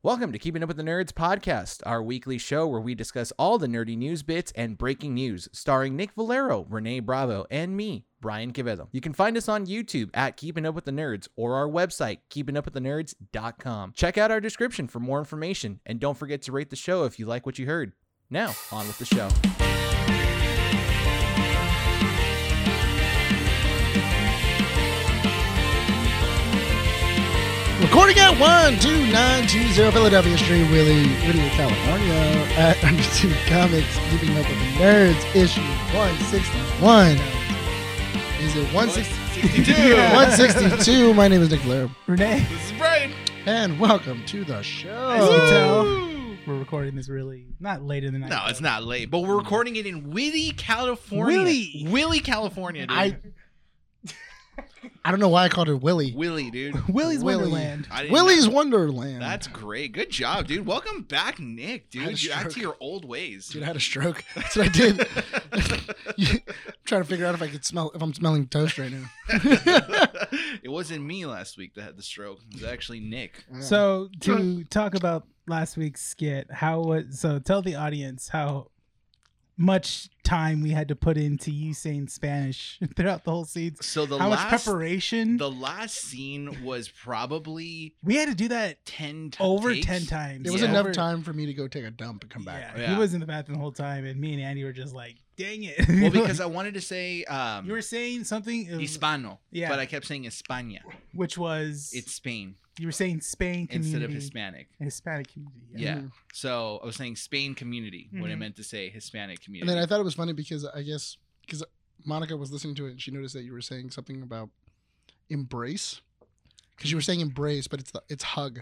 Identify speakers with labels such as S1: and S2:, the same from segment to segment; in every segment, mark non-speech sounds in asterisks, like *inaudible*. S1: Welcome to Keeping Up with the Nerds podcast, our weekly show where we discuss all the nerdy news bits and breaking news, starring Nick Valero, Renee Bravo, and me, Brian Quevedo. You can find us on YouTube at Keeping Up with the Nerds or our website, keepingupwiththenerds.com. Check out our description for more information, and don't forget to rate the show if you like what you heard. Now, on with the show.
S2: Recording at 12920 Philadelphia Street, Willie, Whittier, California. At Undertune Comics, keeping up with the nerds, issue 161. Is it 160?
S3: 62.
S2: *laughs* Yeah, 162. My name is Nick Blair,
S4: Renee,
S3: This is Brian.
S2: and welcome to the
S4: as you
S2: show.
S4: can tell, we're recording this really not late in the night.
S3: No, it's not late, but we're
S2: Mm-hmm.
S3: recording it in Willie, California.
S4: Willie.
S3: Willie, California, dude.
S2: I, I don't know why I called it Willie.
S3: Willie, dude.
S4: Willie's
S2: Willie. Oh,
S4: Wonderland.
S3: I didn't
S2: Willie's
S3: know-
S2: Wonderland.
S3: That's great. Good job, dude. Welcome back, Nick,
S2: I had a
S3: dude. You're back to
S2: stroke.
S3: your old ways.
S2: Dude, I had a stroke. That's what I did. *laughs* I'm trying to figure out if I could smell if I'm smelling toast right now.
S3: *laughs* it wasn't me last week that had the stroke. It was actually Nick.
S4: So to talk about last week's skit, how was so? Tell the audience how much time we had to put into you saying Spanish *laughs* throughout the whole scene.
S3: So the
S4: How much
S3: last
S4: preparation?
S3: the last scene was probably
S4: we had to do that
S3: ten t-
S4: over
S3: takes.
S4: ten times.
S2: There was
S3: Yeah. Oh,
S2: enough
S4: Over-
S2: time for me to go take a dump and come back.
S4: Yeah,
S3: Yeah.
S4: he was in the bathroom the whole time, and me and Andy were just like, "Dang it!" *laughs*
S3: Well, because I wanted to say um,
S4: you were saying something, it was-
S3: Hispano,
S4: Yeah.
S3: but I kept saying España.
S4: which was
S3: It's Spain
S4: you were saying Spain community
S3: instead of Hispanic.
S4: Hispanic community.
S3: Yeah.
S2: Mhm.
S3: So I was saying Spain community when I
S4: Mhm.
S3: meant to say Hispanic
S2: And
S3: community.
S2: then I thought it was funny because I guess because Monica was listening to it and she noticed that you were saying something about embrace. Because you were saying embrace, but it's the, it's hug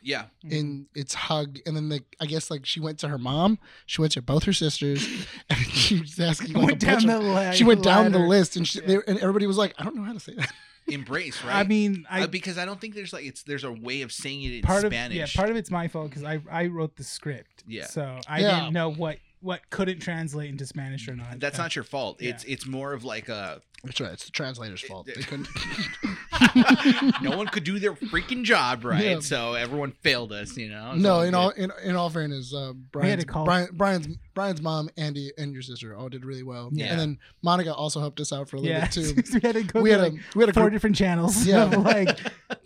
S3: yeah.
S4: Mm-hmm.
S2: and it's hug, and then the, I guess like she went to her mom, she went to both her sisters, *laughs* and she was asking. Like,
S4: went
S2: a
S4: down
S2: bunch
S4: the
S2: of-
S4: la-
S2: she went down the
S4: ladder.
S2: list, and she,
S4: Yeah.
S2: and everybody was like, "I don't know how to say that." *laughs*
S3: Embrace, right?
S4: I mean, I
S3: Uh, because I don't think there's like it's there's a way of saying it in
S4: part of
S3: Spanish.
S4: yeah, part of it's my fault because I I wrote the script.
S3: Yeah.
S4: So I
S2: Yeah.
S4: didn't know what what couldn't translate into Spanish or not. Uh,
S3: That's not your fault.
S4: Yeah.
S3: It's it's more of like a
S2: That's right. It's the translator's fault. They couldn't.
S3: no one could do their freaking
S4: *laughs*
S3: job right,
S2: Yeah.
S3: so everyone failed us. You know. It's
S2: No,
S3: all
S2: in
S3: good.
S2: all in, in all fairness, uh,
S4: had
S2: Brian's,
S4: to call-
S2: Brian, Brian's Brian's mom, Andy, and your sister all did really well.
S3: Yeah.
S2: and then Monica also helped us out for a little
S4: Yeah.
S2: bit
S4: *laughs*
S2: too.
S4: we had to go
S2: We had a
S4: through, like,
S2: we had a
S4: four
S2: group,
S4: different channels.
S2: Yeah.
S4: Yeah.
S2: *laughs*
S4: *laughs* like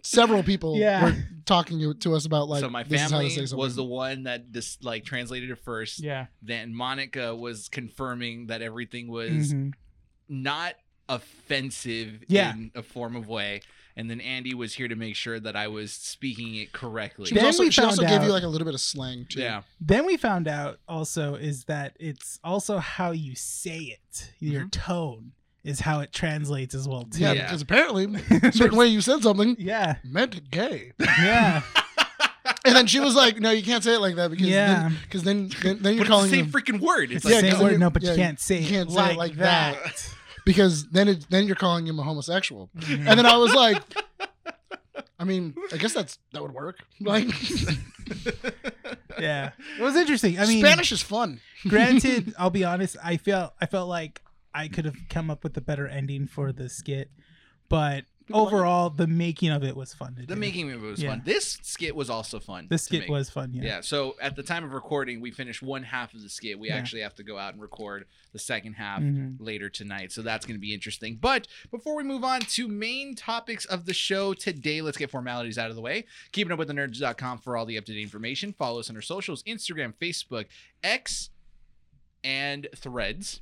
S2: several people
S4: Yeah.
S2: were talking to, to us about like
S3: so my
S2: this is how to say
S3: family
S2: something.
S3: was the one that just like translated it first.
S4: yeah.
S3: Then Monica was confirming that everything was
S2: Mm-hmm.
S4: Mhm.
S3: not offensive
S4: Yeah.
S3: in a form of way. And then Andy was here to make sure that I was speaking it correctly.
S2: She was
S4: Then
S2: also,
S4: we
S2: she also
S4: found
S2: gave
S4: out-
S2: you like a little bit of slang too.
S3: Yeah.
S4: Then we found out also is that it's also how you say it. Your
S3: Mm-hmm.
S4: tone is how it translates as well too.
S2: yeah,
S3: Yeah.
S2: because
S4: *laughs*
S2: apparently a certain way you said something
S4: Yeah.
S2: meant gay,
S4: Yeah.
S2: and then she was like, "No, you can't say it like that because
S4: Yeah.
S2: then, cause then, then then you're
S3: But it's the
S2: calling
S3: same
S2: them,
S3: freaking word. *laughs* It's
S4: It's
S2: Yeah,
S4: the
S3: like,
S2: 'cause
S4: same word,
S2: you're-
S4: no, but
S2: yeah,
S4: you can't say
S2: you
S4: it
S2: can't say it
S4: like,
S2: like
S4: that.
S2: because then it, then you're calling him a homosexual."
S4: Mhm.
S2: And then I was like, I mean, I guess that's that would work. *laughs* Like,
S4: yeah. It was interesting. I mean
S2: Spanish *laughs* is fun.
S4: granted i'll be honest i felt i felt like i could have come up with a better ending for the skit but overall the making of it was fun to
S3: the
S4: do.
S3: making of it was
S4: Yeah.
S3: fun. This skit was also fun.
S4: the
S3: to
S4: skit
S3: make.
S4: was fun
S3: Yeah.
S4: yeah,
S3: So at the time of recording, we finished one half of the skit. We
S4: Yeah.
S3: actually have to go out and record the second half
S4: Mhm.
S3: later tonight. So that's going to be interesting. But before we move on to main topics of the show today, let's get formalities out of the way. Keeping up with the nerds.com for all the up to date information. Follow us on our socials Instagram, Facebook, X, and threads.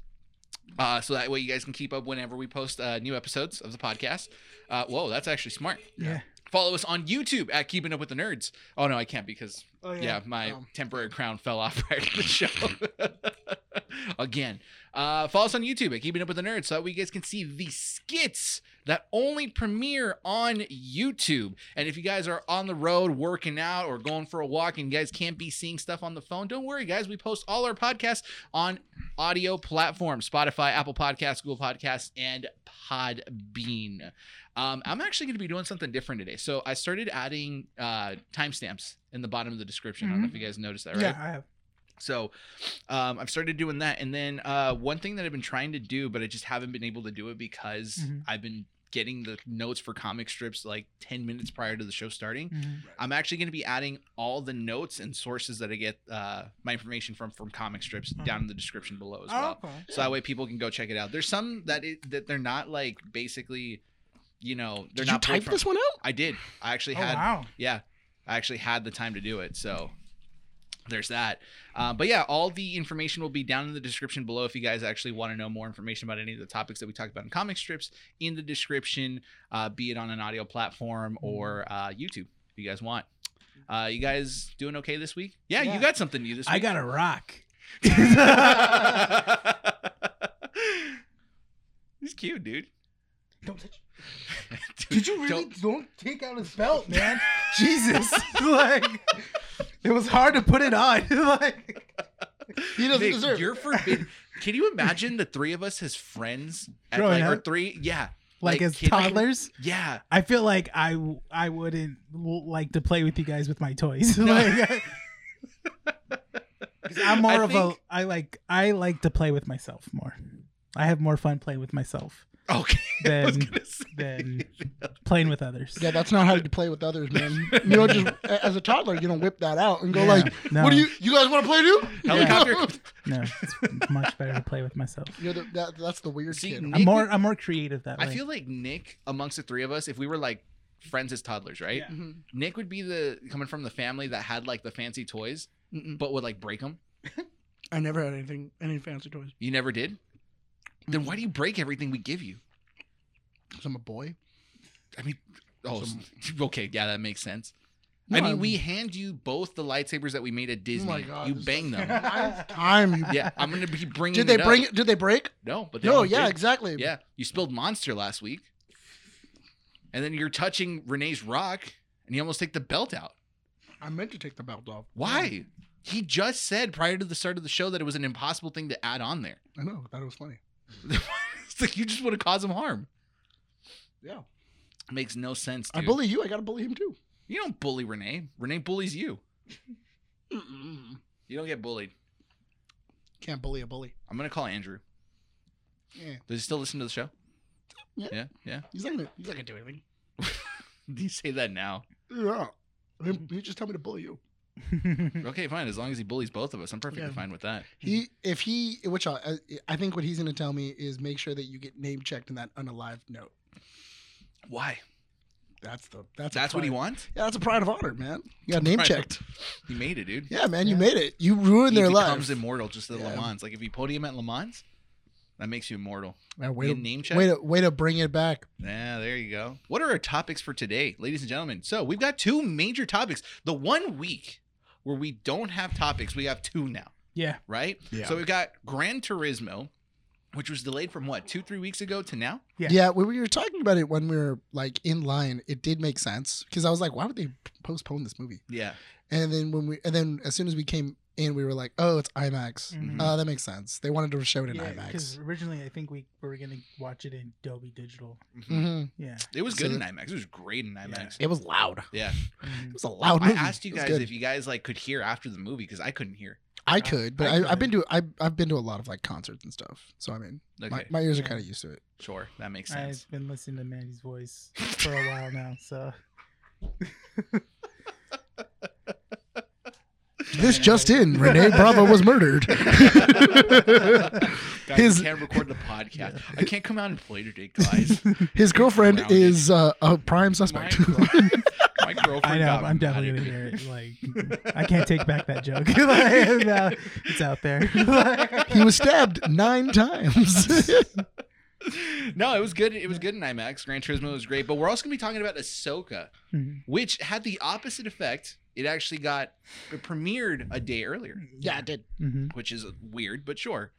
S3: Uh, so that way you guys can keep up whenever we post uh, new episodes of the podcast. Uh, whoa, that's actually smart.
S4: Yeah.
S3: Follow us on YouTube at Keeping Up with the Nerds. Oh no, I can't because
S4: Oh,
S3: yeah, my
S2: Um,
S3: temporary crown fell off *laughs* right after the show. Again, uh, follow us on YouTube at Keeping Up with the Nerds so that we guys can see the skits that only premiere on YouTube. And if you guys are on the road working out or going for a walk and you guys can't be seeing stuff on the phone, don't worry, guys. We post all our podcasts on audio platforms Spotify, Apple Podcasts, Google Podcasts, and Podbean. Um, I'm actually going to be doing something different today. So I started adding uh, timestamps in the bottom of the description. I don't know if you guys noticed that, right?
S4: Mm-hmm. yeah i have
S3: So um, I've started doing that. And then uh, one thing that I've been trying to do, but I just haven't been able to do it because
S4: Mhm.
S3: I've been
S5: getting the notes for comic strips like 10 minutes prior to the show starting.
S4: Mhm.
S5: I'm actually going to be adding all the notes and sources that I get uh, my information from from comic strips
S2: Mm-hmm.
S5: down in the description below as well.
S4: Oh, okay.
S5: So that way people can go check it out. There's some that it, that they're not like basically, you know, they're
S2: Did you
S5: not pulled
S2: type
S5: from-
S2: this one out?
S5: I did. I actually
S4: Oh,
S5: had
S4: wow.
S5: yeah, I actually had the time to do it. So there's that. Uh, but yeah, all the information will be down in the description below if you guys actually want to know more information about any of the topics that we talked about in comic strips in the description, uh, be it on an audio platform
S4: Mm-hmm.
S5: or uh, YouTube if you guys want. Uh, you guys doing okay this week? Yeah,
S4: Yeah.
S5: you got something new
S4: *laughs*
S5: this week. *laughs*
S4: I got a rock.
S5: He's cute, dude.
S2: Don't touch-
S5: Dude,
S2: Did you really
S5: don't-
S2: don't, take out his belt, man?
S4: Jesus. *laughs* like it was hard to put it on. *laughs* like
S2: He doesn't
S5: Nick,
S2: deserve.
S5: You're forbidden. Can you imagine the three of us as friends? At
S4: Growing
S5: like, or
S4: up?
S5: three? Yeah.
S4: like as
S5: kid-
S4: toddlers,
S5: Yeah.
S4: I feel like I w- I wouldn't l- like to play with you guys with my toys. *laughs* like I- 'Cause I'm more
S5: I
S4: of
S5: think-
S4: a I like I like to play with myself more. I have more fun playing with myself
S5: Okay. *laughs* I was
S4: than
S5: gonna *laughs* say.
S4: than playing with others.
S2: Yeah, that's not how you play with others,
S5: *laughs*
S2: man. You don't just as a toddler, you don't whip that out and go
S4: Yeah,
S2: like,
S4: no.
S2: "What do you? You guys want to play
S5: *laughs*
S2: too?"
S5: Helicopter.
S4: No, it's much better to play with myself.
S2: You're the, that, that's the weird
S5: See,
S2: kid.
S5: Nick-
S4: I'm more I'm more creative that way.
S5: I
S4: *laughs*
S5: feel like Nick, amongst the three of us, if we were like friends as toddlers, right?
S4: Yeah.
S2: Mhm.
S5: Nick would be the coming from the family that had like the fancy toys,
S2: Mm-mm.
S5: but would like break them.
S2: I never had anything, any fancy toys.
S5: You never did. Then why do you break everything we give you?
S2: 'Cause I'm a boy.
S5: I mean, oh,
S2: Some-
S5: *laughs* okay, yeah, that makes sense.
S2: No,
S5: I mean,
S2: I'm-
S5: we hand you both the lightsabers that we made at Disney.
S2: God,
S5: you
S2: this is- *laughs*
S5: bang them.
S2: Ninth time. You,
S5: yeah, I'm gonna be bringing.
S2: did they
S5: it up.
S2: bring it? Did they break?
S5: No, but they
S2: No.
S5: all
S2: Yeah.
S5: did.
S2: Exactly.
S5: Yeah, you spilled monster last week, and then you're touching Renee's rock, and you almost take the belt out.
S2: I meant to take the belt off.
S5: Why?
S2: Hmm.
S5: He just said prior to the start of the show that it was an impossible thing to add on there. *laughs*
S2: I know. That was funny.
S5: it's like you just want to cause him harm.
S2: Yeah.
S5: makes no sense.
S2: I
S5: dude.
S2: bully you. I gotta bully him too.
S5: You don't bully Renee. Renee bullies you. You don't get bullied.
S2: Can't bully a bully.
S5: I'm gonna call Andrew.
S2: Yeah.
S5: Does he still listen to the show?
S2: Yeah.
S5: Yeah. yeah. *laughs*
S2: He's not gonna. He's not gonna do anything.
S5: Do you say that now?
S2: Yeah. He-
S5: Mm-hmm.
S2: He just told me to bully you.
S5: Okay, fine. As long as he bullies both of us, I'm perfectly
S2: Yeah.
S5: fine with that.
S2: He, if he, which I, I think what he's gonna tell me is make sure that you get name checked in that unalive note.
S5: Why?
S2: That's the. That's a
S5: That's what he
S2: pride-
S5: wants.
S2: Yeah, that's a pride of honor, man. You got name
S5: Pride.
S2: checked.
S5: He made it, dude.
S2: Yeah, man, you
S4: Yeah.
S2: made it. You ruined
S5: he
S2: their
S5: becomes
S2: lives.
S5: immortal just at Le
S2: Yeah.
S5: Mans. Like if you podium at Le Mans, that makes you immortal.
S2: Man,
S5: Need
S2: way
S5: a
S2: to,
S5: name check.
S2: way to way to bring it back.
S5: Yeah, there you go. What are our topics for today, ladies and gentlemen? So we've got two major topics. The one week where we don't have topics, we have two now,
S4: yeah.
S5: right?
S2: Yeah.
S5: So we've got Gran Turismo, which was delayed from what two, three weeks ago to now.
S4: Yeah.
S2: Yeah. when we were talking about it when we were like in line, it did make sense because I was like, why would they postpone this movie?
S5: Yeah,
S2: And then when we and then as soon as we came in, we were like, oh, it's IMAX.
S5: Mm-hmm.
S4: Mhm.
S2: Uh, that makes sense. They wanted to show it in
S4: Yeah,
S2: IMAX.
S4: originally I think we were gonna watch it in Dolby Digital.
S2: Mhm.
S4: Yeah.
S5: it was
S2: So
S5: good in
S2: that-
S5: IMAX. It was great in IMAX.
S2: It was loud.
S5: Yeah,
S4: Mm-hmm.
S2: It was a loud
S5: I
S2: movie.
S5: asked you
S2: It was
S5: guys
S2: good.
S5: if you guys like could hear after the movie because I couldn't hear.
S2: I could, but
S4: I
S2: I I,
S4: could.
S2: have been to I, I've been to a lot of like concerts and stuff. So I mean,
S5: Okay,
S2: my, my ears are
S4: Yeah.
S2: kind of used to
S5: *laughs*
S2: it.
S5: sure, that makes sense.
S4: I've been listening to Mandy's voice for a while now,
S5: *laughs*
S4: so
S2: This just in: Renee Bravo was murdered. *laughs*
S5: guys,
S2: His-
S5: I can't record the podcast. I can't come out and play today,
S4: *laughs*
S5: guys.
S2: His girlfriend
S5: Grounded.
S2: is uh, a prime suspect.
S5: My girlfriend, *laughs* my girlfriend
S4: I know
S5: got
S4: I'm definitely
S5: mad
S4: gonna
S5: at me.
S4: hear it.
S5: *laughs*
S4: Like I can't take back that joke. *laughs* Like, no, it's out *laughs*
S2: *laughs*
S4: there. Mm-hmm.
S2: he was stabbed nine
S5: *laughs*
S2: times.
S5: no, it was good. It was good in IMAX. Gran Turismo was great, but we're also gonna be talking about Ahsoka,
S4: Mhm.
S5: which had the opposite effect. It actually got it premiered a day earlier,
S2: did.
S4: Mhm.
S5: which is weird, but sure.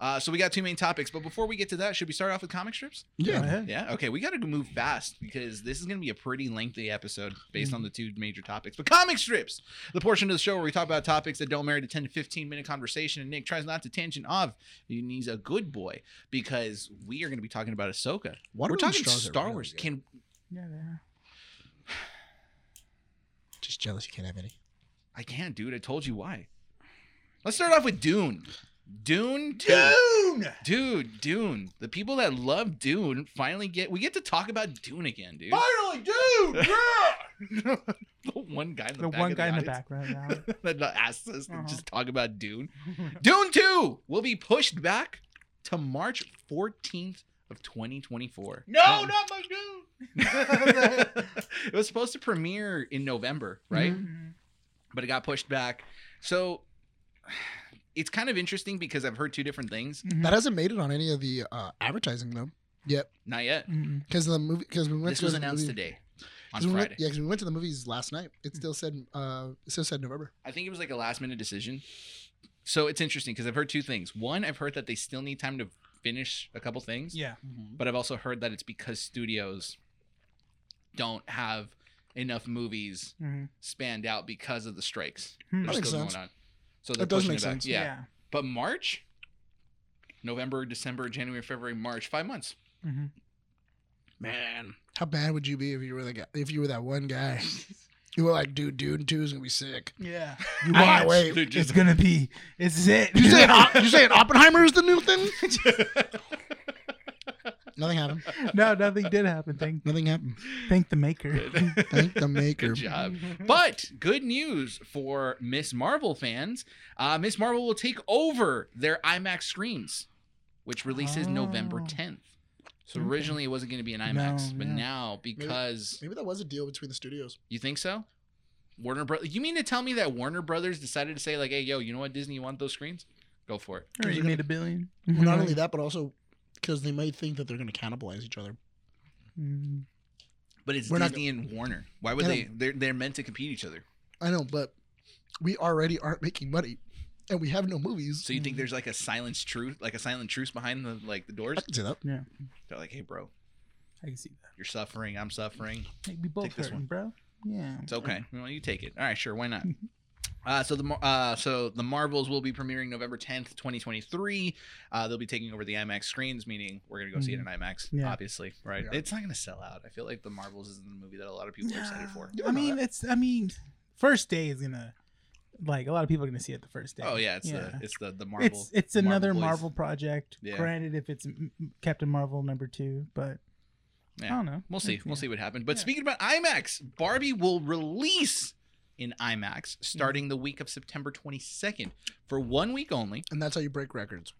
S5: Uh, so we got two main topics, but before we get to that, should we start off with comic strips?
S4: Go
S2: Yeah.
S4: ahead.
S5: Yeah. Okay, we got to move fast because this is going to be a pretty lengthy episode based on the two major topics. But comic strips, the portion of the show where we talk about topics that don't merit a 10 to 15 minute conversation, and Nick tries not to tangent off. and He's a good boy because we are going to be talking about Ahsoka.
S2: Wonder
S5: We're
S2: Woman
S5: talking
S2: straws are
S5: Star
S2: really
S5: Wars.
S2: good.
S5: Can
S4: Yeah, they are.
S2: Just jealous you can't have any.
S5: I can't, dude. I told you why. Let's start off with Dune. Dune 2.
S6: Dune.
S5: Dude, Dune. The people that love Dune finally get we get to talk about Dune again, dude.
S6: Finally, Dune.
S5: *laughs*
S6: Yeah.
S5: the one guy in the,
S4: The
S5: back
S4: one
S5: of
S4: guy in the
S5: audience
S4: background now.
S5: that asked us to
S4: Uh-huh.
S5: just talk about Dune. Dune 2 will be pushed back to March 14th of 2024.
S6: No, not my Dune. *laughs*
S5: *laughs* it was supposed to premiere in November, *laughs* right?
S4: Mm-hmm.
S5: But it got pushed back. So it's kind of interesting because I've heard two different things.
S4: Mm-hmm.
S2: That hasn't made it on any of the uh, advertising though. Yep,
S5: Not yet.
S4: Mhm.
S2: because the movie because we went
S5: This
S2: Mm, to
S5: was
S2: the
S5: announced
S2: movie-
S5: today
S2: 'cause
S5: on
S2: we went-
S5: Friday. Mm.
S2: yeah, because we went to the movies last night. It still said uh, it still said November.
S5: I think it was like a last minute decision. So it's interesting because I've heard two things. One, I've heard that they still need time to finish a couple things.
S4: Yeah.
S5: But I've also heard that it's because studios don't have enough movies
S4: Mhm.
S5: spanned out because of the strikes.
S4: Hmm.
S5: They're
S2: That makes
S5: still
S2: sense.
S5: going on. So they're
S2: That does
S5: pushing
S2: make
S5: it back.
S2: sense.
S5: Yeah. But March, November, December, January, February, March, five months.
S4: Yeah. Mhm.
S5: Man.
S2: How bad would you be if you were the guy, if you were that one
S5: *laughs*
S2: guy? You were like, dude, dude, two is gonna be sick.
S4: Yeah.
S2: You
S4: I-
S2: want wait?
S5: Dude,
S4: It's
S5: just-
S4: gonna be. It's it.
S2: You saying Op- you saying Oppenheimer is the new
S5: *laughs*
S2: thing? Nothing happened.
S4: *laughs* no, nothing did happen. Thank,
S2: Nothing happened.
S4: thank the maker.
S2: Thank the maker.
S5: Good job.
S4: Mm-hmm.
S5: But good news for Miss Marvel fans. Uh, Miss Marvel will take over their IMAX screens, which releases November
S4: Oh.
S5: 10th. So
S4: Okay.
S5: originally it wasn't going to be an IMAX,
S4: No,
S5: but
S4: yeah.
S5: now because
S2: Maybe that was a deal between the studios.
S5: you think so, Warner Brothers. You mean to tell me that Warner Brothers decided to say like, "Hey, yo, you know what, Disney, you want those screens? Go for it."
S4: Already made a billion.
S2: Well, not only that, but also because they might think that they're gonna cannibalize each other.
S4: Mhm.
S5: But it's
S2: We're not
S5: Disney and Warner. Why would
S2: Yeah.
S5: they? They're they're meant to compete each other.
S2: I know, but we already aren't making money, and we have no movies.
S5: So you think there's like a silence truth, like a silent truce behind the like
S2: *laughs*
S5: the doors?
S2: I can see that.
S5: They're like, "Hey, bro,
S4: I can see that.
S5: you're suffering. I'm suffering.
S4: Like, we both
S5: Take this
S4: hurting, bro. Yeah.
S5: It's okay.
S4: *laughs*
S5: Well, you take it. All right, sure. Why not? Uh, so the Mar- uh, so the Marvels will be premiering November tenth, twenty twenty three. Uh, they'll be taking over the IMAX screens, meaning we're gonna go see it in IMAX.
S4: Mm-hmm. Yeah.
S5: Obviously, right?
S2: Yeah.
S5: It's not gonna sell out. I feel like the Marvels isn't a movie that a lot of people are excited for. Uh,
S2: Yeah,
S4: I
S2: no,
S4: mean, it's. I mean, first day is gonna. Like a lot of people are gonna see it the first day.
S5: Oh yeah, it's the it's the the Marvel.
S4: It's it's
S5: Marvel
S4: another
S5: boys.
S4: Marvel project.
S5: Yeah.
S4: Granted, if it's m- m- Captain Marvel number two, but I
S5: Yeah.
S4: don't know.
S5: We'll see.
S4: It's-
S5: We'll
S4: yeah.
S5: see what happens. But
S4: Yeah.
S5: speaking about IMAX, Barbie will release in IMAX
S4: Mm-hmm.
S5: starting the week of September twenty second for one week only.
S2: And that's how you break records.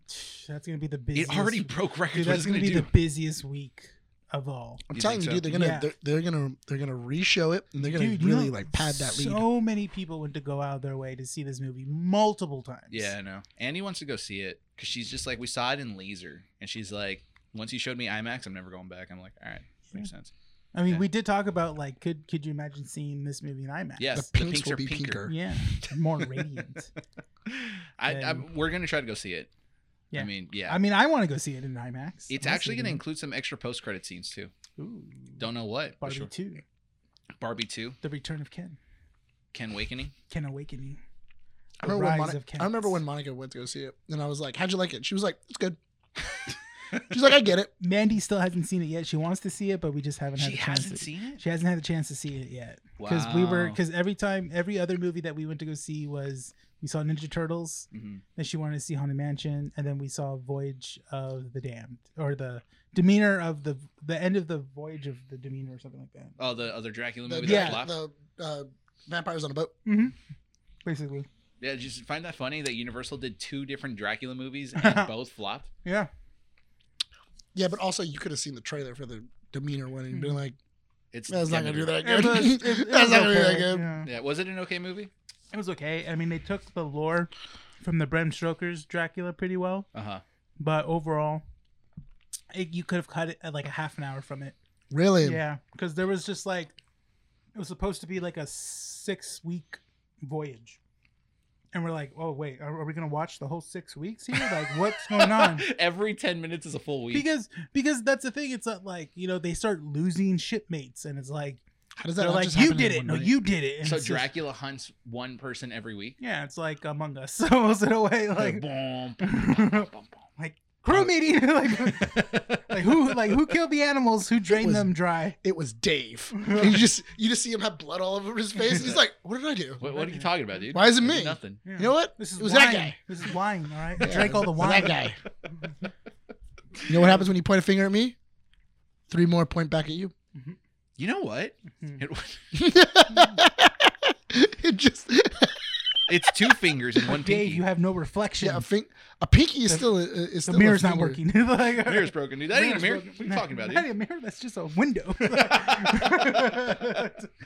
S4: That's gonna be the busiest.
S5: It already broke records.
S4: Dude,
S5: What *laughs*
S4: that's
S5: is it
S4: gonna, be
S5: do?
S4: the busiest week of all.
S2: I'm
S5: You
S2: telling you,
S5: think
S2: dude. They're
S5: so?
S2: gonna
S4: Yeah.
S2: they're, they're gonna they're gonna re-show it, and they're gonna
S4: Dude, you
S2: really
S4: know,
S2: like pad that lead.
S4: So many people went to go out of their way to see this movie multiple times.
S5: Yeah, I know. Andy wants to go see it because she's just like, we saw it in Laser, and she's like, once you showed me IMAX, I'm never going back. I'm like, all
S4: *laughs*
S5: right, makes sense.
S4: I mean,
S5: Yeah.
S4: we did talk about like, could could you imagine seeing this movie in IMAX?
S5: Yes,
S2: The *laughs*
S5: the,
S2: pinks
S5: pinks
S2: will
S5: are
S2: be
S5: pinker.
S4: Yeah,
S2: *laughs*
S5: *laughs*
S4: more radiant.
S5: I, I
S4: And-
S5: we're gonna try to go see it. I
S4: Yeah.
S5: mean, yeah,
S4: I mean, I want to go see it in IMAX.
S5: it's
S4: I'm
S5: actually gonna
S4: seeing
S5: include some extra post credit scenes too.
S4: it. Ooh.
S5: Don't know what. but
S4: Barbie
S5: sure.
S4: two,
S5: Barbie two,
S4: the return of Ken,
S5: Ken Wakening.
S4: Ken awakening.
S2: I
S4: The
S2: remember, when
S4: Rise
S2: Monica,
S4: of Kent.
S2: I remember when Monica went to go see it, and I was like, "How'd you like it?" She was like, "It's
S5: *laughs*
S2: good." She's like, "I get it."
S4: Mandy still hasn't seen it yet. She wants to see it, but we just haven't had
S5: She
S4: the chance.
S5: hasn't
S4: to-
S5: seen it.
S4: she hasn't had the chance to see it yet. because we were
S5: Wow.
S4: because every time every other movie that we went to go see was we saw Ninja Turtles,
S5: Mhm.
S4: then she wanted to see Haunted Mansion, and then we saw Voyage of the Damned or the demeanor of the the end of the Voyage of the Demeanor or something like that.
S5: Oh, the other Dracula
S2: The,
S5: movie
S2: yeah,
S5: that flopped.
S2: the uh, vampires on a boat.
S4: Basically,
S5: Yeah, did you find that funny that Universal did two different Dracula
S4: *laughs*
S5: movies and both flopped? *laughs*
S4: yeah,
S2: Yeah, but also you could have seen the trailer for the demeanor one and been
S4: Hmm.
S2: like,
S5: It's
S2: "That's not
S5: Ken
S2: gonna do that
S5: Wakening.
S2: good." *laughs* That's not gonna do that good.
S4: Yeah.
S5: Yeah, was it an okay movie?
S4: It was okay. I mean, they took the lore from the Bram Stoker's Dracula pretty well,
S5: Uh huh.
S4: but overall, it, you could have cut it at like a half an hour from it.
S2: Really?
S4: Yeah, because there was just like it was supposed to be like a six week voyage, and we're like, oh wait, are, are we gonna watch the whole six weeks here? Like, what's
S2: *laughs*
S4: going on?
S5: *laughs* Every 10 minutes is a full week.
S4: Because because that's the thing. It's not like you know they start losing shipmates, and it's like
S2: How does that?
S4: they're
S2: not
S4: like
S2: just
S4: you
S2: happen in
S4: did it,
S2: one
S4: no,
S2: night?
S4: you did it. And
S5: so
S4: it's just-
S5: Dracula hunts one person every
S4: *laughs*
S5: week.
S4: yeah, it's like Among Us *laughs*
S2: Oh,
S4: almost in a way, like *laughs*
S5: boom,
S4: crew meeting. *laughs* like Like who like who killed the animals? Who drained
S2: was-
S4: them dry?
S2: It was Dave. *laughs* And you just you just see him have blood all over his face. And he's like, "What did I do?
S5: *laughs* What, what are you talking about, dude?
S2: Why is it
S5: I did
S2: me?
S5: Nothing.
S2: You know what?
S4: This is
S2: it was
S4: wine.
S2: that guy.
S4: This is wine, all
S2: *laughs*
S4: right? I drank all
S2: It
S4: the
S2: was
S4: wine.
S2: That guy. You know what happens when you point a finger at me? Three more point back at you. *laughs*
S5: You know what?
S4: Mhm.
S5: It,
S2: it just
S5: it's two fingers and one
S4: *laughs* Dave,
S5: pinky.
S4: you have no reflection.
S2: E. yeah, a, fin- a pinky is still a, is
S4: the
S2: still a E
S4: mirror's not
S2: finger.
S4: working. *laughs* Like,
S2: E.
S5: Mirror's broken, dude. That ain't a mirror.
S4: mirror's broken.
S5: What are you talking about,
S4: Not *laughs*
S5: dude?
S4: a mirror. That's just a window.
S2: *laughs*
S4: *laughs*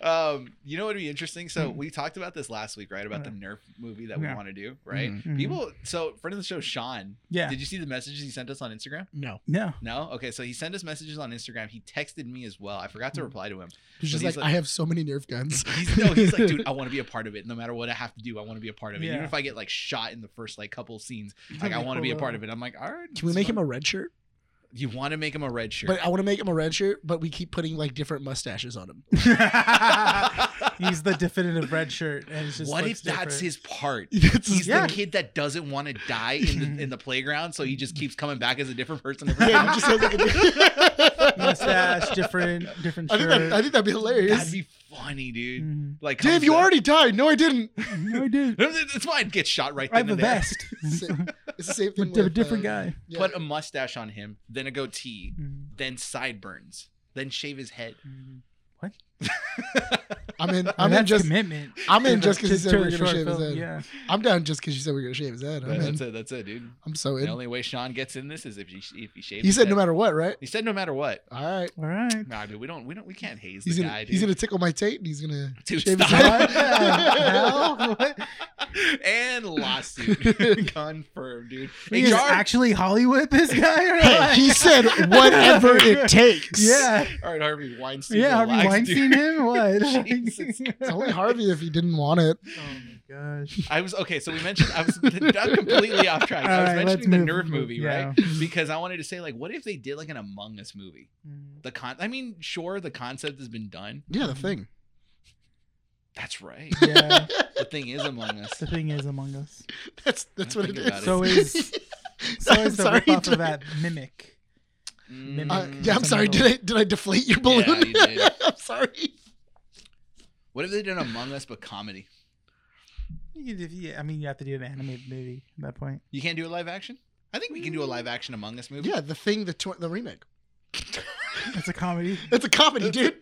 S5: um, you know what would be interesting? So we talked about this last week, right? About the Nerf movie that
S4: Mm-hmm. Uh, Yeah.
S5: we want to do, right?
S2: Mhm.
S4: Mhm.
S5: People. So friend of the show, Sean.
S4: yeah.
S5: Did you see the messages he sent us on Instagram?
S2: No, *laughs*
S4: No.
S5: No. Okay, so he sent us messages on Instagram. He texted me as well. I forgot
S4: Mm-hmm.
S5: to reply to him.
S2: he's just
S5: he's
S2: like,
S5: like-
S2: I have so many Nerf guns.
S5: He's no, he's like, dude, I want to be a part of it. No matter what I have to do, I want to be a part of it. Even
S4: Yeah.
S5: if I get like shot in the first like couple scenes, like
S4: Like,
S5: I want to be a
S4: hold
S5: part
S4: on.
S5: of it. I'm like, all right.
S2: *laughs* Can we
S5: it's
S2: make
S5: fun.
S2: him a red shirt?
S5: You want to make him a red shirt?
S2: But I want to make him a red shirt, but we keep putting like different mustaches on him.
S4: He's the definitive red shirt, and it's just
S5: what
S4: looks
S5: if that's
S4: different.
S5: his part?
S2: That's
S5: He's
S4: Yeah.
S5: the kid that doesn't want to die in the, in the playground, so he just keeps coming back as a different person. Every
S2: yeah, he
S5: time.
S2: *laughs* just has like a
S4: mustache? Different, different
S2: I
S4: shirt.
S2: think that
S4: *laughs*
S2: I think that'd be hilarious.
S5: That'd be funny, dude.
S4: Mhm.
S2: *laughs*
S5: Like,
S2: Dave,
S5: comes
S2: you
S5: up-
S2: already died. No, I
S4: *laughs*
S2: didn't.
S4: No, I did.
S5: *laughs* It's fine. Get shot right
S4: I
S5: then
S4: have
S5: and
S4: a
S5: there.
S2: *laughs*
S4: vest.
S2: It's the same thing.
S4: But they're a
S2: with,
S4: different
S2: um,
S4: guy.
S2: yeah.
S5: Put a mustache on him, then a goatee,
S2: Mm-hmm.
S4: Mhm.
S5: then sideburns, then shave his head.
S4: Mhm.
S2: I'm in.
S4: I
S2: I'm
S4: mean,
S2: in
S4: that's
S2: just.
S4: commitment.
S2: I'm in
S4: *laughs* To
S2: just
S4: the-
S2: because he said
S4: to
S2: we're
S4: the
S2: gonna
S4: short
S2: shave his
S4: film,
S2: head.
S4: Yeah.
S2: I'm down just because you said we're gonna shave his head. I'm, in.
S5: that's it. That's it, dude.
S2: I'm so
S5: The
S2: in.
S5: only way Sean gets in this is if he if he shaves.
S2: He
S5: his
S2: said no
S5: head.
S2: matter what, right?
S5: He said no matter what.
S2: All right.
S4: All right.
S5: Nah, dude, we don't we don't we can't haze
S2: He's
S5: the
S2: gonna
S5: guy, dude.
S2: he's gonna tickle my taint and he's
S5: *laughs*
S2: gonna
S5: Dude,
S2: shave his
S5: stop.
S2: head.
S4: *laughs* What the hell? What?
S5: *laughs*
S2: *laughs*
S5: and lawsuit *laughs* confirmed, dude.
S4: He is
S5: HR,
S4: actually Hollywood, this guy? *laughs* or
S2: Hey,
S4: like-
S2: he said whatever it takes.
S4: Yeah.
S5: all right, Harvey Weinstein.
S4: Yeah, Harvey
S5: relax, dude.
S4: Weinstein him? What? *laughs*
S2: *laughs*
S5: Jesus.
S2: It's only Harvey if he didn't want it.
S4: Oh my gosh.
S5: *laughs* I was okay. So we mentioned I was *laughs* I'm completely off track.
S4: All
S5: I
S4: right,
S5: was
S4: let's
S5: mentioning the
S4: move-
S5: Nerf movie,
S2: *laughs*
S4: yeah.
S5: right? Because I wanted to say like, what if they did like an Among Us movie?
S4: Mm,
S5: The con. I mean, sure, the concept has been done.
S2: Yeah, the thing.
S5: That's right.
S4: Yeah.
S5: the thing is Among Us.
S4: The thing is Among Us.
S2: That's that's
S5: I
S2: what it
S5: think about
S2: is.
S5: it.
S4: So
S2: *laughs*
S4: is so
S2: I'm
S4: is the
S2: sorry,
S4: ripoff
S2: dude.
S4: of that mimic.
S5: Mm,
S2: Uh,
S4: *laughs* Mm,
S2: yeah, I'm
S4: it's
S2: sorry.
S4: a
S2: Did I did I deflate your balloon?
S5: Yeah,
S2: *laughs*
S5: you did.
S2: I'm sorry.
S5: What if they did an Among Us but comedy?
S4: You could- if you- I mean, you have to do an animated movie at that point.
S5: You can't do a live action. I think we can do a live action Among Us *laughs* movie.
S2: Yeah, the thing, the tw- the remake.
S4: It's a comedy.
S2: It's a comedy, dude.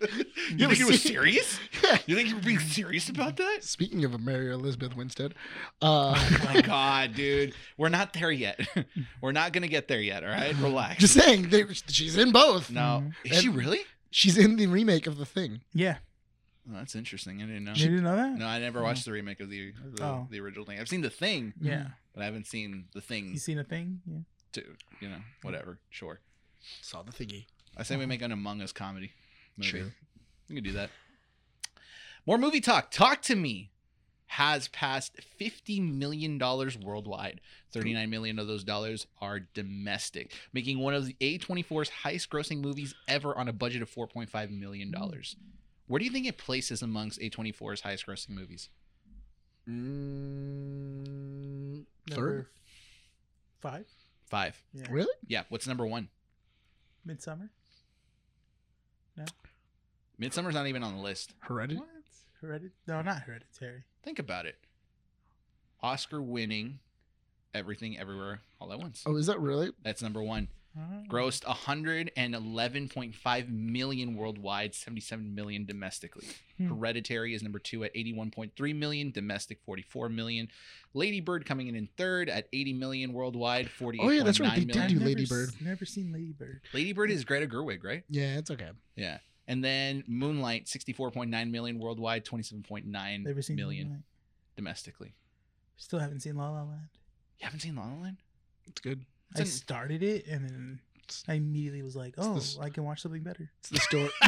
S5: You
S2: ever
S5: think it was
S2: seen-
S5: serious?
S2: Yeah.
S5: You think you were being serious
S2: *laughs*
S5: about that?
S2: Speaking of a Mary Elizabeth Winstead, uh, *laughs*
S5: Oh my god, dude. We're not there yet. *laughs* We're not gonna get there yet, all right? Relax.
S2: just saying, they, she's in both.
S5: no.
S4: Mm-hmm.
S5: Is she really?
S2: She's in the remake of the thing.
S4: Yeah.
S5: Oh, that's interesting. I didn't know.
S4: You didn't know that?
S5: No, I never watched the remake of the of the,
S4: Oh.
S5: the original thing. I've seen the thing,
S4: Yeah.
S5: but I haven't seen the thing
S4: You seen a thing? Yeah.
S5: too. You know, whatever. Sure.
S2: Saw the thingy.
S5: I say we make an Among Us comedy movie.
S2: True.
S5: We can do that. More movie talk. Talk to Me has passed $50 million worldwide. $39 million of those dollars are domestic, making one of the A24's highest grossing movies ever on a budget of $4.5 million. Where do you think it places amongst A24's highest grossing movies?
S2: Mm, third?
S4: Number five?
S5: Five.
S4: Yeah.
S2: Really?
S5: Yeah. What's number one?
S4: Midsummer?
S5: Midsummer's not even on the list.
S2: Heredity?
S4: Hereditary? No, not hereditary.
S5: Think about it. Oscar winning Everything Everywhere All at Once.
S2: Oh, is that really?
S5: That's number one.
S4: Oh.
S5: Grossed 111.5 million worldwide, 77 million domestically.
S4: Hmm.
S5: Hereditary is number two at 81.3 million, domestic 44 million. Lady Bird coming in in third at 80 million worldwide, 48.9
S2: Oh, yeah, that's right. They did
S5: million.
S2: do
S4: I've never
S2: Lady
S4: s-
S2: Bird.
S4: Never seen Lady Bird.
S5: Lady Bird is Greta Gerwig, right?
S2: Yeah, it's okay.
S5: Yeah. And then Moonlight, 64.9 million worldwide, 27.9
S4: Never seen
S5: million
S4: Moonlight.
S5: domestically.
S4: Still haven't seen La La Land.
S5: You haven't seen La La Land?
S2: It's good.
S4: I
S5: It's
S4: started it and then I immediately was like, "Oh,
S2: this-
S4: I can watch something better."
S2: It's the
S4: *laughs*
S2: story. *laughs*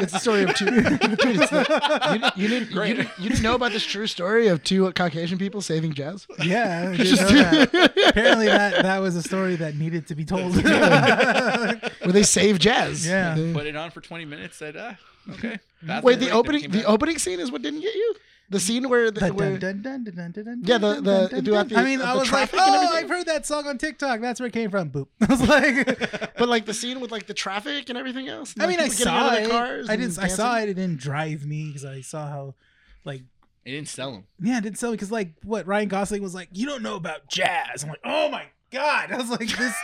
S2: it's the story of two. Dude, it's the, you, didn't- you didn't, you, *laughs*
S5: Great.
S2: didn't, you didn't know about this true story of two Caucasian people saving
S4: *laughs*
S2: jazz? *laughs*
S4: yeah, I didn't
S2: Just-
S4: know that. apparently that that was a story that needed to
S2: *laughs*
S4: be told.
S2: Where they save jazz.
S4: Yeah.
S5: Put it on for 20 minutes, said, ah, okay. Bathroom *laughs*
S2: Wait, the
S5: break, then
S2: opening
S5: came
S2: the
S5: back.
S2: opening scene is what didn't get you? the scene where the,
S4: Dun,
S2: where,
S4: dun, dun, dun, dun, dun, dun, dun,
S2: Yeah, the-
S4: dun,
S2: the-
S4: dun,
S2: throughout
S4: dun.
S2: the-
S4: I mean,
S2: uh,
S4: I
S2: the
S4: was like,
S2: traffic and
S4: oh,
S2: everything."
S4: I've heard that song on TikTok. That's where it came from. Boop. *laughs* I was
S2: *laughs*
S4: like,
S2: but like the scene with like the traffic and everything else. and,
S4: I
S2: like,
S4: mean, I
S2: people getting out
S4: saw
S2: of
S4: it.
S2: their cars
S4: I
S2: and
S4: didn't. I saw
S2: dancing.
S4: it. It didn't drive me because I saw how, like,
S5: It didn't sell them.
S4: yeah, it didn't sell me because like what Ryan Gosling was like, you don't know about jazz. I'm like, oh my god. *laughs* I was like, this.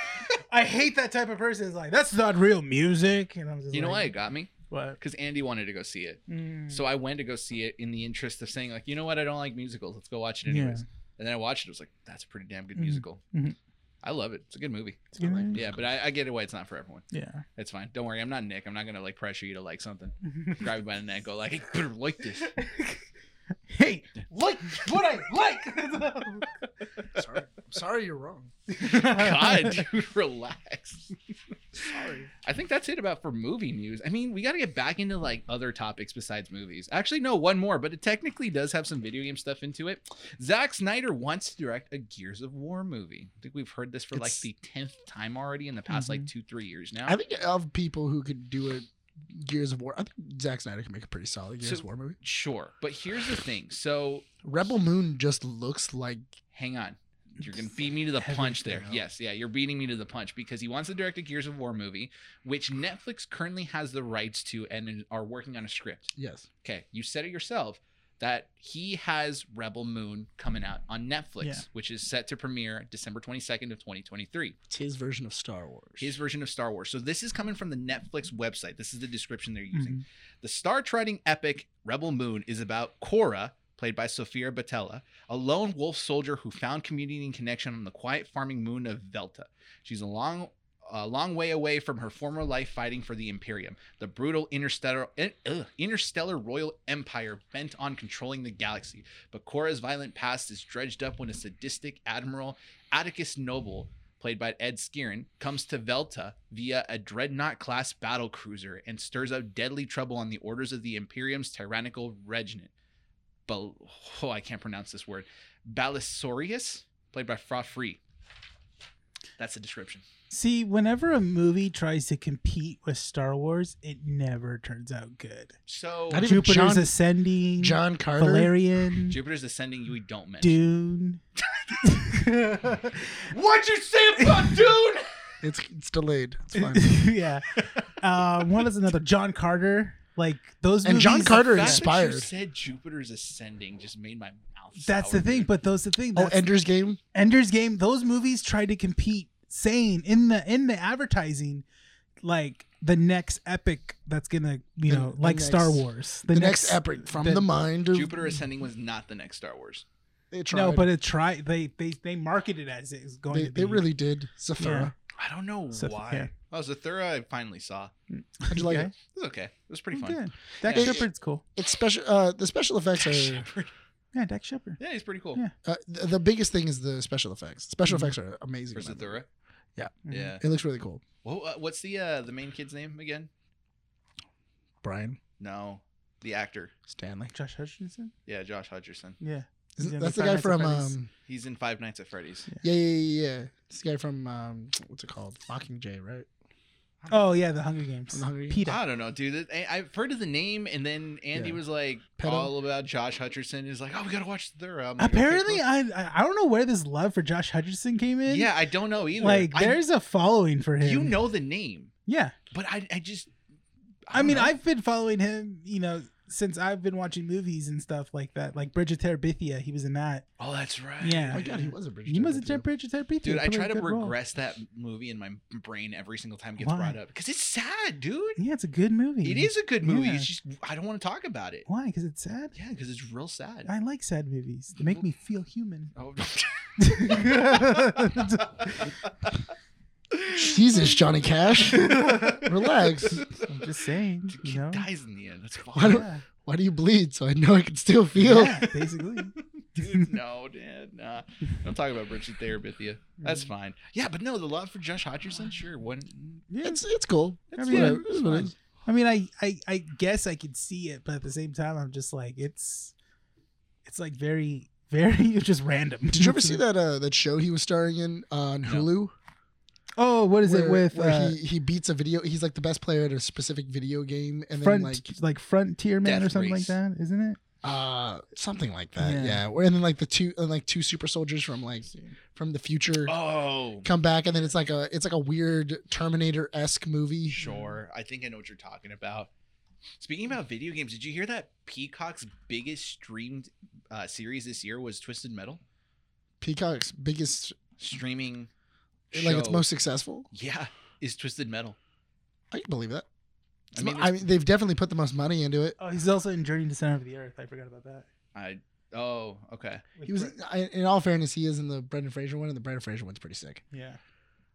S4: I hate that type of person. It's like that's not real music. And I was just
S5: You know why it
S4: like,
S5: got me?
S4: what?
S5: Because Andy wanted to go see it.
S7: Hmm.
S4: Mm.
S5: So I went to go see it in the interest of saying, like, you know what? I don't like musicals. Let's go watch it
S4: Yeah.
S5: anyways. And then I watched it. I was like, that's a pretty damn good
S7: Hmm.
S4: Mhm.
S5: musical.
S7: Mm-hmm.
S4: Mhm.
S5: I love it. It's a good movie.
S4: It's a good movie.
S5: Yeah, but I, I get it why it's not for everyone.
S4: yeah. *laughs*
S5: It's fine. Don't worry. I'm not Nick. I'm not gonna like pressure you to like something. Grab you by the neck. Go like, *laughs* "You better like this.
S4: hey,
S7: Like what I like.
S2: *laughs* Sorry, I'm sorry, you're wrong.
S4: *laughs*
S5: God, *laughs* dude, relax.
S2: Sorry.
S5: I think that's it about for movie news. I mean, we got to get back into like other topics besides movies. Actually, no, one more, but it technically does have some video game stuff into it. Zack Snyder wants to direct a Gears of War movie. I think we've heard this for like
S2: It's- Mm-hmm.
S5: the tenth time already in the past like two, three years now.
S2: I think of people who could do a Gears of War, I think Zack Snyder can make a pretty solid Gears
S5: So-
S2: of War movie.
S5: sure, but here's the thing. So
S2: Rebel Moon just looks like
S5: hang on. You're gonna beat me to the punch there.
S2: Everything
S5: Yes, yeah, you're beating me to the punch because he wants to direct a Gears of War movie, which Netflix currently has the rights to and are working on a script.
S2: yes,
S5: okay, you said it yourself that he has Rebel Moon coming out on Netflix,
S4: Yeah.
S5: which is set to premiere December 22nd of 2023.
S2: it's his version of Star Wars.
S5: His version of Star Wars. So this is coming from the Netflix website. This is the description they're using.
S4: Mm-hmm.
S5: The Star Treading epic Rebel Moon is about Cora, played by Sofia Batella, a lone wolf soldier who found community and connection on the quiet farming moon of Velta. She's a long a long way away from her former life fighting for the Imperium, the brutal interstellar eh, ugh, interstellar royal empire bent on controlling the galaxy. But Cora's violent past is dredged up when a sadistic admiral, Atticus Noble, played by Ed Skirin, comes to Velta via a dreadnought class battle cruiser and stirs up deadly trouble on the orders of the Imperium's tyrannical regiment. Bal- oh, I can't pronounce this word. Balisorius, played by Fra Free. That's the description.
S4: See, whenever a movie tries to compete with Star Wars, it never turns out good.
S5: So
S2: I didn't- even
S4: Jupiter's
S2: John-
S4: Ascending,
S2: John Carter.
S4: Valerian,
S5: Jupiter's ascending. You don't mention.
S4: Dune.
S7: What'd you say about
S4: *laughs*
S7: dude?
S2: It's it's delayed. It's fine.
S4: yeah. Um, what is another? John Carter. Like those
S2: And
S4: movies.
S2: John Carter
S5: The fact that you
S2: inspired.
S5: said Jupiter's ascending just made my mouth.
S4: That's
S5: sour,
S4: the thing,
S5: dude.
S4: but those the thing.
S2: oh,
S4: That's,
S2: Ender's Game.
S4: Ender's Game. Those movies tried to compete, saying in the in the advertising, like the next epic that's gonna you
S2: The-
S4: know
S2: the
S4: like Star
S2: next-
S4: Wars.
S2: The, next, epic from the, mind of
S5: Jupiter ascending was not the next Star Wars.
S2: They tried.
S4: No, but it tried. They they they marketed it as it was going
S2: they,
S4: to be.
S2: they really did. Zathura.
S5: I don't know
S4: So,
S5: why.
S4: yeah.
S5: Oh, Zathura, I finally saw.
S2: How'd you like
S4: Okay.
S2: it?
S5: It was okay. It was pretty fun. *laughs*
S4: Good. Dak
S5: Yeah.
S4: Shepard's cool.
S2: It's special. Uh, the special effects are.
S5: Shepard.
S4: Yeah, Dak Shepard.
S5: Yeah, he's pretty cool.
S4: Yeah.
S2: Uh, th- the biggest thing is the special effects. Special
S4: Mhm.
S2: effects are amazing.
S5: For
S2: in that movie.
S5: Zathura.
S2: Yeah.
S4: Mhm.
S5: Yeah.
S2: It looks really cool.
S5: Whoa, uh, what's the uh, the main kid's name again?
S2: Brian
S5: No, the actor.
S2: Stanley.
S4: Josh Hutcherson.
S5: Yeah, Josh Hutcherson.
S4: Yeah.
S2: Isn't-
S4: Yeah,
S2: that's the
S4: Five
S2: guy
S4: Nights at
S2: from.
S4: Freddy's.
S2: Um,
S5: He's in Five Nights at Freddy's.
S2: yeah, yeah, yeah, yeah. This guy from um, what's it called? Mockingjay, right?
S4: Oh yeah, The Hunger Games.
S2: From the Hunger Games.
S4: Peter.
S5: I don't know, dude. I, I've heard of the name, and then Andy
S2: Yeah.
S5: was like
S2: Pedo.
S5: all about Josh Hutcherson. Is like, oh, we gotta watch Zathura. I'm like, okay,
S4: Apparently,
S5: cool.
S4: I I- I don't know where this love for Josh Hutcherson came in.
S5: yeah, I don't know either.
S4: like
S5: I-
S4: there's a following for him.
S5: you know the name,
S4: Yeah,
S5: but I, I just,
S4: I,
S5: don't
S4: mean,
S5: know.
S4: I've been following him. You know, since I've been watching movies and stuff like that. Like Bridget Terabithia, he was in that.
S5: oh, that's right.
S4: Yeah.
S2: Oh my god, he was a British.
S4: He was a
S2: Terminator.
S4: Bridget Terabithia.
S5: Dude, I
S4: played
S5: try
S4: a
S5: to
S4: good role.
S5: regress that movie in my brain every single time it gets
S4: Why?
S5: brought up because it's sad, dude.
S4: Yeah, it's a good movie.
S5: It is a good movie.
S4: Yeah.
S5: It's just I don't want to talk about it.
S4: Why? Because it's sad.
S5: Yeah, because it's real sad.
S4: I like sad movies. They make me feel human.
S5: *laughs* Oh.
S4: *laughs*
S2: *laughs* Jesus, Johnny
S4: *laughs*
S2: Cash.
S5: *laughs*
S2: Relax.
S4: I'm just saying.
S5: The
S4: You know.
S5: kid dies in the end. That's
S2: Why
S5: fine.
S2: don't-
S4: Yeah,
S2: Why do you bleed? So I know I can still feel.
S4: yeah, basically. *laughs*
S5: Dude, no, Dad, nah. Don't talk about Bridget Therabithia. *laughs* That's fine. Yeah, but no, the love for Josh Hodgson, sure. One,
S4: Yeah.
S2: It's it's cool.
S5: that's
S4: I mean,
S5: fine.
S2: yeah, it's
S5: That's fine.
S2: fine.
S4: I mean, I, I I guess I could see it, but at the same time, I'm just like it's, it's like very very *laughs* just random.
S2: Did you ever
S4: *laughs*
S2: see that uh that show he was starring in on
S5: No.
S2: Hulu?
S4: Oh, what is it
S2: Where-
S4: with
S2: where
S4: uh,
S2: he, he beats a video he's like the best player at a specific video game and then
S4: front
S2: like
S4: like, Frontierman
S5: Death
S4: or something
S5: Race.
S4: like that? Isn't it?
S2: Uh, something like that.
S4: Yeah.
S2: Yeah. Where And then like the two, and like two super soldiers from like from the future
S5: Oh,
S2: come back, and then it's like a it's like a weird Terminator esque movie.
S5: sure.
S2: Mm-hmm.
S5: I think I know what you're talking about. Speaking about video games, did you hear that Peacock's biggest streamed uh, series this year was Twisted Metal?
S2: Peacock's biggest,
S5: Streaming,
S2: like its
S5: show-
S2: most successful.
S5: yeah, is Twisted Metal.
S2: I can believe that.
S5: I
S2: I
S5: mean,
S2: mean, I mean, they've definitely put the most money into it.
S4: Oh, he's also in Journey to Center of the Earth. I forgot about that.
S5: I oh okay.
S4: With
S2: He was,
S4: Brett-
S2: I, in all fairness, he is in the Brendan Fraser one, and the Brendan Fraser one's pretty sick.
S4: yeah.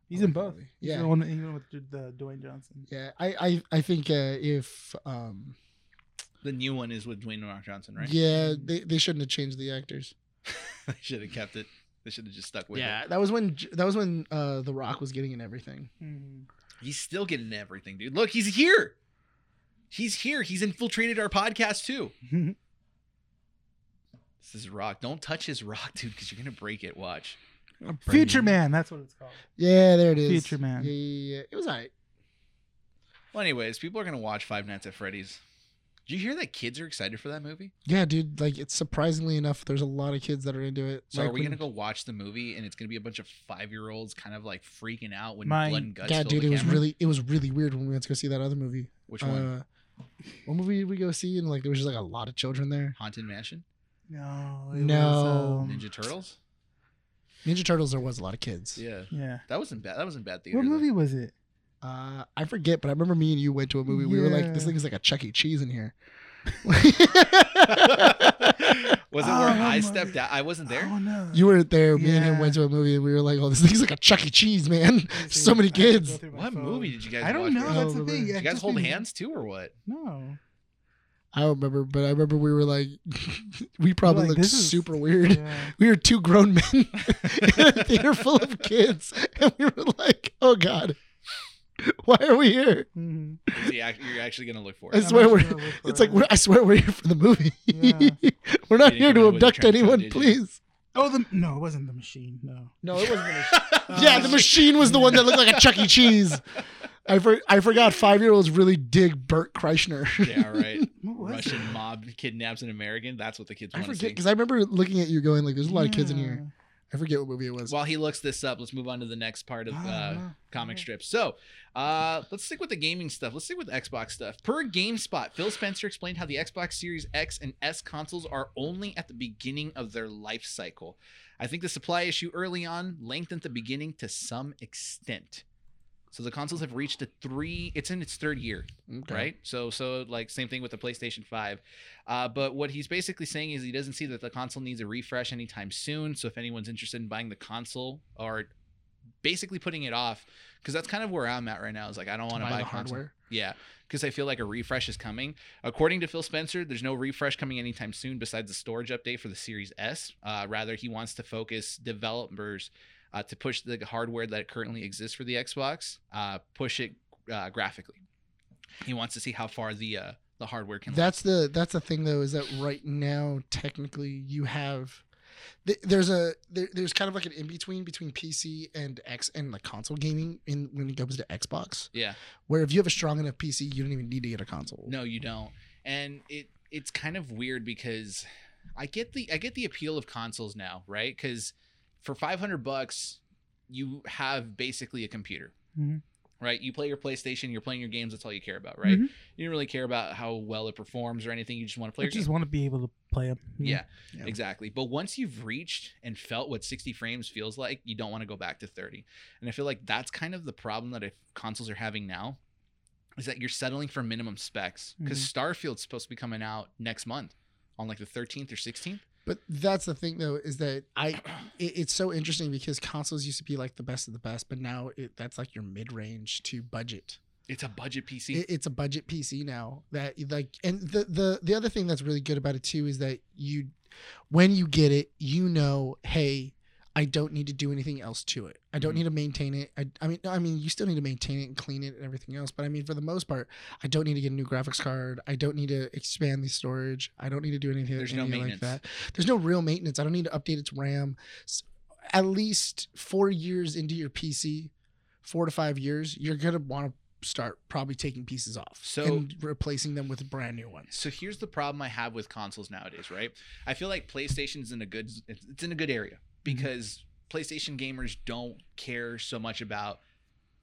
S4: He's
S2: I
S4: in
S2: like that
S4: both.
S2: movie.
S4: He's
S2: Oh, Yeah.
S4: the one he went with the the Dwayne Johnson.
S2: Yeah, I, I, I think uh, if, um,
S5: The new one is with Dwayne Rock Johnson, right?
S2: yeah, they, they shouldn't have changed the actors.
S5: *laughs* they should have kept it. They should have just stuck with it.
S2: that was when J- that was when uh, The Rock was getting in everything.
S4: Mm-hmm.
S5: He's still getting everything, dude. Look, he's here. He's here. He's infiltrated our podcast too. This is rock. Don't touch his rock, dude, because you're gonna break it. Watch.
S4: Future Man. That's what it's called.
S2: Yeah, there it is.
S4: Future Man.
S2: Yeah, yeah, yeah. it was alright.
S5: Well, anyways, people are gonna watch Five Nights at Freddy's. Did you hear that kids are excited for that movie?
S2: Yeah, dude. Like, it's surprisingly enough, there's a lot of kids that are into it.
S5: So
S2: like
S5: are we
S2: when-
S5: gonna go watch the movie and it's gonna be a bunch of five year olds kind of like freaking out when
S4: My-
S5: blood and guts
S2: God,
S5: fill
S2: dude,
S5: the
S2: it was
S5: camera?
S2: really it was really weird when we went to go see that other movie.
S5: Which one?
S2: Uh, what movie did we go see? And like, there was just like a lot of children there.
S5: Haunted Mansion,
S4: No. it
S2: No.
S4: um,
S5: Ninja Turtles.
S2: Ninja Turtles. There was a lot of kids.
S5: Yeah,
S4: yeah.
S5: that wasn't bad. That wasn't bad theater.
S4: What
S5: though.
S4: movie was it?
S2: Uh, I forget, but I remember me and you went to a movie. We were like, "This
S4: Yeah.
S2: thing is like a Chuck E. Cheese in here."
S5: *laughs*
S2: *laughs*
S5: was it where
S4: Oh,
S5: I
S4: my-
S5: stepped out? I wasn't there.
S4: Oh no.
S2: you
S4: *laughs*
S2: were there. Me and him
S4: Yeah.
S2: went to a movie, and we were like, "Oh, this thing's like a Chuck E. Cheese, man."
S4: Let me see.
S2: so many
S4: I have to go
S2: kids.
S4: through my
S5: What
S4: phone.
S5: movie did you guys?
S4: I don't
S5: watch
S4: know.
S5: together?
S4: That's the
S2: over there.
S4: thing.
S2: Did
S5: Did you
S4: I've
S5: guys
S4: just
S5: hold
S4: been-
S5: hands too, or
S4: *laughs*
S5: what?
S4: No.
S2: I don't remember, but I remember we were like, *laughs* we probably
S4: like,
S2: looked
S4: this is-
S2: super weird.
S4: Yeah.
S2: We were two grown men *laughs* in a theater full of kids, and we were like, "Oh God, why are we here?" *laughs*
S4: Mhm.
S5: Yeah, act- you're actually gonna look for
S2: I
S5: it.
S4: I'm
S2: swear
S4: actually
S2: we're-
S4: gonna look for
S2: It's like
S4: it.
S2: we're, I swear we're here for the movie.
S4: Yeah.
S2: *laughs* we're not here
S5: You didn't come
S2: to
S5: in with a
S2: abduct
S5: trench coat,
S2: anyone,
S5: did you?
S2: please.
S4: Oh, the no, it wasn't the machine. No.
S2: No, it
S5: *laughs*
S2: wasn't.
S4: Uh,
S2: yeah, the machine was the one that looked like a Chuck E. Cheese. I for, I forgot five year olds really dig Burt *laughs* Kreischer.
S5: yeah, right.
S4: *laughs* What was it?
S5: Russian mob kidnaps an American. That's what the kids
S2: I
S5: want to
S2: forget
S5: see.
S2: because I remember looking at you going like, "There's a lot of kids in here."
S4: Yeah.
S2: I forget what movie it was.
S5: While he looks this up, let's move on to the next part of
S4: Ah,
S5: uh,
S4: wow.
S5: comic strips. So, uh, let's stick with the gaming stuff. Let's stick with Xbox stuff. Per GameSpot, Phil Spencer explained how the Xbox Series X and S consoles are only at the beginning of their life cycle. I think the supply issue early on lengthened the beginning to some extent. So the consoles have reached a three. It's in its third year,
S2: Okay.
S5: right? So, so like same thing with the PlayStation Five. Uh, but what he's basically saying is he doesn't see that the console needs a refresh anytime soon. So if anyone's interested in buying the console or basically putting it off, because that's kind of where I'm at right now. Is like I don't want
S2: Buy
S5: to buy,
S2: the
S5: a console.
S2: hardware.
S5: Yeah, because I feel like a refresh is coming. According to Phil Spencer, there's no refresh coming anytime soon besides the storage update for the Series S. Uh, rather, he wants to focus developers uh, to push the hardware that currently exists for the Xbox, uh, push it uh, graphically. He wants to see how far the uh, the hardware can.
S2: That's the that's the thing though is that right now technically you have th- there's a there, there's kind of like an in between between PC and X and like console gaming in when it comes to Xbox
S5: yeah.
S2: where if you have a strong enough PC you don't even need to get a console.
S5: No, you don't. And it it's kind of weird because I get the I get the appeal of consoles now, right? Because for five hundred bucks, you have basically a computer.
S4: Mhm.
S5: Right, you play your PlayStation, you're playing your games. That's all you care about, right?
S4: Mhm.
S5: You don't really care about how well it performs or anything. You just want to play.
S4: I
S5: your game.
S4: just want to be able to play them.
S5: Yeah,
S2: Yeah.
S5: exactly. But once you've reached and felt what 60 frames feels like, you don't want to go back to 30. And I feel like that's kind of the problem that if consoles are having now is that you're settling for minimum specs because Starfield's supposed to be coming out next month on like the 13th or 16th.
S2: But that's the thing though is that I it, it's so interesting because consoles used to be like the best of the best but now it, that's like your mid-range to budget.
S5: It's a budget PC.
S2: it, it's a budget PC now that you like and the the the other thing that's really good about it too is that you when you get it you know hey I don't need to do anything else to it I don't
S5: Mhm.
S2: need to maintain it I, I mean no, I mean you still need to maintain it and clean it and everything else but I mean for the most part I don't need to get a new graphics card I don't need to expand the storage I don't need to do anything
S5: There's no
S2: any
S5: maintenance.
S2: like that there's no real maintenance I don't need to update its RAM S- at least 4 years into your PC 4 to 5 years you're going to want to start probably taking pieces off
S5: So-
S2: and replacing them with brand new ones.
S5: So here's the problem I have with consoles nowadays, right? I feel like PlayStation's in a good it's it's in a good area because PlayStation gamers don't care so much about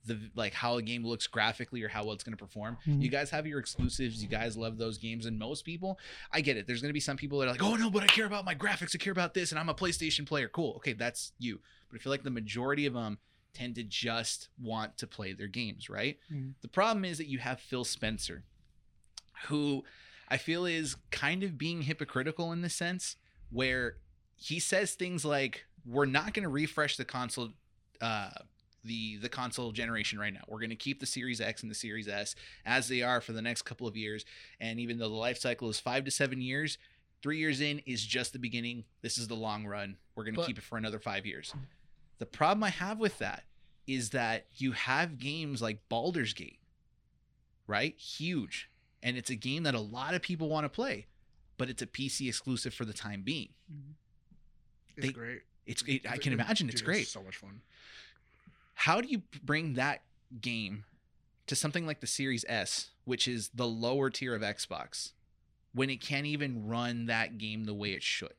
S5: the like how a game looks graphically or how well it's going to perform.
S4: Mhm.
S5: You guys have your exclusives, you guys love those games and most people, I get it. There's going to be some people that are like, "Oh no, but I care about my graphics, I care about this and I'm a PlayStation player." Cool. Okay, that's you. But I feel like the majority of them tend to just want to play their games, right?
S4: Mhm.
S5: The problem is that you have Phil Spencer who I feel is kind of being hypocritical in the sense where he says things like, "We're not going to refresh the console, uh, the the console generation right now. We're going to keep the Series X and the Series S as they are for the next couple of years. And even though the life cycle is five to seven years." Three years in is just the beginning. This is the long run. We're going to
S2: But-
S5: keep it for another five years. The problem I have with that is that you have games like Baldur's Gate, right? Huge, and it's a game that a lot of people want to play, but it's a PC exclusive for the time being.
S2: It's
S5: They-
S2: great.
S5: It's it, I can
S2: Dude,
S5: imagine it's
S2: dude,
S5: great.
S2: So much fun.
S5: How do you bring that game to something like the Series S, which is the lower tier of Xbox, when it can't even run that game the way it should?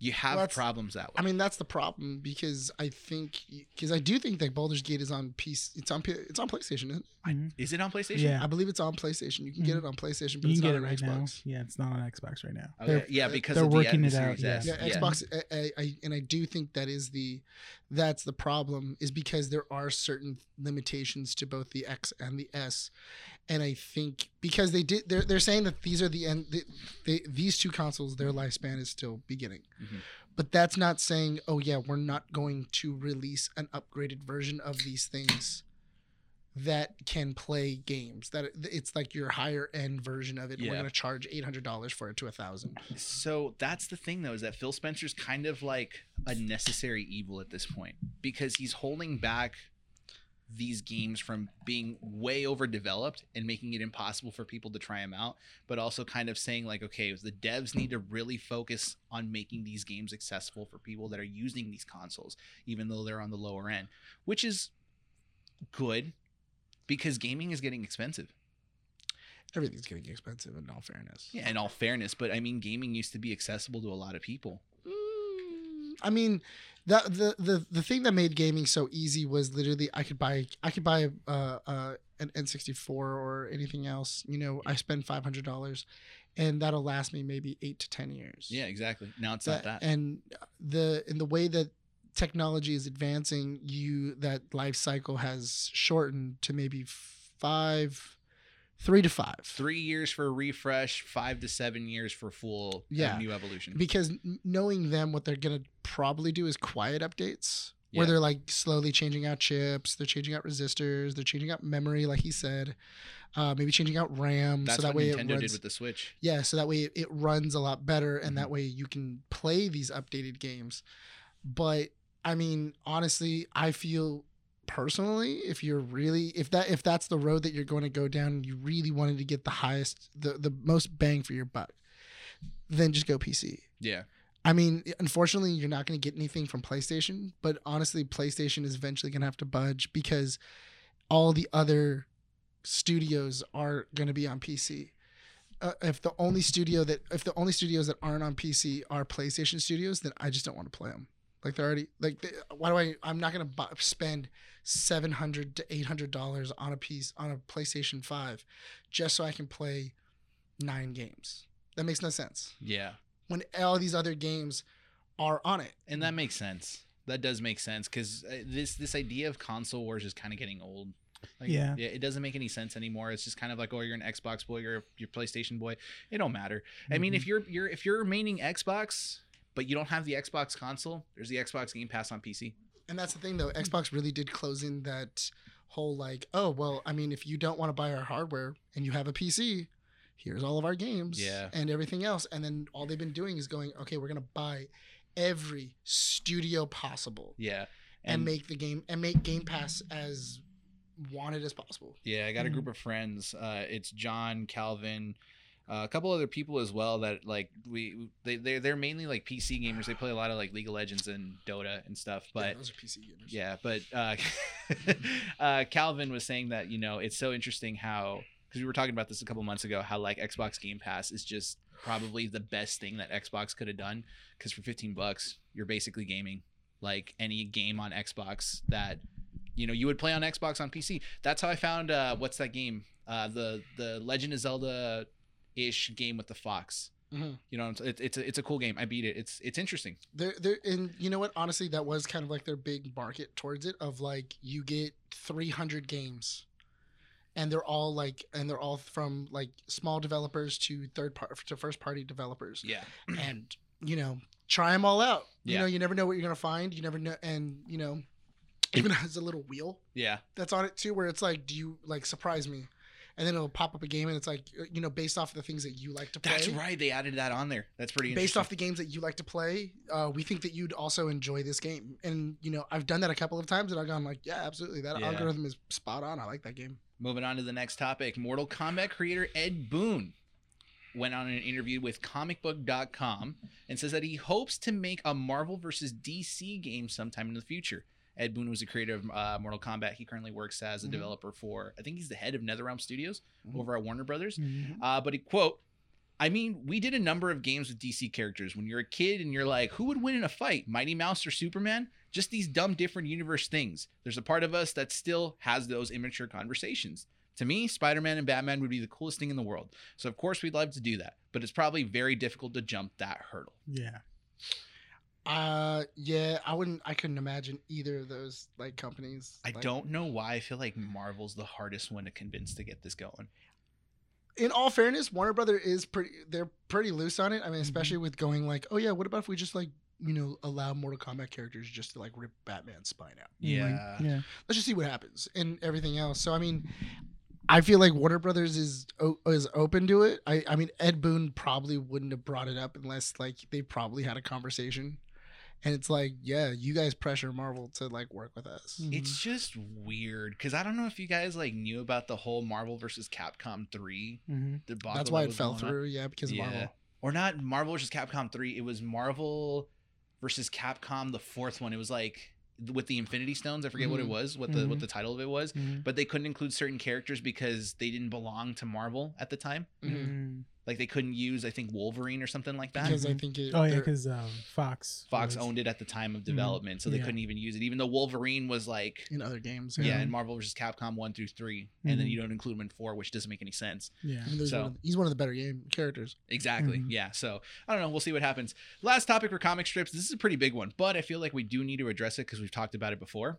S5: You
S2: Well,
S5: have
S2: that's-
S5: problems that way.
S2: I mean, that's the problem because I think because I do think that Baldur's Gate is on PC. It's on P- it's on PlayStation. Isn't it?
S5: is it on PlayStation?
S4: Mm-hmm. Yeah.
S2: I believe it's on PlayStation. You can get
S4: Mhm.
S2: it on PlayStation, but
S4: You
S2: it's not
S4: can get it
S2: on
S4: right now.
S2: Xbox.
S4: Yeah, it's not on Xbox right now.
S5: Okay,
S2: They're-
S5: yeah, because
S4: they're
S5: of the,
S4: working
S5: the
S4: it out,
S5: Series
S4: yeah.
S5: S.
S2: Yeah,
S4: Yeah.
S2: Xbox, I, I, I, and I do think that is the, that's the problem is because there are certain limitations to both the X and the S, and I think because they did, they're they're saying that these are the end, they, they, these two consoles, their lifespan is still beginning,
S5: Mhm.
S2: but that's not saying, oh yeah, we're not going to release an upgraded version of these things that can play games that it's like your higher end version of it and we're
S5: Yeah.
S2: going to charge $800 for it to a thousand
S5: So that's the thing, though, is that Phil Spencer's kind of like a necessary evil at this point because he's holding back these games from being way overdeveloped and making it impossible for people to try them out, but also kind of saying, like, okay, the devs need to really focus on making these games accessible for people that are using these consoles, even though they're on the lower end, which is good because gaming is getting expensive.
S2: everything's getting expensive in all fairness
S5: Yeah, in all fairness, but I mean, gaming used to be accessible to a lot of people.
S2: Mm, I mean, the, the the the thing that made gaming so easy was literally I could buy I could buy uh, uh, an N64 or anything else. You know, I spend five hundred dollars, and that'll last me maybe eight to ten years.
S5: Yeah, exactly. Now it's
S2: That-
S5: not that.
S2: And the in the way that technology is advancing, you that life cycle has shortened to maybe five, three to five.
S5: three years for a refresh, five to seven years for full
S2: Yeah.
S5: yeah. new evolution.
S2: because n- knowing them what they're going to probably do is quiet updates where
S5: Yeah.
S2: they're like slowly changing out chips they're changing out resistors they're changing out memory like he said uh, maybe changing out ram
S5: That's
S2: so that
S5: what
S2: way
S5: Nintendo
S2: it
S5: did
S2: runs
S5: with the Switch.
S2: yeah so that way it, it runs a lot better and that
S5: Mhm.
S2: way you can play these updated games but i mean honestly i feel personally if you're really if that if that's the road that you're going to go down and you really wanted to get the highest the, the most bang for your buck then just go pc
S5: Yeah.
S2: I mean, unfortunately, you're not going to get anything from PlayStation, but honestly, PlayStation is eventually going to have to budge because all the other studios are going to be on PC. Uh, if the only studio that if the only studios that aren't on PC are PlayStation studios, then I just don't want to play them. Like they're already like they, why do I I'm not going to buy, spend 700 to 800 dollars on a piece on a PlayStation 5 just so I can play 9 games. That makes no sense
S5: Yeah.
S2: when all these other games are on it.
S5: And that makes sense. That does make sense because this this idea of console wars is kind of getting old. Like,
S4: Yeah.
S5: It doesn't make any sense anymore. It's just kind of like, oh, you're an Xbox boy, you're your PlayStation boy. It don't matter. I mean, if you're you're if you're remaining Xbox, but you don't have the Xbox console, there's the Xbox Game Pass on PC.
S2: And that's the thing though, Xbox really did close in that whole like, oh well, I mean, if you don't want to buy our hardware and you have a PC, here's all of our games
S5: Yeah.
S2: and everything else. And then all they've been doing is going, okay, we're gonna buy every studio possible
S5: Yeah.
S2: and, make the game and make Game Pass as wanted as possible.
S5: Yeah, I got a group of friends. Uh, it's John, Calvin, Uh, a couple other people as well that like we they they're, they're mainly like PC gamers. They play a lot of like League of Legends and Dota and stuff. But
S2: those are PC gamers.
S5: yeah, but uh, *laughs* uh, Calvin was saying that you know it's so interesting how because we were talking about this a couple months ago how like Xbox Game Pass is just probably the best thing that Xbox could have done because for 15 bucks you're basically gaming like any game on Xbox that you know you would play on Xbox on PC. That's how I found uh, what's that game uh, the the Legend of Zelda ish game with the fox.
S2: Mhm.
S5: You know, what I'm saying? It- it's a, it's a cool game. I beat it. It's it's interesting.
S2: They're, they're, and you know what? Honestly, that was kind of like their big market towards it of like you get 300 games and they're all like and they're all from like small developers to third part to first party
S5: *clears throat*
S2: developers
S5: Yeah.
S2: and you know try them all out you
S5: Yeah.
S2: know you never know what you're gonna find you never know and you know even *laughs* has a little wheel
S5: Yeah.
S2: that's on it too where it's like do you like surprise me and then it'll pop up a game and it's like you know based off the things that you like to play
S5: That's right. They added that on there. That's pretty
S2: based
S5: interesting.
S2: off the games that you like to play, uh, we think that you'd also enjoy this game. And you know, I've done that a couple of times, and I've gone like, yeah, absolutely, that
S5: Yeah.
S2: algorithm is spot on. I like that game.
S5: Moving on to the next topic, Mortal Kombat creator Ed Boon went on an interview with comicbook.com and says that he hopes to make a Marvel vs. DC game sometime in the future. Ed Boon was the creator of uh, Mortal Kombat. He currently works as a
S2: Mhm.
S5: developer for, I think he's the head of NetherRealm Studios
S2: Mhm.
S5: over at Warner Brothers.
S4: mm-hmm.
S5: Uh, but he quote, I mean, we did a number of games with DC characters. When you're a kid and you're like, who would win in a fight, Mighty Mouse or Superman? Just these dumb, different universe things. There's a part of us that still has those immature conversations. To me, Spider Man and Batman would be the coolest thing in the world. So, of course, we'd love to do that, but it's probably very difficult to jump that hurdle.
S4: Yeah.
S2: Uh, yeah, I wouldn't, I couldn't imagine either of those like companies.
S5: I
S2: like-
S5: don't know why I feel like Marvel's the hardest one to convince to get this going.
S2: In all fairness, Warner Brother is pretty. They're pretty loose on it. I mean, especially
S5: Mm-hmm.
S2: with going like, oh yeah, what about if we just like you know allow Mortal Kombat characters just to like rip Batman's spine out?
S4: Mm-hmm.
S5: Yeah.
S4: Yeah.
S2: let's just see what happens and everything else. So I mean, I feel like Warner Brothers is o- is open to it. I I mean Ed Boon probably wouldn't have brought it up unless like they probably had a conversation. And it's like, yeah, you guys pressure Marvel to like work with us.
S5: It's just weird because I don't know if you guys like knew about the whole Marvel versus Capcom 3
S4: Mm-hmm.
S5: debacle.
S2: That's why
S5: that
S2: it
S5: was
S2: fell
S5: going on.
S2: through, yeah, because of
S5: Yeah.
S2: Marvel.
S5: Or not Marvel versus Capcom 3. It was Marvel versus Capcom, the fourth one. It was like with the Infinity Stones. I forget what it
S2: Mhm.
S5: was, what the what
S4: Mhm.
S5: the title of it was. But they couldn't include certain characters because they didn't belong to Marvel at the time.
S4: Mm-hmm.
S5: Like they couldn't use, I think, Wolverine or something like that.
S2: Mm-hmm. Because I think it,
S4: Oh yeah,
S2: they're-
S4: because um, Fox.
S5: Fox
S4: was-
S5: owned it at the time
S2: Mm-hmm.
S5: of development, so they
S4: Yeah.
S5: couldn't even use it, even though Wolverine was like
S2: in other games,
S5: yeah,
S4: Yeah.
S5: in Marvel versus Capcom one through 3
S2: Mm-hmm.
S5: and then
S4: Mhm.
S5: you don't include him in four, which doesn't make any sense.
S4: Yeah.
S2: Even though he's,
S5: So-
S2: one of, he's one of the better game characters.
S5: Exactly.
S4: Mhm.
S5: Yeah. So I don't know. We'll see what happens. Last topic for comic strips. This is a pretty big one, but I feel like we do need to address it because we've talked about it before.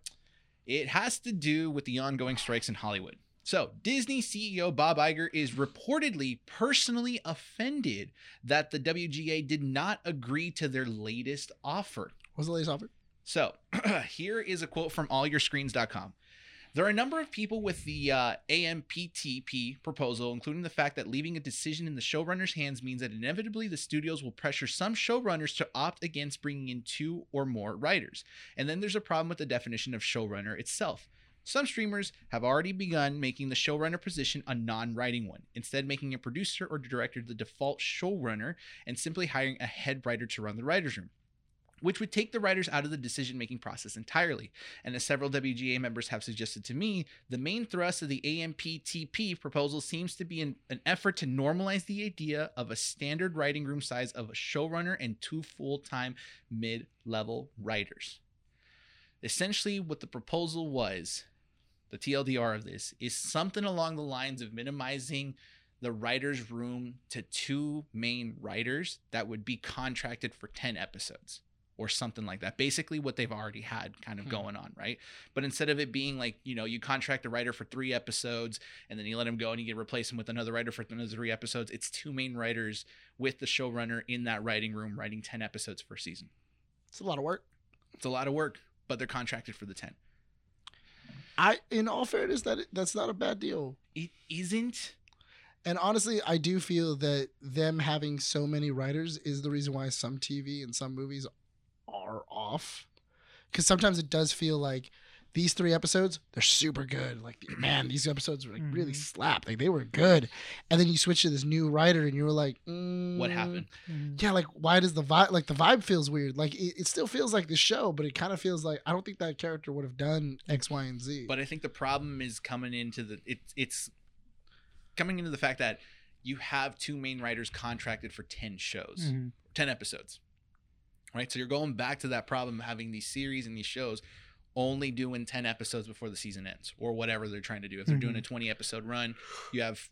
S5: It has to do with the ongoing strikes in Hollywood. So, Disney CEO Bob Iger is reportedly personally offended that the WGA did not agree to their latest offer.
S2: What's the latest offer?
S5: So *clears throat* here is a quote from allyourscreens.com. There are a number of people with the uh, AMPTP proposal, including the fact that leaving a decision in the showrunner's hands means that inevitably the studios will pressure some showrunners to opt against bringing in two or more writers. And then there's a problem with the definition of showrunner itself. Some streamers have already begun making the showrunner position a non writing one, instead, making a producer or director the default showrunner and simply hiring a head writer to run the writer's room which would take the writers out of the decision making process entirely. And as several WGA members have suggested to me, the main thrust of the AMPTP proposal seems to be an, an effort to normalize the idea of a standard writing room size of a showrunner and two full time mid level writers. Essentially, what the proposal was, the TLDR of this, is something along the lines of minimizing the writer's room to two main writers that would be contracted for 10 episodes or something like that. Basically, what they've already had kind of
S2: Hmm.
S5: going on, right? But instead of it being like, you know, you contract a writer for three episodes and then you let him go and you get replace him with another writer for another three episodes, it's two main writers with the showrunner in that writing room writing 10 episodes per season.
S2: It's a lot of work.
S5: It's a lot of work, but they're contracted for the 10.
S2: I, in all fairness, that that's not a bad deal.
S5: It isn't.
S2: And honestly, I do feel that them having so many writers is the reason why some TV and some movies are off. Because sometimes it does feel like these three episodes, they're super good. Like, *clears throat* man, these episodes were like really
S4: Mhm.
S2: slapped. Like, they were good. And then you switch to this new writer, and you were like,
S5: What
S2: mm,
S5: happened?
S2: Yeah, like, why does the vibe? Like, the vibe feels weird. Like, it, it still feels like the show, but it kind of feels like I don't think that character would have done X, Y, and Z.
S5: But I think the problem is coming into the it's it's coming into the fact that you have two main writers contracted for ten shows,
S4: Mhm.
S5: ten episodes, right? So you're going back to that problem of having these series and these shows only doing ten episodes before the season ends or whatever they're trying to do. If they're doing a twenty episode run, you have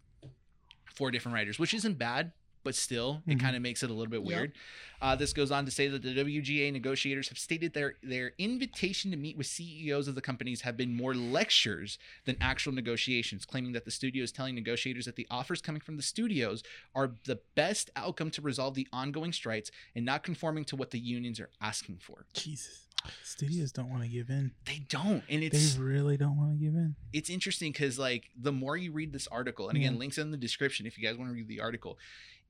S5: four different writers, which isn't bad. But still, it
S4: Mhm.
S5: kind of makes it a little bit
S2: Yep.
S5: weird. Uh, this goes on to say that the WGA negotiators have stated their their invitation to meet with CEOs of the companies have been more lectures than actual negotiations, claiming that the studio is telling negotiators that the offers coming from the studios are the best outcome to resolve the ongoing strikes and not conforming to what the unions are asking for.
S4: Jesus, studios don't want to give in.
S5: They don't, and it's
S4: they really don't want to give in.
S5: it's interesting because like the more you read this article and again links in the description if you guys want to read the article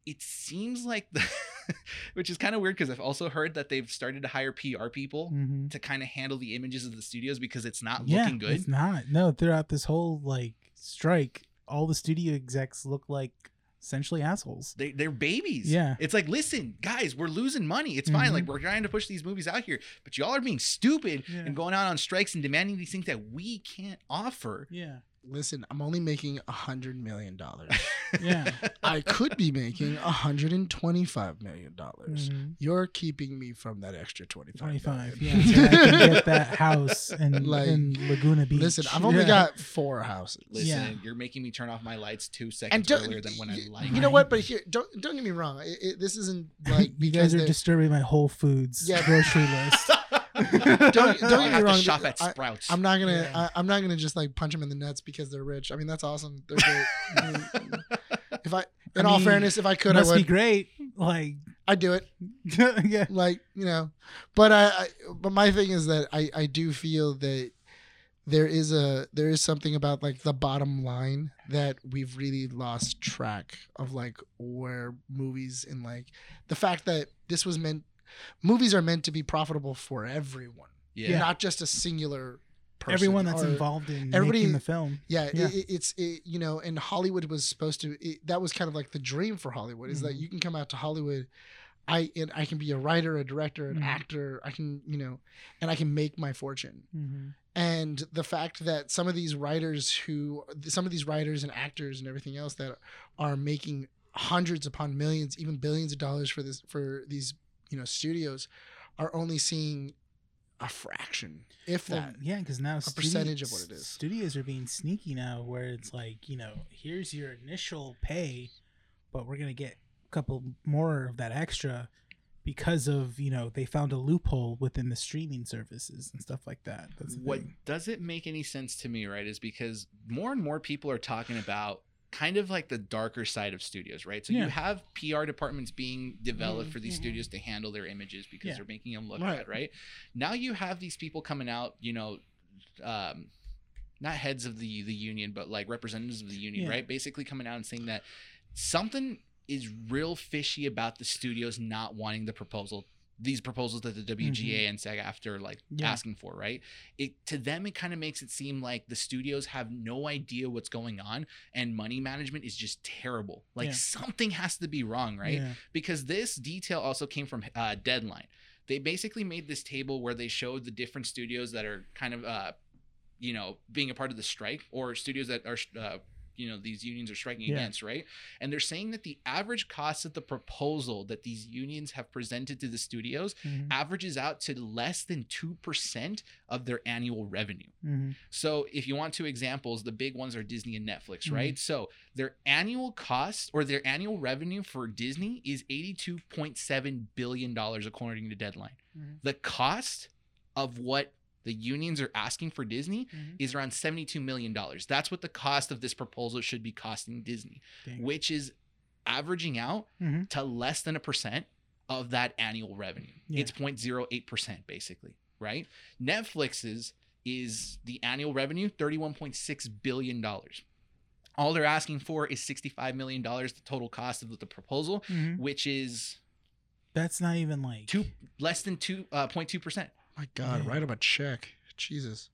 S5: it seems like the *laughs* which is kind of weird because i've also heard that they've started to hire pr people
S4: Mhm.
S5: to kind of handle the images of the studios because it's not
S4: Yeah,
S5: looking good
S4: It's not. No, throughout this whole like strike, all the studio execs look like essentially assholes.
S5: they, they're babies
S4: Yeah. Mm-hmm.
S5: it's like listen guys we're losing money it's fine like we're trying to push these movies out here but y'all are being stupid
S4: Yeah.
S5: and going out on strikes and demanding these things that we can't offer
S4: *laughs* Yeah.
S2: Listen, I'm only making a hundred million dollars.
S4: Yeah.
S2: I could be making a hundred and twenty-five million dollars.
S4: Mhm.
S2: You're keeping me from that extra twenty-five.
S4: 25. Yeah.
S2: million.
S4: so I
S2: *laughs*
S4: can get that house in,
S2: Like,
S4: in Laguna Beach.
S2: Listen, I've only
S4: Yeah. *laughs*
S2: got four houses.
S5: listen
S4: Yeah.
S5: you're making me turn off my lights two
S2: And
S5: seconds
S2: don't,
S5: earlier than when i
S2: you-
S5: like
S2: you
S5: *laughs*
S2: know what? But here, don't don't get me wrong. It, it, this
S4: *laughs*
S2: isn't like
S4: you
S2: because
S4: guys are
S2: they're-
S4: disturbing my Whole Foods
S2: Yeah.
S4: grocery
S2: *laughs*
S4: list.
S2: don't
S5: I
S2: don't
S4: *laughs*
S2: get
S5: have
S2: me wrong.
S5: To shop at
S2: I,
S5: Sprouts.
S2: I'm not gonna
S4: Yeah.
S2: I, I'm not gonna just like punch them in the nuts because they're rich. I mean that's awesome. They're great. I
S4: *laughs*
S2: mean, if I, in all
S4: mean,
S2: fairness, if I could, I
S4: Must be
S2: would.
S4: great. Like, *laughs*
S2: I'd do it.
S4: yeah.
S2: like you know but I, I but my thing is that i i do feel that there is a there is something about like the bottom line that we've really lost track of like where movies and like the fact that this was meant movies are meant to be profitable for everyone
S5: yeah.
S2: not just a singular person
S4: Everyone that's
S2: or-
S4: involved in
S2: everybody-
S4: making the film.
S2: yeah,
S4: Yeah.
S2: It, it- it's it, you know, and Hollywood was supposed to. It, that was kind of like the dream for Hollywood is that
S4: Mhm.
S2: you can come out to Hollywood, I and I can be a writer, a director, an
S4: Mhm.
S2: actor. I can you know, and I can make my fortune.
S4: Mm-hmm.
S2: And the fact that some of these writers who, some of these writers and actors and everything else that are making hundreds upon millions, even billions of dollars for this for these you know studios, are only seeing a fraction, if
S4: Well,
S2: that.
S4: yeah, because now a
S2: percentage of what it is.
S4: Studios are being sneaky now, where it's like you know, here's your initial pay, but we're gonna get a couple more of that extra because of you know they found a loophole within the streaming services and stuff like that. That's the
S5: What
S4: thing.
S5: doesn't make any sense to me, right, is because more and more people are talking about kind of like the darker side of studios, right? So
S4: Yeah.
S5: you have PR departments being developed for these
S4: Mhm.
S5: studios to handle their images because
S4: Yeah.
S5: they're making them look
S2: Right.
S5: bad, right? Now you have these people coming out, you know, um, not heads of the the union, but like representatives of the union,
S4: Yeah.
S5: right? Basically coming out and saying that something is real fishy about the studios not wanting the proposal these proposals that the WGA and SAG after like
S4: Yeah.
S5: asking for, right? It to them it kind of makes it seem like the studios have no idea what's going on and money management is just terrible. Like
S4: Yeah.
S5: something has to be wrong, right?
S4: Yeah.
S5: because this detail also came from uh, Deadline. They basically made this table where they showed the different studios that are kind of, uh, you know, being a part of the strike or studios that are, uh, you know, these unions are striking
S4: Yeah.
S5: against, right? And they're saying that the average cost of the proposal that these unions have presented to the studios
S4: Mhm.
S5: averages out to less than 2% of their annual revenue.
S4: Mhm.
S5: So if you want two examples, the big ones are Disney and Netflix,
S4: Mhm.
S5: right? So their annual cost or their annual revenue for Disney is $82.7 billion according to Deadline.
S4: Mhm.
S5: The cost of what the unions are asking for Disney
S4: Mhm.
S5: is around $72 million. That's what the cost of this proposal should be costing Disney,
S4: Dang.
S5: which is averaging out
S4: Mhm.
S5: to less than a percent of that annual revenue.
S4: Yeah.
S5: It's 0.08% basically, right? Netflix's is the annual revenue $31.6 billion. All they're asking for is $65 million, the total cost of the proposal,
S4: Mhm.
S5: which is
S4: That's not even like
S5: two less than 2.2%.
S2: My God,
S4: Yeah.
S2: write him a check. Jesus.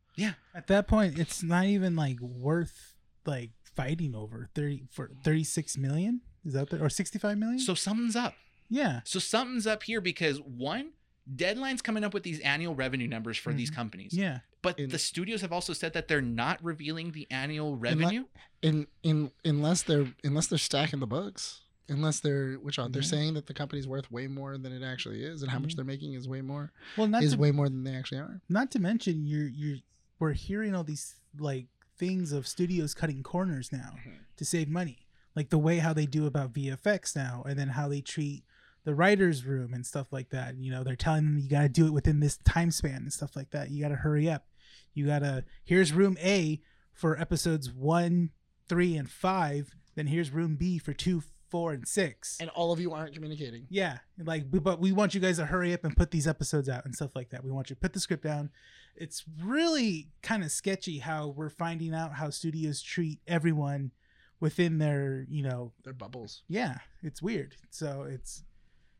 S4: At that point, it's not even like worth like fighting over thirty for thirty six million. Is that there or sixty five million?
S5: So something's up.
S4: yeah,
S5: So something's up here because one, Deadline's coming up with these annual revenue numbers for these
S4: Mhm.
S5: companies.
S4: yeah.
S5: But
S2: In-
S5: the studios have also said that they're not revealing the annual
S2: like-
S5: revenue.
S2: in in unless they're unless they're stacking the books unless they're which are they're
S4: Yeah.
S2: saying that the company's worth way more than it actually is and how much
S4: Yeah.
S2: they're making is way more
S4: Well, not
S2: is
S4: to
S2: way more than they actually are
S4: not to mention you're you're we're hearing all these like things of studios cutting corners now to save money like the way how they do about vfx now and then how they treat the writers room and stuff like that you know they're telling them you got to do it within this time span and stuff like that you got to hurry up you got to here's room a for episodes one three and five then here's room b for two four and six
S2: and all of you aren't communicating
S4: yeah, like b- but we want you guys to hurry up and put these episodes out and stuff like that. We want you to put the script down. It's really kind of sketchy how we're finding out how studios treat everyone within their, you know,
S2: they're bubbles
S4: yeah, it's weird. So it's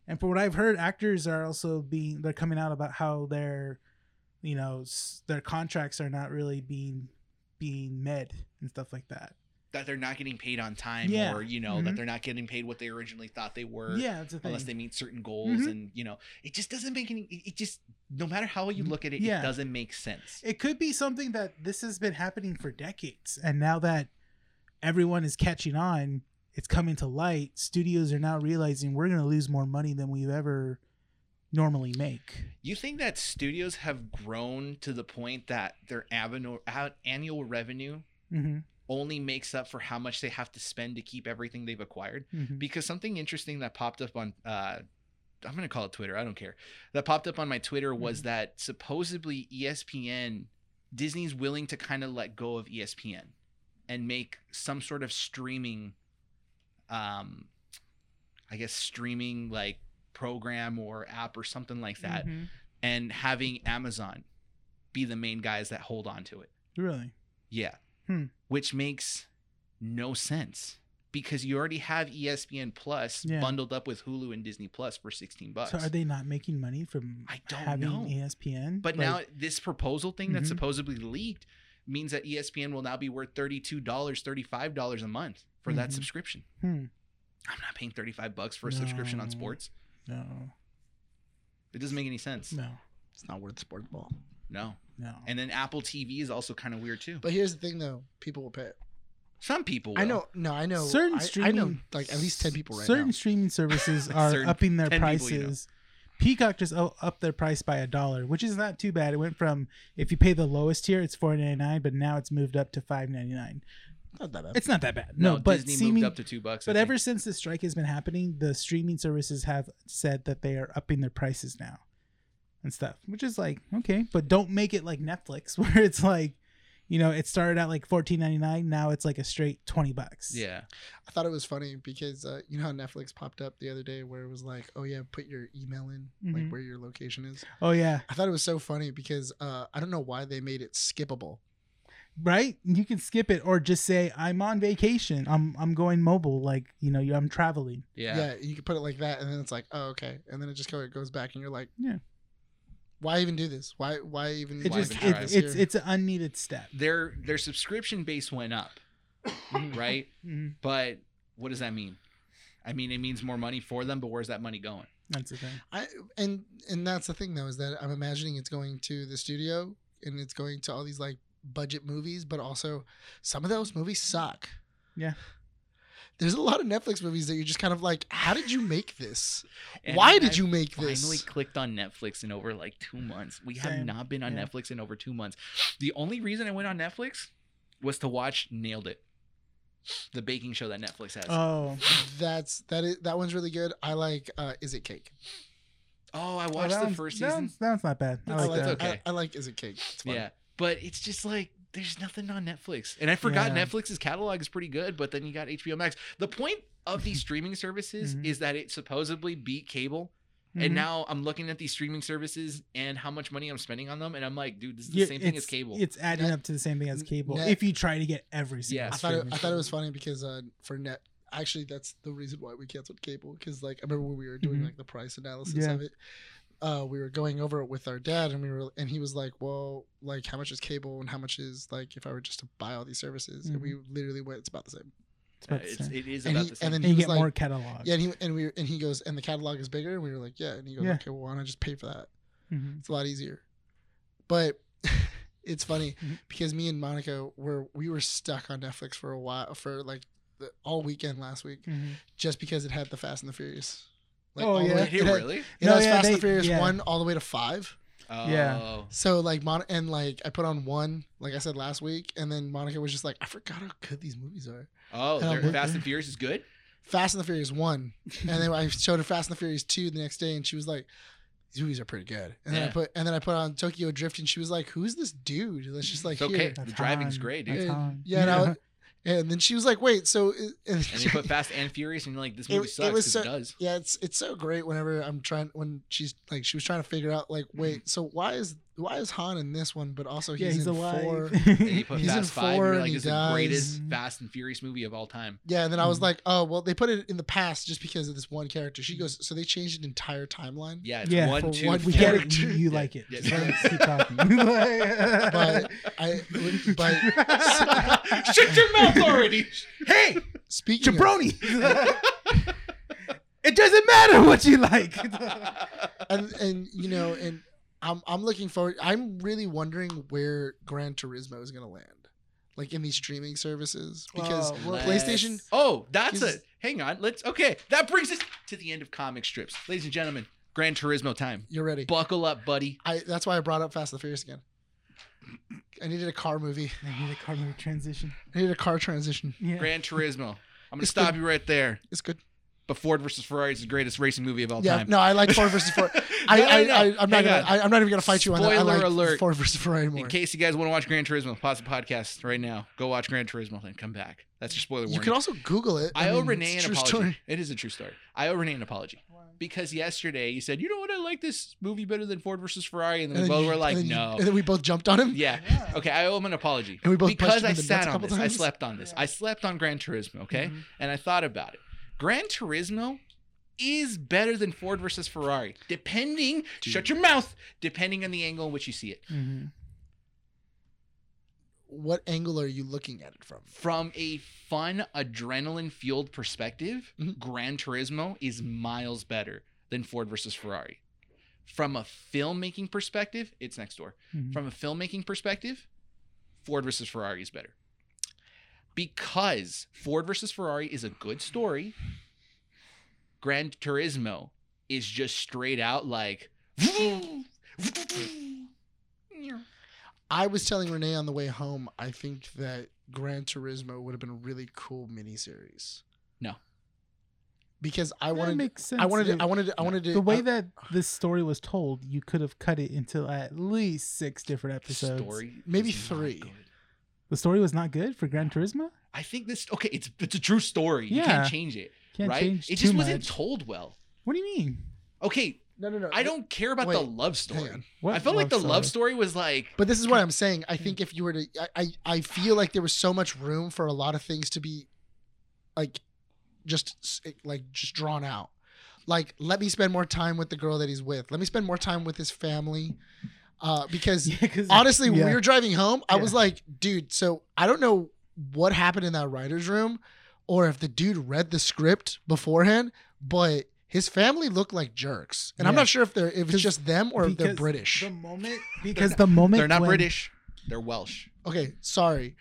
S4: and from what I've heard, actors are also being they're coming out about how their, you know, s- their contracts are not really being being met and stuff like that.
S5: That they're not getting paid on time
S4: Yeah.
S5: or, you know, that
S4: Mhm.
S5: they're not getting paid what they originally thought they were.
S4: Yeah, it's a thing.
S5: Unless they meet certain goals
S4: Mhm.
S5: and you know, it just doesn't make any it it just no matter how you look at it,
S4: Mm-hmm. Yeah.
S5: it doesn't make sense.
S4: It could be something that this has been happening for decades, and now that everyone is catching on, it's coming to light. Studios are now realizing we're going to lose more money than we've ever normally make.
S5: You think that studios have grown to the point that their aveno- a- annual revenue
S4: Mm-hmm.
S5: only makes up for how much they have to spend to keep everything they've acquired?
S4: Mm-hmm.
S5: Because something interesting that popped up on uh I'm going to call it Twitter, I don't care. That popped up on my Twitter was that supposedly E ESPN Disney's willing to kind of let go of E ESPN and make some sort of streaming um I guess streaming like program or app or something like that
S4: Mm-hmm.
S5: and having Amazon be the main guys that hold on to it.
S4: Really?
S5: Yeah.
S4: Hmm.
S5: Which makes no sense because you already have E ESPN Plus
S4: Yeah.
S5: bundled up with Hulu and Disney Plus for 16 bucks.
S4: So are they not making money from
S5: I don't
S4: having E
S5: know.
S4: ESPN?
S5: but
S4: Like,
S5: now this proposal thing that's
S4: Mhm.
S5: supposedly leaked means that E ESPN will now be worth $32, $35 a month for that
S4: Mhm.
S5: subscription.
S4: Hmm.
S5: I'm not paying 35 bucks for a subscription on
S4: No.
S5: sports.
S4: no,
S5: It doesn't make any sense. No.
S4: no,
S2: it's not worth sport ball
S4: no.
S5: And then Apple TV is also kind of weird too.
S2: but here's the thing though people will pay it.
S5: Some people
S2: i
S5: will.
S2: know no i know
S4: certain
S2: I,
S4: streaming,
S2: i know like at least 10 people right
S4: certain
S2: now
S4: streaming services are
S5: Certain
S4: upping their
S5: 10 people, you know.
S4: prices. Peacock just o- upped their price by a dollar, which is not too bad. It went from if you pay the lowest tier, it's four ninety nine, but now it's moved up to five ninety nine.
S2: not that bad
S4: It's not that bad. No, but
S5: Disney
S4: seeming,
S5: moved up to two bucks. I
S4: but
S5: think.
S4: ever since the strike has been happening, the streaming services have said that they are upping their prices now and stuff, which is like okay, but don't make it like Netflix *laughs* where it's like, you know, it started out like fourteen ninety nine, now it's like a straight twenty bucks.
S5: yeah,
S2: i thought it was funny because uh, you know how netflix popped up the other day where it was like oh yeah put your email in
S4: Mhm.
S2: like where your location is
S4: Oh yeah.
S2: i thought it was so funny because uh, i don't know why they made it skippable
S4: right you can skip it or just say i'm on vacation i'm i'm going mobile like you know you- i'm traveling
S5: yeah,
S2: yeah. you can put it like that and then it's like oh okay and then it just go, it goes back and you're like
S4: Yeah.
S2: why even do this why why even
S4: it
S5: Why
S4: just
S5: even
S4: it,
S5: try?
S4: it's it's an unneeded step
S5: Their their subscription base went up, right?
S4: Mhm.
S5: But what does that mean? I mean, it means more money for them, but where's that money going?
S4: that's the thing
S2: I, and and that's the thing though is that i'm imagining it's going to the studio and it's going to all these like budget movies but also some of those movies suck
S4: Yeah.
S2: there's a lot of netflix movies that you're just kind of like how did you make this
S5: And
S2: why did
S5: I've
S2: you make this
S5: Finally clicked on Netflix in over like two months. We have
S4: Same.
S5: not been on
S4: Yeah.
S5: Netflix in over two months. The only reason I went on Netflix was to watch Nailed It, the baking show that Netflix has.
S4: oh
S2: that's that is that one's really good i like uh is it cake
S5: oh, I
S4: oh,
S5: watched
S4: that
S5: the
S4: one's-
S5: first
S4: that
S5: season.
S4: one's- that one's not bad i
S2: I
S4: like
S2: like,
S4: that
S5: okay.
S2: I, I like is it cake it's fun.
S5: Yeah, but it's just like there's nothing on Netflix, and I forgot
S4: Yeah.
S5: Netflix's catalog is pretty good. But then you got HBO Max. The point
S2: *laughs*
S5: of these streaming services
S2: Mm-hmm.
S4: Mhm.
S5: is that it supposedly beat cable,
S4: Mhm.
S5: and now I'm looking at these streaming services and how much money I'm spending on them, and I'm like, dude, this is the
S4: Yeah,
S5: same thing as
S4: it's-
S5: cable.
S4: it's adding
S2: Net-
S4: up to the same thing as cable
S2: net-
S4: if you try to get every single
S5: Yeah.
S2: I thought it,
S4: streaming
S2: I thought it was
S4: service.
S2: funny because uh, for net actually that's the reason why we canceled cable because like I remember when we were doing
S4: Mhm.
S2: like the price analysis
S4: Yeah.
S2: of it. uh, we were going over it with our dad, and we were, and he was like, "Well, like, how much is cable, and how much is like if I were just to buy all these services?" And
S4: Mm-hmm.
S2: we literally went, "It's about the same."
S4: It's
S5: Uh,
S4: about the
S5: it's,
S4: same.
S5: it is
S2: And
S5: about
S2: he-
S5: the same.
S2: and then
S5: *laughs*
S4: And
S2: he
S4: you
S2: was
S4: get
S2: like,
S4: more catalog.
S2: Yeah, and, he, and we were, and he goes, and the catalog is bigger, and we were like, yeah, and he goes,
S4: Yeah.
S2: okay, well, why don't I just pay for that?
S4: Mhm.
S2: It's a lot easier. But *laughs* it's funny
S4: Mhm.
S2: because me and Monica were we were stuck on Netflix for a while for like the, all weekend last week
S4: Mhm.
S2: just because it had the Fast and the Furious.
S4: Oh,
S2: all the
S4: yeah.
S2: way-
S5: Wait, here,
S2: it, had, *laughs*
S5: really?
S2: it
S4: No,
S2: has
S4: yeah,
S2: Fast
S4: they-
S2: and the Furious
S4: yeah.
S2: one all the way to five.
S4: Yeah.
S5: Oh.
S2: So like Mon- and like I put on one like I said last week, and then Monica was just like, I forgot how good these movies are.
S5: Oh,
S2: And I'm
S5: they're-
S2: like-
S5: Fast and Furious is good.
S2: Fast and the Furious
S4: *laughs*
S2: one, and then I showed her Fast and the Furious two the next day, and she was like, "These movies are pretty good." And then
S5: Yeah.
S2: I put and then I put on Tokyo Drift, and she was like, "Who's this dude?" That's just like
S5: It's okay.
S2: here.
S5: The
S4: That's
S5: driving's
S4: Han.
S5: great,
S4: That's
S5: dude.
S2: Yeah,
S4: Han.
S2: Yeah, and, I was- and then she was like, "Wait, so?" is- And *laughs*
S5: And they put Fast and Furious, and you're like, this
S2: It-
S5: movie
S2: it
S5: sucks
S2: was
S5: 'cause
S2: so- *laughs*
S5: it does.
S2: yeah, it's it's so great whenever I'm trying when she's like she was trying to figure out like, wait, so why is why is Han in this one, but also he's,
S4: yeah, he's
S2: in
S4: alive. *laughs*
S2: four?
S5: And you put
S2: He's in
S5: Fast Five, and
S2: four
S5: you're
S2: and
S5: like,
S2: he
S5: this is the
S2: dies.
S5: greatest Fast and Furious movie of all time.
S2: Yeah, and then I was
S4: Mhm.
S2: like, oh well, they put it in the past just because of this one character. She goes, so they changed an entire timeline.
S5: Yeah, it's
S4: Yeah,
S5: one,
S2: for
S5: two,
S2: one
S4: we
S5: four.
S4: get it. You,
S2: character.
S4: you
S5: *laughs* Yeah,
S4: like it.
S5: yeah.
S4: Just let us keep talking. *laughs* but
S2: But I but
S5: *laughs*
S4: *laughs*
S5: Shut your mouth already.
S4: hey,
S2: speaking of,
S4: jabroni. it doesn't matter what you like.
S2: and and you know and I'm I'm looking forward. I'm really wondering where Gran Turismo is gonna land, like in these streaming services, because
S4: Oh, well,
S2: PlayStation-
S5: *laughs* Oh, that's
S2: He's-
S5: it. Hang on. Let's. Okay, that brings us to the end of comic strips, ladies and gentlemen. Gran Turismo time.
S2: you're ready.
S5: Buckle up, buddy.
S2: I that's why I brought up Fast and the Furious again. I needed a car movie.
S4: I need a cardinal transition.
S2: I needed a car transition.
S4: Yeah.
S5: Gran Turismo. I'm gonna
S2: It's
S5: stop
S2: good.
S5: you right there.
S2: It's good.
S5: But Ford versus Ferrari is the greatest racing movie of all
S2: yeah,
S5: time.
S2: no, I like Ford versus
S5: *laughs*
S2: Ford. I,
S5: No,
S2: I,
S5: no,
S2: I,
S5: no.
S2: I'm not
S5: Hang
S2: gonna,
S5: on.
S2: I, I'm not even gonna fight you on that. I
S5: Spoiler
S2: like
S5: alert.
S2: Ford versus Ferrari more.
S5: In case you guys want to watch Gran Turismo, pause the podcast right now. Go watch Gran Turismo and come back. That's your spoiler
S2: You
S5: warning.
S2: can also Google it.
S5: I owe
S2: mean,
S5: Renee
S2: it's
S5: an
S2: a true
S5: apology.
S2: story.
S5: It is a true story. I owe Renee an apology because yesterday you said, "You know what? I like this movie better than Ford versus Ferrari," and then
S2: And
S5: we
S2: then
S5: both
S2: you-
S5: were like,
S2: and then you-
S5: "No."
S2: and then we both jumped on him.
S5: Yeah. Okay. I owe him an apology.
S2: And we both
S5: because
S2: punched him
S5: I
S2: in the
S5: sat
S2: nuts a
S5: on
S2: couple
S5: this. I
S2: times.
S5: slept on this. I slept on Gran Turismo. Okay. And I thought about it. Gran Turismo is better than Ford versus Ferrari, depending. Shut your mouth. Depending on the angle in which you see it,
S4: Mhm.
S2: What angle are you looking at
S5: *laughs*
S2: it from?
S5: from a fun adrenaline fueled perspective,
S4: Mm-hmm.
S2: Mhm.
S5: Gran Turismo is miles better than Ford versus Ferrari. From a filmmaking perspective, it's next door.
S4: Mhm.
S5: from a filmmaking perspective, Ford versus Ferrari is better. Because Ford versus Ferrari is a good story, Gran Turismo is just straight out like
S2: I was telling Renee on the way home. I think that Gran Turismo would have been a really cool miniseries.
S5: No.
S2: because I
S4: That
S2: wanted,
S4: makes sense.
S2: I wanted, to,
S4: It-
S2: I wanted, to, I wanted to.
S4: the
S5: uh,
S4: way
S2: I-
S4: that this story was told, you could have cut it into at least six different episodes.
S5: story.
S2: Maybe
S5: is not
S2: three.
S5: good.
S4: The story was not good for Gran Turismo.
S5: I think this okay, it's it's a true story. You
S4: Yeah.
S5: can't change it.
S4: Can't
S5: right?
S4: change
S5: it just
S4: too
S5: wasn't
S4: much.
S5: told well.
S4: What do you mean?
S5: Okay,
S2: no, no, no.
S5: I don't care about the
S2: Wait,
S5: love
S2: Hang
S5: story.
S2: on.
S4: What
S5: I felt like the love story was like
S2: But this is what I'm saying. I think if you were to, I, I, I feel like there was so much room for a lot of things to be, like, just s- eh, like just drawn out. Like, let me spend more time with the girl that he's with. Let me spend more time with his family, uh, because
S4: *laughs* Yeah, 'cause-
S2: honestly, when
S4: yeah.
S2: we were driving home, I was
S4: Yeah.
S2: like, dude, so I don't know what happened in that writer's room or if the dude read the script beforehand, but his family looked like jerks. And I'm
S4: Yeah.
S2: not sure if they're if it's
S4: 'Cause-
S2: just them or if they're
S4: because
S2: British.
S4: The moment because the
S5: *laughs*
S4: moment
S5: they're not
S4: when
S5: British, they're Welsh.
S2: okay, sorry.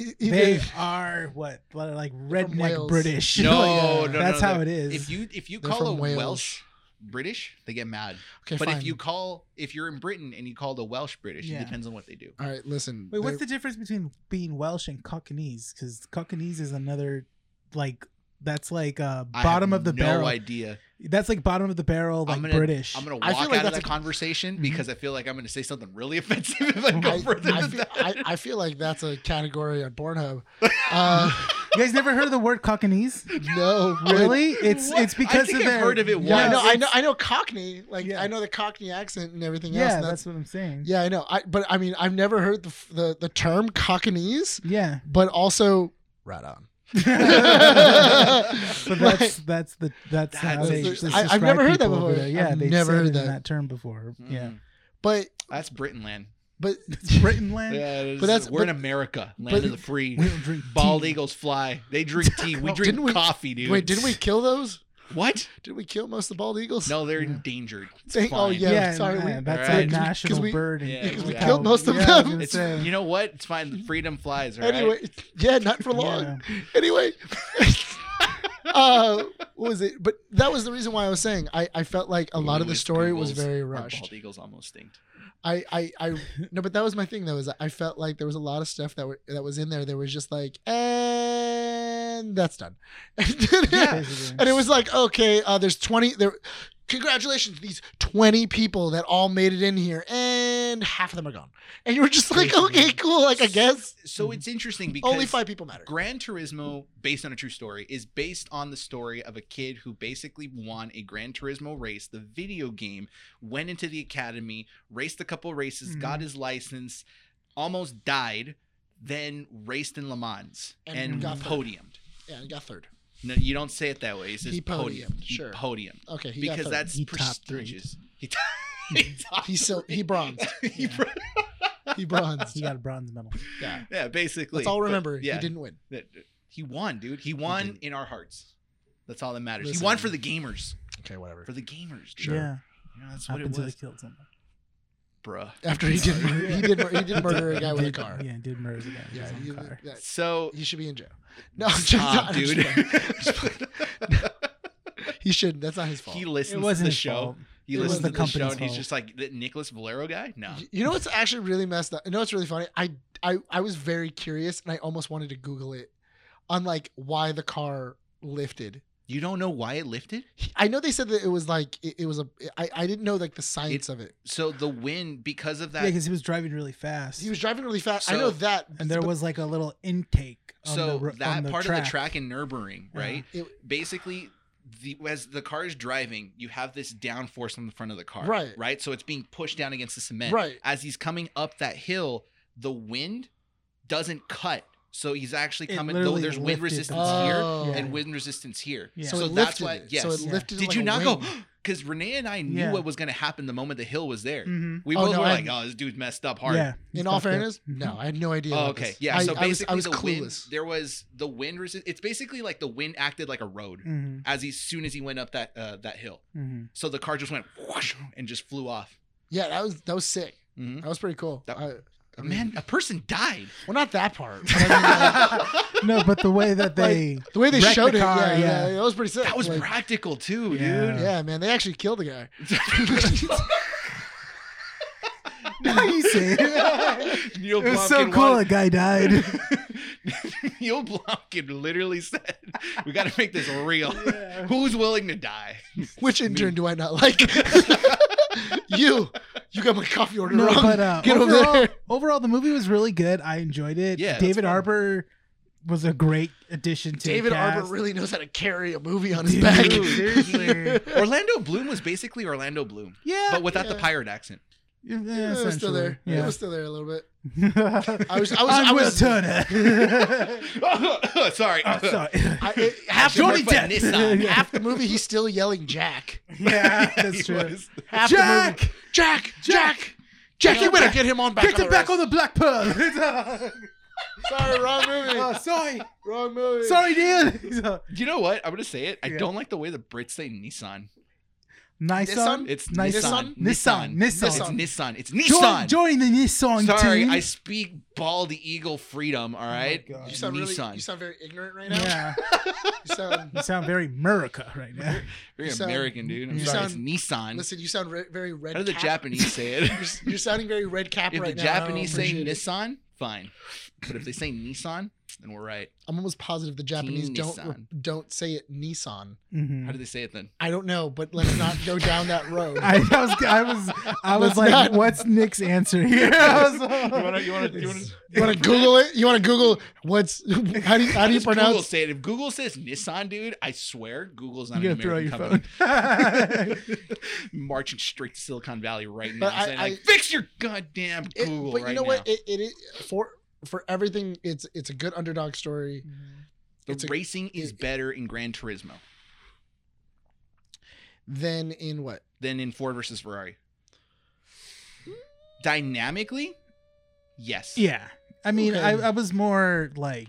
S2: E-
S5: *laughs*
S4: They
S2: either-
S4: are what like
S2: from
S4: redneck
S2: Wales.
S4: British. *laughs*
S5: No,
S2: Yeah.
S5: no, no,
S4: that's
S5: no,
S4: how
S5: they're-
S4: it is.
S5: If you if you
S2: They're
S5: call a
S2: from Wales.
S5: Welsh British, they get mad.
S2: okay,
S5: but
S2: fine.
S5: if you call if you're in Britain and you call the Welsh British,
S4: Yeah.
S5: it depends on what they do.
S2: all right, listen.
S4: Wait, what's
S2: they-
S4: the difference between being Welsh and Cockney's? Because Cockney's is another like that's like uh
S5: I
S4: bottom
S5: have
S4: of the
S5: no
S4: barrel.
S5: idea.
S4: That's like bottom of the barrel, like
S5: I'm gonna-
S4: British.
S5: I'm gonna
S2: I
S5: walk
S2: feel
S5: out
S2: like
S5: of
S2: that's
S5: that
S2: a-
S5: conversation
S4: Mhm.
S5: because I feel like I'm gonna say something really *laughs* offensive if I go
S2: I,
S5: further.
S2: Mm-hmm. I
S5: than
S2: feel,
S5: that.
S2: I, I feel like that's a category on Pornhub. Uh,
S4: You guys never heard of the word Cockney's?
S2: no,
S4: Really? It's
S5: *laughs* What?
S4: it's
S5: I
S4: because
S5: think
S4: of
S5: I've
S4: their-
S5: heard of it
S4: Yeah,
S2: Yeah, I
S5: once.
S2: know,
S4: it's-
S2: I know, I know Cockney. Like
S4: Yeah.
S2: I know the Cockney accent and everything
S4: yeah,
S2: else.
S4: that's,
S2: and
S4: what I'm saying.
S2: yeah, I know. I but I mean, I've never heard the f- the, the term Cockneys,
S4: yeah.
S2: but also right on. *laughs*
S5: *laughs*
S4: but that's that's the that's, how
S5: That's
S4: they
S5: the-
S4: just
S2: I- I've
S4: describe
S2: never heard that
S4: people over
S2: before.
S4: there. Yeah,
S2: I've
S4: they
S2: never
S4: said
S2: heard
S4: it in
S2: that.
S4: that term before. Yeah,
S5: Mm.
S2: but
S5: That's Britain land.
S2: but
S4: it's Britain land.
S5: Yeah, it is-
S2: But that's-
S5: we're in
S2: but-
S5: America, land
S2: but-
S5: of the free.
S4: We don't drink
S5: Bald
S4: tea.
S5: eagles fly. They drink
S2: *laughs*
S5: tea. We drink
S2: Didn't we-
S5: coffee, dude.
S2: wait, didn't we kill those? *laughs*
S5: What?
S2: Did we kill most of the bald eagles?
S5: No, they're
S4: Yeah.
S5: endangered. It's
S2: Dang- oh,
S5: fine.
S2: yeah. sorry, we-
S4: yeah, that's
S5: Alright.
S4: a national
S2: we-
S4: bird. in-
S5: yeah, because we
S4: without-
S2: killed most of
S4: yeah, I was
S2: them.
S4: gonna
S2: *laughs*
S5: It's
S4: say.
S5: you know what? It's fine. Freedom flies. All right.
S2: uh, Anyway, yeah, not for long.
S4: Yeah.
S2: Anyway, *laughs* uh, what was it? But that was the reason why I was saying I, I felt like a lot of
S5: Ooh,
S2: the
S5: if
S2: story was
S5: Google's-
S2: very
S5: Our
S2: rushed.
S5: Bald eagles almost stinked.
S2: I, I, I no, but that was my thing though. Is I felt like there was a lot of stuff that were that was in there that was just like, and that's done. *laughs*
S4: Basically.
S2: and it was like, okay, uh, there's 20. There, congratulations, these 20 people that all made it in here, and half of them are gone. And you were just like, okay, cool. Like I guess
S5: So it's interesting because
S2: Mm-hmm. only five people matter.
S5: Gran Turismo, based on a true story, is based on the story of a kid who basically won a Gran Turismo race, the video game, went into the academy, raced a couple races,
S4: Mhm.
S2: Mm-hmm.
S5: got his license, almost died, then raced in Le Mans
S2: And
S5: and,
S2: got third.
S5: podiumed.
S2: Yeah, he got third.
S5: No, you don't say it that way. It's just
S2: He
S5: podiumed.
S2: podiumed,
S5: He
S2: sure.
S5: podiumed.
S2: Okay, he got
S5: Because
S2: third.
S5: that's
S4: He top three.
S5: prestigious. He t- he top-
S2: he so he bronzed.
S5: he
S4: Yeah.
S5: pro-
S2: He
S4: He
S2: bronzed.
S4: got a bronze medal.
S2: Yeah,
S5: yeah, basically.
S2: let's all
S5: But,
S2: remember
S5: yeah.
S2: he didn't win.
S5: that- He won, dude. He won in our hearts. That's all that matters.
S2: Listen.
S5: He won for the gamers.
S2: Okay, whatever.
S5: For the gamers, dude.
S4: Yeah,
S5: You know, that's
S4: up
S5: what it
S4: until he
S5: was,
S4: killed someone.
S5: bruh.
S2: After he did, mur- he did, mur- he did murder a guy with a
S4: Did-
S2: car.
S4: Yeah, did murder the guy with
S2: Yeah,
S4: his own
S2: he,
S4: car.
S2: that-
S5: So,
S2: he should be in jail. No, I'm *laughs* just-
S5: stop,
S2: I'm just
S5: dude.
S2: playing.
S5: *laughs*
S2: he shouldn't. That's not his fault.
S5: he listens
S4: It wasn't
S5: to the
S4: his
S5: show.
S4: fault.
S5: He
S2: It was
S5: listens
S2: the
S5: to the show,
S4: company's
S5: and he's
S4: fault.
S5: just like the Nicholas Valero guy. No,
S2: Y- You know what's actually really messed up? You know what's really funny? I, I I was very curious and I almost wanted to Google it on like why the car lifted.
S5: you don't know why it lifted.
S2: He- I know they said that it was like it, it was a I, I didn't know like the science of it.
S5: So the wind because of
S4: Yeah,
S5: that.
S4: because he was driving really fast.
S2: He was driving really fast. I
S5: So-
S2: know that.
S4: and there
S2: but
S4: was like a little intake. On
S5: so
S4: the, ro-
S5: that
S4: on the
S5: part
S4: track. Uh-huh.
S5: of the track in Nürburgring,
S4: Yeah.
S5: right?
S2: It-
S5: Basically, the as the car is driving, you have this downforce on the front of the car,
S2: Right.
S5: Right. So it's being pushed down against the cement.
S2: right.
S5: As he's coming up that hill, the wind doesn't cut. So he's actually
S4: It
S5: coming. Though
S4: literally
S5: there's wind
S4: lifted the
S5: resistance
S4: car.
S5: here,
S2: Oh.
S5: and wind resistance here.
S4: Yeah.
S5: So,
S2: so, it
S5: that's
S2: lifted
S5: why,
S2: it.
S5: yes.
S2: So it
S4: Yeah.
S2: lifted.
S5: Did
S2: like
S5: you
S2: a
S5: not go?
S2: wing.
S5: *gasps* Because Renee and I knew
S4: Yeah.
S5: what was going to happen the moment the hill was there.
S4: Mhm.
S5: We
S2: Oh,
S5: both
S2: no,
S5: were
S2: I-
S5: like, oh, this dude's messed up hard.
S4: Yeah. he
S2: In all
S4: fucked up. Mm-hmm.
S2: fairness, no, I had no idea.
S5: Oh,
S2: about
S5: okay.
S2: this.
S5: Yeah.
S2: I-
S5: so basically,
S2: I was, I was
S5: the wind,
S2: clueless.
S5: there was the wind resist. It's basically like the wind acted like a road
S2: Mm.
S4: Mhm,
S5: as he, soon as he went up that uh, that hill.
S4: mhm.
S5: So the car just went whoosh and just flew off.
S2: Yeah, that was that was sick.
S5: Mhm.
S2: That was pretty cool.
S5: That-
S2: I- I mean-
S5: Man, a person
S4: *laughs*
S5: died.
S2: well, not that part. but I mean,
S5: *laughs*
S2: like,
S4: No, but the
S2: *laughs*
S4: way that they.
S2: the way they
S4: Wrecked the
S2: showed
S4: car,
S2: it, yeah,
S4: yeah.
S2: yeah, that was pretty sick.
S5: that was
S2: Like,
S5: practical too,
S4: Yeah.
S2: Yeah, man, they actually killed the guy.
S5: dude.
S4: *laughs* you
S5: *laughs*
S4: see, it
S5: *laughs* Neil
S4: was so
S5: Blomkamp
S4: cool.
S5: wanted-
S4: A
S2: *laughs*
S4: guy died.
S5: *laughs* Neil Blomkamp literally said, "We got to make this
S4: *laughs*
S5: real. Who's willing to die?"
S2: *laughs* Which intern do I not like? *laughs* you, you got my coffee order
S4: No,
S2: wrong.
S4: but uh,
S2: Get over
S4: overall,
S2: there.
S4: overall, the movie was really good. I enjoyed it.
S5: Yeah, that's
S4: David
S5: fun.
S4: Arbor was a great addition to
S2: David
S4: the cast.
S2: Arbor really knows how to carry a movie on his
S4: Dude,
S2: back.
S4: seriously.
S5: Orlando Bloom was basically Orlando Bloom,
S4: yeah,
S5: but without the
S2: Yeah.
S5: pirate accent. *laughs*
S4: Yeah,
S2: *laughs* it was still there. It
S4: *laughs* Yeah.
S2: was still there a little bit.
S4: I
S2: I was- I was- I was-
S4: Turner.
S2: *laughs*
S5: *laughs* Sorry.
S4: oh, sorry.
S2: I, it, half, the
S4: Johnny
S2: movie,
S5: But
S4: Depp.
S5: Nissan.
S4: yeah,
S2: half the movie, he's still yelling Jack.
S4: *laughs* that's
S5: He
S4: true.
S5: was-
S2: Half
S4: Jack!
S2: the movie, Jack, Jack, Jack. You better get him on back.
S4: Get
S2: on
S4: him
S2: the
S4: back
S2: road.
S4: on the black pearl.
S2: *laughs*
S4: *laughs*
S2: Sorry, wrong movie.
S4: oh, sorry,
S2: wrong movie.
S4: sorry, Neil. *laughs*
S5: You know what? I'm gonna say it. I
S4: Yeah.
S5: don't like the way the Brits say Nissan.
S4: nice son.
S5: It's
S4: Nissan?
S5: Nissan.
S4: Nissan. Nissan.
S5: It's Nissan. It's
S4: Join,
S5: Nissan.
S4: join the Nissan
S5: Sorry,
S4: team.
S5: I speak bald eagle freedom.
S2: Oh
S5: All right.
S4: God.
S2: You sound really.
S5: Nissan.
S2: You sound very ignorant right now.
S4: yeah,
S2: You sound
S4: you sound *laughs* very America right now.
S5: You're
S2: You sound-
S5: American, dude. I'm
S2: you
S5: sorry.
S2: sound- *laughs*
S5: it's Nissan.
S2: Listen, you sound re- very red.
S5: How do the
S2: cap.
S5: Japanese say it?
S2: You're, s- you're sounding very red cap
S5: if
S2: right now.
S5: the Japanese
S2: I don't
S5: say
S2: appreciate it.
S5: Nissan, fine. But if they say Nissan, then we're right.
S2: I'm almost positive the Japanese don't
S5: Nissan.
S2: don't say it Nissan.
S4: Mhm.
S5: How do they say it then?
S2: I don't know, but let's not go down that road.
S4: *laughs* I, I was, I was, I was
S2: Let's
S4: like,
S2: not-
S4: "What's Nick's answer here?" *laughs* I was,
S5: you want to? You want to?
S2: you want to Google it? You want to Google what's how do you, how do you
S5: Google
S2: pronounce?
S5: say it? If Google says Nissan, dude, I swear Google's not
S4: You're
S5: an
S4: gonna throw
S5: American
S4: your
S5: company.
S4: phone. yeah,
S2: *laughs*
S5: Marching straight to Silicon Valley right now,
S2: But I-
S5: saying like,
S2: I-
S5: "Fix your goddamn
S2: It,
S5: Google
S2: but you
S5: right
S2: know
S5: now."
S2: what? It, it is for for everything. It's it's a good underdog story.
S5: The
S2: It's a-
S5: racing is better in Gran Turismo
S2: Then in what?
S5: than in Ford versus Ferrari. Dynamically, yes.
S4: *laughs* Yeah. I mean,
S2: Okay.
S4: I, I was more like,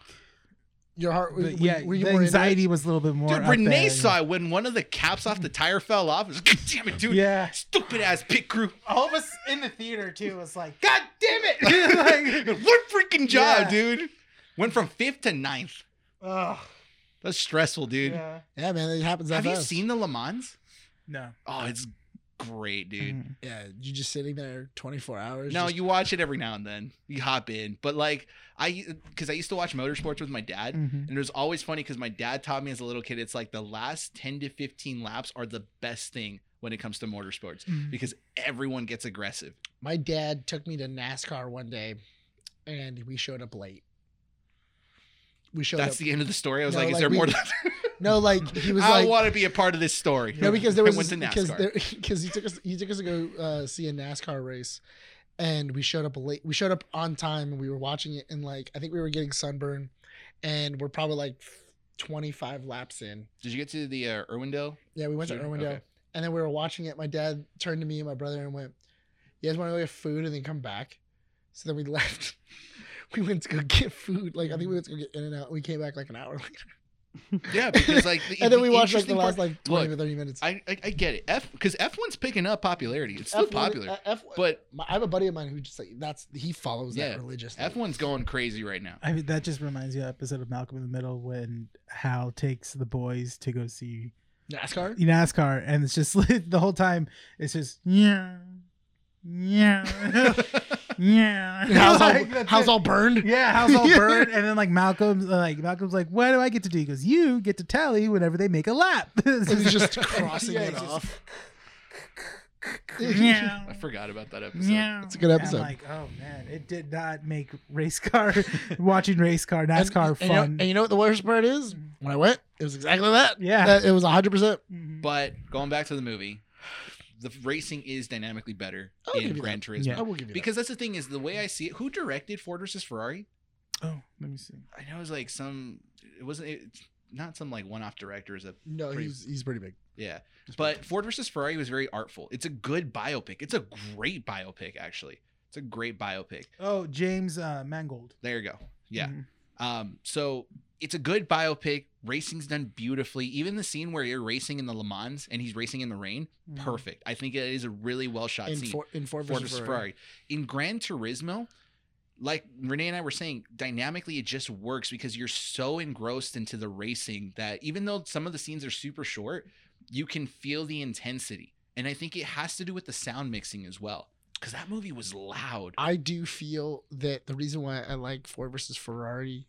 S2: Your heart? Were,
S4: the-
S2: were-
S4: yeah,
S2: were you
S4: the
S2: more into it?
S4: anxiety was a little bit more.
S5: Dude,
S4: up
S5: Renee
S4: there.
S5: saw it when one of the caps off the tire fell off. It was, God damn it, dude.
S4: Yeah.
S5: Stupid ass pit crew.
S4: All of us in the theater too was like, God damn it! *laughs* like,
S5: *laughs* what freaking job,
S4: Yeah.
S5: dude? Went from fifth to ninth.
S4: ugh,
S5: That's stressful, dude.
S4: yeah.
S2: Yeah, man, it happens. That
S5: Have you
S2: fast.
S5: seen the Le Mans?
S4: No.
S5: Oh, it's great, dude.
S4: Mhm.
S2: Yeah, you just sitting there 24 hours.
S5: No,
S2: just-
S5: you watch it every now and then. You hop in, but like I, because I used to watch motorsports with my dad,
S4: Mhm.
S5: and it was always funny because my dad taught me as a little kid. It's like the last ten to fifteen laps are the best thing when it comes to motorsports
S4: Mhm.
S5: because everyone gets aggressive.
S2: my dad took me to NASCAR one day, and we showed up late. We showed
S5: That's
S2: up.
S5: the end of the story. I was
S2: No,
S5: like, is
S2: like,
S5: there
S2: we-
S5: more? to-
S2: no, like
S5: *laughs*
S2: he was
S5: I
S2: like.
S5: want to be a part of this story.
S2: No, because there was
S5: I went to
S2: because
S5: NASCAR.
S2: there- *laughs* because he took us he took us to go uh, see a NASCAR race, and we showed up late. We showed up on time, and we were watching it. And like I think we were getting sunburn, and we're probably like twenty five laps in.
S5: Did you get to the uh,
S2: *laughs*
S5: Irwindale?
S2: Yeah, we went to
S5: Sure,
S2: Irwindale,
S5: okay.
S2: and then we were watching it. My dad turned to me and my brother and went, "You guys want to go get food and then come back?" So then we *laughs* left. we went to go get food. Like I think we went to go get In and Out. We came back like an hour *laughs* later,
S5: Yeah, because like the,
S2: and then we
S5: the
S2: watched like the
S5: interesting
S2: last
S5: part-
S2: like twenty
S5: Look,
S2: to thirty minutes.
S5: I, I I get it. F because F one's picking up popularity. It's still
S2: F1
S5: popular,
S2: uh, F1
S5: but
S2: My, I have a buddy of mine who just like that's he follows
S5: Yeah.
S2: that religiously.
S5: F one's going crazy right now.
S4: I mean, that just reminds me of the episode of Malcolm in the Middle when Hal takes the boys to go see
S2: NASCAR.
S4: NASCAR, and it's just *laughs* the whole time it's just yeah,
S2: *laughs*
S4: yeah, yeah.
S2: How's all,
S4: *laughs* Like, that's
S2: how's
S4: it.
S2: all
S4: *laughs*
S2: burned?
S4: Yeah,
S2: *laughs*
S4: how's all burned, and then like Malcolm's uh, like Malcolm's like, what do I get to do? He goes, you get to tally whenever they make a lap. *laughs*
S2: And he's just crossing
S4: Yeah,
S2: it
S4: he's just-
S2: off. *laughs*
S4: yeah.
S5: I forgot about that episode.
S4: Yeah.
S2: It's a good
S4: And
S2: episode.
S4: I'm like, oh man, it did not make race car *laughs* watching race car NASCAR
S2: and, and you know-
S4: fun. Mm.
S2: and you know what the worst part is? When I went, it was exactly that.
S4: Yeah.
S2: That- it was hundred percent.
S4: Mhm.
S5: But going back to the movie, the racing is dynamically better
S2: I'll Oh, give
S5: in
S2: you
S5: Gran Turismo.
S4: Yeah.
S2: I will give you
S5: Because that's the thing is the way I see it. Who directed Ford versus Ferrari?
S4: oh, let me see.
S5: I know it was like some. It wasn't. It's not some like one-off director. Is a
S2: that. no,
S5: pretty-
S2: he's he's pretty big.
S5: yeah. But Ford versus Ferrari was very artful. It's a good biopic. It's a great biopic actually. It's a great biopic.
S4: Oh, James uh, Mangold.
S5: There you go. Yeah.
S4: Mhm.
S5: Um, so it's a good biopic. Racing's done beautifully. Even the scene where you're racing in the Le Mans and he's racing in the rain,
S4: Mhm.
S5: perfect. I think it is a really well shot
S2: In
S5: scene.
S2: four, in four
S5: Ford
S2: versus
S5: versus
S2: Ferrari.
S5: Ferrari. In Gran Turismo, like Renee and I were saying, dynamically it just works because you're so engrossed into the racing that even though some of the scenes are super short, you can feel the intensity. And I think it has to do with the sound mixing as well. Because that movie was loud.
S2: I do feel that the reason why I like Ford versus Ferrari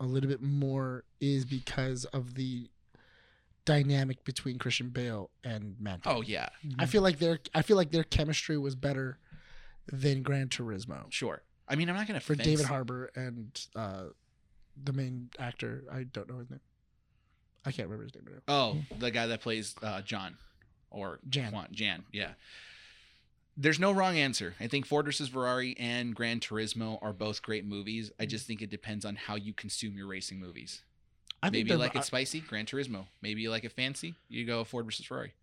S2: a little bit more is because of the dynamic between Christian Bale and Matt. Damon.
S5: Oh yeah,
S4: Mm-hmm.
S2: I feel like their I feel like their chemistry was better than Gran Turismo
S5: sure. I mean, I'm not gonna
S2: for
S5: fence-
S2: David Harbour and uh, the main actor. I don't know his name. I can't remember his name right now.
S5: Oh, the guy that plays uh, John or
S2: Jan.
S5: Juan- Jan, yeah. There's no wrong answer. I think Ford versus Ferrari and Gran Turismo are both great movies. I just think it depends on how you consume your racing movies.
S2: I
S5: Maybe
S2: they're-
S5: you like
S2: I-
S5: it spicy, Gran Turismo. Maybe you like it fancy, you go Ford versus Ferrari.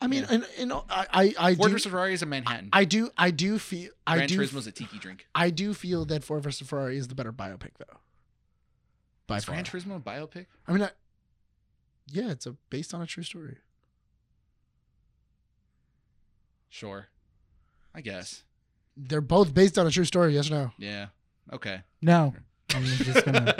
S2: I mean,
S5: yeah.
S2: and, and I I, I
S5: Ford
S2: do
S5: versus Ferrari is a Manhattan.
S2: I do I do feel I
S5: Gran
S2: do
S5: Turismo's a tiki drink.
S2: I do feel that Ford versus Ferrari is the better biopic though. By
S5: Is
S2: far.
S5: Gran Turismo a biopic?
S2: I mean, I, yeah, it's a based on a true story.
S5: Sure. I guess.
S2: They're both based on a true story. Yes or no?
S5: Yeah. Okay.
S2: *laughs*
S4: no. I'm just
S5: *laughs*
S4: gonna.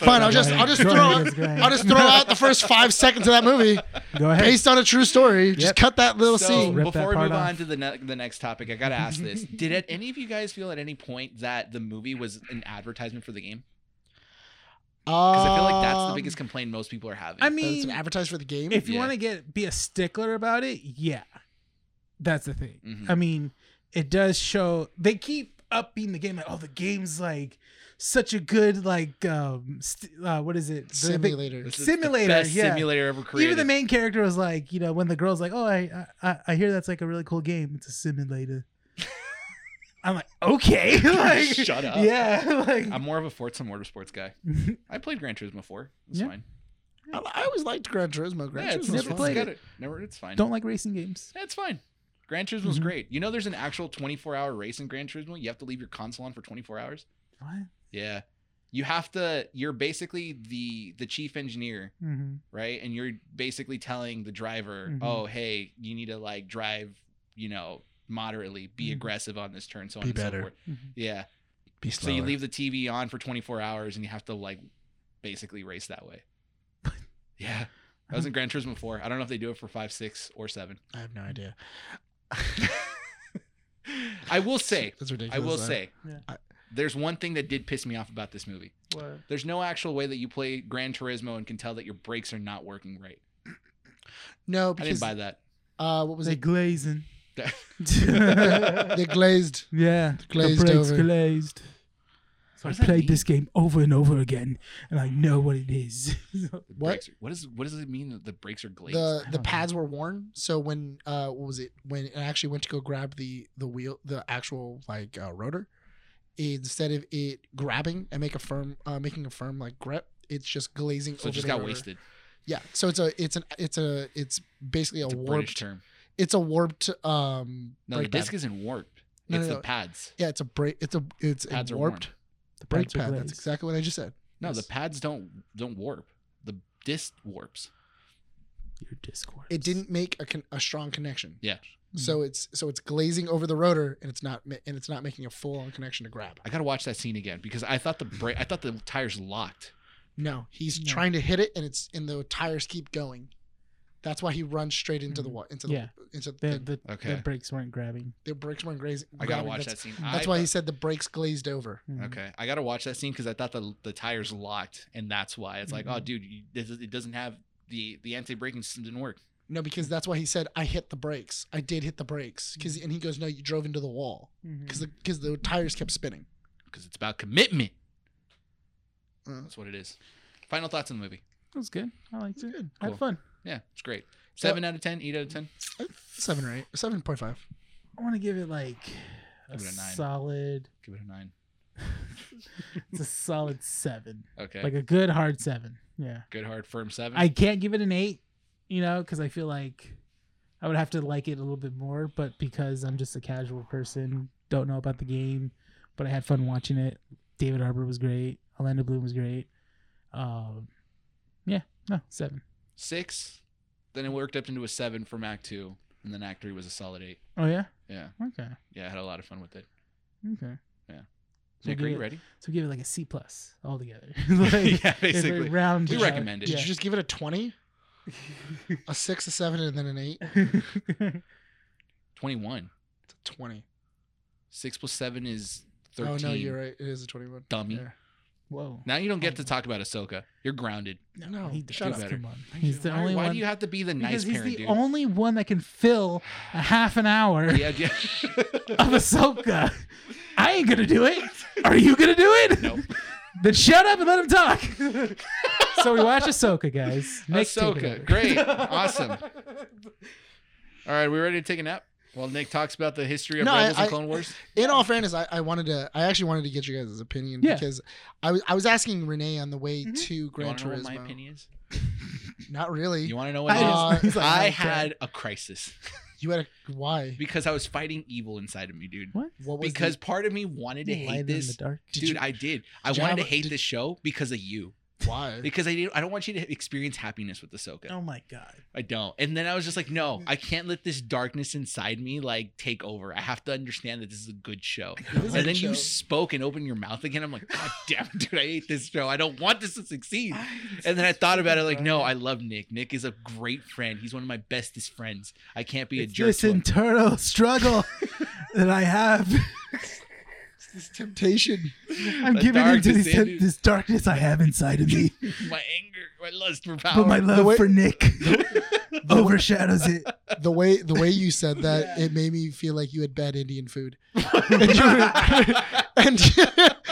S2: Fine, I'll just I'll just throw out, I'll just throw out the first
S5: *laughs*
S2: five seconds of that movie.
S4: *laughs* Go ahead.
S2: based on a true story. Just
S4: Yep.
S2: cut that little
S5: so,
S2: scene.
S4: Rip that
S5: Before we
S4: part
S5: move
S4: off.
S5: on to the ne- the next topic, I gotta ask
S4: *laughs*
S5: this: Did at any of you guys feel at any point that the movie was an advertisement for the game? Because I feel like
S2: Um,
S5: that's the biggest
S4: Um,
S5: complaint most people are having.
S4: I
S2: It's
S4: mean,
S2: advertised for the game.
S4: if you
S5: Yeah.
S4: want to get be a stickler about it, yeah, that's the thing.
S5: Mhm.
S2: Mm-hmm.
S4: I mean, it does show they keep upping the game. Like, oh, the game's like such a good like um st- uh, what is it? The big-
S2: Simulator.
S5: This is
S4: simulator,
S5: the best
S4: yeah.
S5: simulator ever created.
S4: Even the main character was like, you
S2: *laughs*
S4: know, when the girl's like, "Oh, I I, I hear that's like a really cool game. It's a simulator." I'm like, okay, *laughs*
S5: *laughs*
S4: like,
S5: Shut up.
S4: Yeah, *laughs* like
S5: I'm more of a Forza Motorsports guy. I played Gran Turismo 4. It's
S4: Yeah.
S5: fine.
S2: I, I always liked Gran Turismo. Gran
S5: yeah, it's
S2: Turismo's
S4: never
S2: fun.
S5: it's
S4: played
S5: got
S4: it.
S5: Never. It's fine.
S4: *laughs* don't like racing games.
S5: That's fine. Gran Turismo's
S4: Mhm.
S5: great. You know, there's an actual 24 hour race in Gran Turismo. You have to leave your console on for 24 hours.
S4: What?
S5: Yeah. You have to. You're basically the the chief engineer,
S4: Mm-hmm.
S5: right? And you're basically telling the driver,
S2: Mm-hmm.
S4: Mhm.
S5: "Oh, hey, you need to like drive, you know, moderately, be
S4: Mhm.
S5: aggressive on this turn, so
S2: Mm-hmm. Be
S5: on and
S2: better.
S5: so forth."
S4: Mm-hmm.
S5: Yeah.
S2: Be
S5: So you leave the TV on for 24 hours, and you have to like basically race that
S2: *laughs*
S5: way. yeah. That was in Gran Turismo 4. I don't know if they do it for 5, 6, or 7.
S2: I have no idea. *laughs*
S5: I will say,
S2: That's
S5: I
S2: ridiculous.
S5: will say,
S4: Yeah.
S5: I- there's one thing that did piss me off about this movie.
S4: What?
S5: There's no actual way that you play Gran Turismo and can tell that your brakes are not working right.
S2: no
S5: I didn't
S2: because
S5: buy that.
S2: uh, what was
S5: *laughs*
S4: they
S2: it?
S4: *laughs* glazing.
S2: *laughs* they glazed.
S4: Yeah,
S2: Glazed
S4: the brakes
S2: over.
S4: glazed. So I
S5: does that
S4: played
S5: mean?
S4: this game over and over again, and I know what it is. *laughs*
S5: The
S2: What?
S5: Brakes are- what is what does it mean that the brakes are glazed?
S2: The
S4: I
S2: the
S4: don't
S2: pads were worn, so when uh what was it? When I actually went to go grab the the wheel, the actual like uh, rotor, instead of it grabbing and make a firm, uh, making a firm like grip, it's just glazing.
S5: so it
S2: over
S5: just
S2: the
S5: got
S2: rotor.
S5: wasted.
S2: Yeah, so it's a it's an it's a it's basically a
S5: It's a British
S2: warped
S5: term.
S2: it's a warped um
S5: No,
S2: brake
S5: the disc
S2: pad.
S5: isn't warped.
S2: No,
S5: it's
S2: no,
S5: the
S2: no.
S5: pads.
S2: Yeah, it's a brake. It's a it's a
S5: Pads are worn.
S2: warped
S4: the
S2: brake
S4: pads are
S2: pad. That's
S4: glazed.
S2: exactly what I just said.
S5: No, the
S2: Yes.
S5: pads don't don't warp. The disc warps.
S4: Your Discord.
S2: It didn't make a con- a strong connection.
S5: Yeah.
S2: So
S4: Mm-hmm.
S2: it's so it's glazing over the rotor and it's not ma- and it's not making a full on connection to grab.
S5: I gotta watch that scene again because I thought the brake I thought the tires locked.
S2: No, he's
S4: No.
S2: trying to hit it and it's and the tires keep going. That's why he runs straight into the
S4: Mhm.
S2: wa- into the
S4: Yeah.
S2: into the,
S4: The, the,
S5: Okay.
S4: the brakes weren't grabbing.
S2: the brakes weren't grazing.
S5: I gotta
S2: grabbing.
S5: watch
S2: that's,
S5: that scene.
S2: That's
S5: I
S2: why
S5: thought-
S2: he said the brakes glazed over.
S4: Mhm.
S5: Okay, I gotta watch that scene because I thought the the tires locked, and that's why it's like, oh,
S2: Mm-hmm.
S4: Mhm.
S5: dude, you, this is, it doesn't have the the anti braking system didn't work.
S2: No, because that's why he said I hit the brakes. I did hit the
S4: Mm-hmm.
S2: brakes. Cause and he goes, no, you drove into the wall
S4: Mhm.
S2: because because the tires kept spinning.
S5: because it's about commitment.
S2: Mm.
S5: That's what it is. Final thoughts on the movie.
S4: That was good. I liked it.
S2: Good.
S4: Had
S5: Cool.
S4: fun.
S5: Yeah, it's great. Seven out of ten, eight out of ten.
S2: Uh, Seven or eight. Seven point five.
S4: I want to give it like a,
S5: Give it a nine.
S4: solid.
S5: Give it a nine.
S4: It's a solid seven,
S5: Okay.
S4: like a good hard seven. Yeah.
S5: Good, hard, firm seven.
S4: I can't give it an eight, you know, because I feel like I would have to like it a little bit more. But because I'm just a casual person, don't know about the game, but I had fun watching it. David Harbour was great. Orlando Bloom was great. Um, yeah, no seven.
S5: Six. Then it worked up into a seven from Act Two, and then Act Three was a solid eight.
S4: Oh yeah,
S5: Yeah,
S4: okay,
S5: yeah, I had a lot of fun with it.
S4: okay. So
S5: Nick,
S4: give
S5: are you
S4: it- *laughs*
S5: ready? *laughs*
S4: So give it like a C plus altogether. *laughs* like,
S5: yeah,
S4: if we
S5: basically.
S4: round
S5: We
S4: it out,
S5: recommend it.
S2: Did you just give it a twenty?
S5: *laughs*
S2: a six, a seven, and then an eight.
S4: yeah.
S5: Twenty-one.
S2: It's a twenty.
S5: Six plus seven is thirteen.
S2: Oh no, you're right. It is a twenty-one.
S5: Dummy.
S2: Yeah.
S4: *laughs* Whoa.
S5: Now you don't
S4: Oh.
S5: get to talk about Ahsoka. You're grounded.
S2: No,
S4: he does.
S2: shut up.
S4: Come on. He's the
S5: why
S4: only
S5: why
S4: one.
S5: do you have to be the nice
S4: because he's
S5: parent,
S4: the
S5: dude?
S4: only one that can fill a half an hour
S5: yeah, yeah.
S4: *laughs* of Ahsoka. I ain't gonna do it. Are you gonna do
S5: *laughs*
S4: it?
S5: Nope.
S4: then shut up and let him talk. so we watch
S5: *laughs*
S4: Ahsoka, guys. Nick, take it over.
S5: Ahsoka. *laughs* Great. Awesome. All right, we ready to take a nap? While Nick talks about the history of
S2: No, I-
S5: Rebels
S2: I-
S5: and Clone Wars.
S2: In all fairness, I, I wanted to. I actually wanted to get you guys' opinion
S4: Yeah.
S2: because I was I was asking Renee on the way
S4: Mhm.
S2: to
S5: Mm-hmm. You
S2: Gran
S5: want to know
S2: Turismo.
S5: what my opinion is?
S2: Not really.
S5: You
S2: *laughs* You,
S5: want to know what
S2: I
S5: it is?
S2: just- he's like,
S5: I
S2: okay.
S5: had a crisis
S2: had a why?
S5: because I was fighting evil inside of me, dude.
S4: What?
S2: What was
S5: Because part of me wanted to
S4: You light
S5: hate
S4: it in the
S5: this,
S4: dark.
S2: Did
S5: dude.
S2: you-
S5: I did. I
S2: did you
S5: wanted to
S2: have a-
S5: hate
S2: did-
S5: this show because of
S2: the,
S5: you.
S2: why?
S5: *laughs* Because I didn't. I don't want you to experience happiness with Ahsoka.
S4: Oh my god.
S5: I don't. And then I was just like, no, I can't let this darkness inside me like take over. I have to understand that this is a good show.
S2: It was a
S5: and then
S2: good
S5: you
S2: show.
S5: spoke and opened your mouth again. I'm like, God *laughs* damn, dude, I hate this show. I don't want this to succeed. And then I thought about it like, no, I love Nick. Nick is a great friend. He's one of my bestest friends. I can't be a
S4: It's
S5: jerk.
S4: this
S5: to him. *laughs*
S4: internal struggle that I have.
S2: this temptation.
S4: I'm
S5: The
S4: giving into
S5: darkness
S4: this,
S5: in you.
S4: this darkness I have inside
S5: *laughs*
S4: of me,
S5: my anger, my lust for
S4: but
S5: power.
S4: my love
S2: way-
S4: for
S5: *laughs*
S4: Nick *laughs* overshadows it.
S2: The way the way you said
S5: *laughs*
S2: that, it made me feel like you had bad Indian food. and, you were,
S5: *laughs*
S2: and,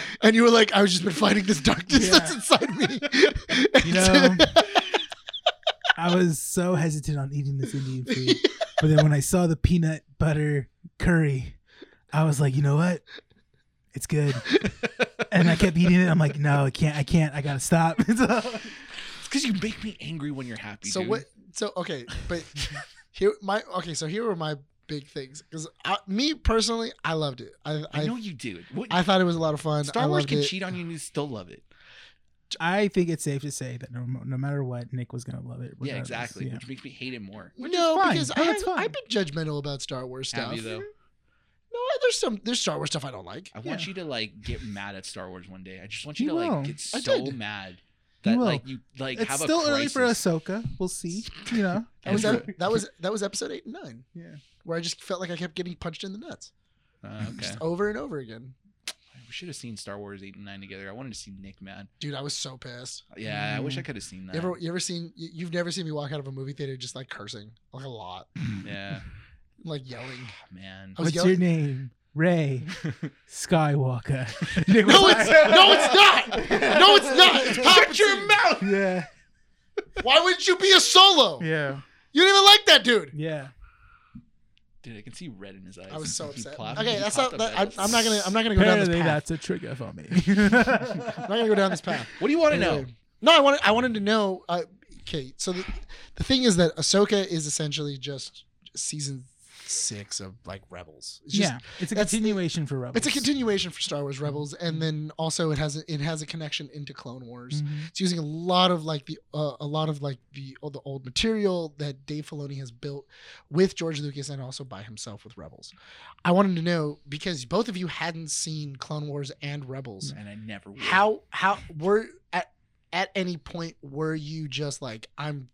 S2: *laughs* and you were like, I was just been fighting this darkness
S4: Yeah.
S2: that's *laughs* inside me. *laughs*
S4: You know, I was
S5: *laughs*
S4: so hesitant on eating this Indian food, but then when I saw the peanut butter curry, I was like, you know what? It's good. and I kept eating it. I'm like, no, I can't. I can't. I gotta stop. *laughs* So-
S5: It's because you make me angry when you're happy.
S2: So
S5: dude.
S2: what? So okay,
S5: *laughs*
S2: but here my okay. So here were my big things because me personally, I loved it. I I,
S5: I know
S2: I,
S5: you do. What,
S2: thought it was a lot of fun. I
S5: Star Wars
S2: loved
S5: can
S2: it.
S5: cheat on you and you still love it.
S4: I think it's safe to say that no, no matter what, Nick was gonna love it.
S5: yeah,
S4: regardless.
S5: exactly.
S4: Yeah.
S5: Which makes me hate it more.
S2: no,
S4: fine.
S2: because
S4: No,
S2: I have,
S4: it's fine.
S2: I've been judgmental about Star Wars
S5: Have
S2: stuff.
S5: you, though?
S2: No, there's some there's Star Wars stuff I don't like.
S5: I want
S4: Yeah.
S5: you to like get mad at Star Wars one day. I just want you
S4: You
S5: to like
S4: will.
S5: get
S2: I
S5: so
S2: did.
S5: mad
S4: You
S5: that
S4: will.
S5: like you like
S4: It's
S5: have
S4: still
S5: a
S4: early for
S5: crisis.
S4: Ahsoka. We'll see.
S5: *laughs*
S4: You know.
S2: That was, *laughs*
S5: Ezra.
S2: that, that was that was episode eight and nine.
S4: Yeah.
S2: where I just felt like I kept getting punched in the nuts
S5: Uh, okay.
S2: just over and over again.
S5: We should have seen Star Wars eight and nine together. I wanted to see Nick mad.
S2: Dude, I was so pissed.
S5: Yeah, I wish I could have seen that.
S2: Uh, mm. You ever you ever seen you, you've never seen me walk out of a movie theater just like cursing like a lot,
S5: yeah, Ah,
S2: like yelling.
S5: man.
S2: I was
S4: What's
S2: yelling-
S4: your name? Ray
S5: *laughs*
S4: Skywalker. Nick
S2: *laughs*
S4: was
S2: No,
S4: like-
S2: it's no, it's not. No, it's not. It's *laughs* Shut your mouth.
S5: *laughs*
S4: *laughs* Yeah.
S2: Why wouldn't you be a solo?
S4: Yeah.
S2: You didn't even like that dude.
S4: Yeah.
S5: Dude, I can see red in his eyes.
S2: I
S5: *laughs*
S2: was so
S5: He
S2: upset.
S5: plopped-
S2: okay,
S5: he
S2: that's
S5: popped
S2: not. That,
S5: up at
S2: I'm,
S5: us.
S2: I'm not gonna. I'm not gonna go
S4: Apparently,
S2: down this path.
S4: that's a trigger
S2: *laughs*
S4: for me.
S2: I'm not gonna go down this path.
S5: What do you want to know?
S2: Anyway. No, I wanted. I wanted to know. Uh, okay, so the, the thing is that Ahsoka is essentially just season six of like Rebels. It's just,
S4: yeah. It's a
S2: that's the-
S4: continuation for Rebels.
S2: It's a continuation for Star Wars Rebels, and then also it has a, it has a connection into Clone Wars.
S4: Mhm.
S2: It's using a lot of like the uh, a lot of like the all the old material that Dave Filoni has built with George Lucas and also by himself with Rebels. I wanted to know because both of you hadn't seen Clone Wars and Rebels.
S5: And I never will.
S2: How how were at at any point were you just like I'm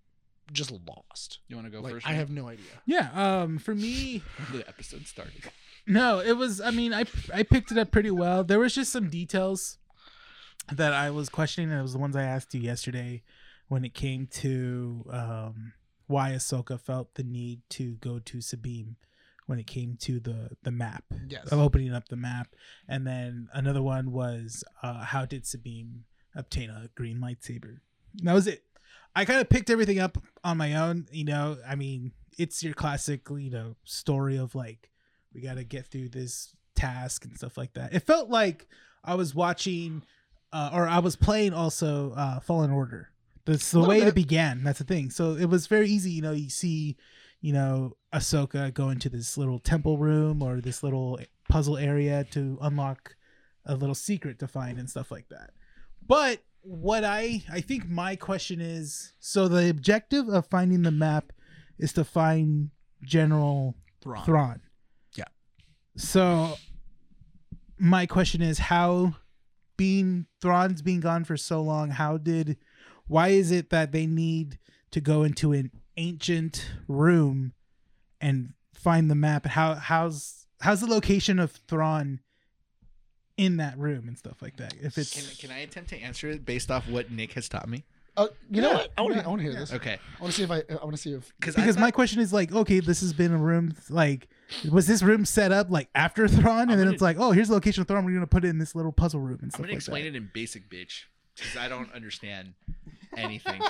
S2: just lost?
S5: You want to go
S2: Like
S5: first?
S2: I
S5: Nick?
S2: have no idea.
S4: Yeah. Um. For me,
S5: the episode started.
S2: *laughs*
S4: No, it was. I mean, I I picked it up pretty well. There was just some details that I was questioning. And it was the ones I asked you yesterday when it came to um, why Ahsoka felt the need to go to Sabine when it came to the the map
S2: Yes.
S4: of opening up the map, and then another one was uh, how did Sabine obtain a green lightsaber? And that was it. I kind of picked everything up on my own. You know, I mean, it's your classic you know story of like we got to get through this task and stuff like that. It felt like I was watching uh, or I was playing also uh, Fallen Order. That's the
S2: Little
S4: way
S2: bit.
S4: it began. That's the thing. So it was very easy. You know, you see, you know, Ahsoka go into this little temple room or this little puzzle area to unlock a little secret to find and stuff like that. But what I I think my question is so the objective of finding the map is to find General
S2: Thrawn.
S4: Thrawn.
S2: Yeah.
S4: So my question is how being Thrawn's been gone for so long, how did why is it that they need to go into an ancient room and find the map? How how's how's the location of Thrawn in that room and stuff like that? If it's
S5: Can, can I attempt to answer it based off what Nick has taught me?
S2: Uh, you know
S4: Yeah,
S2: what? I want to
S4: yeah,
S2: I want to hear
S4: yeah.
S2: this.
S5: Okay.
S2: I want to see if I I want to see *laughs* if
S5: Because
S4: because my question is like, okay, this has been a room like was this room set up like after *laughs* Thrawn? And
S5: I'm
S4: then
S5: gonna-
S4: it's like, oh, here's the location of Thrawn. We're gonna put it in this little puzzle room and
S5: I'm
S4: stuff
S5: gonna
S4: like
S5: explain
S4: that.
S5: it in basic bitch because I
S2: *laughs*
S5: don't understand anything.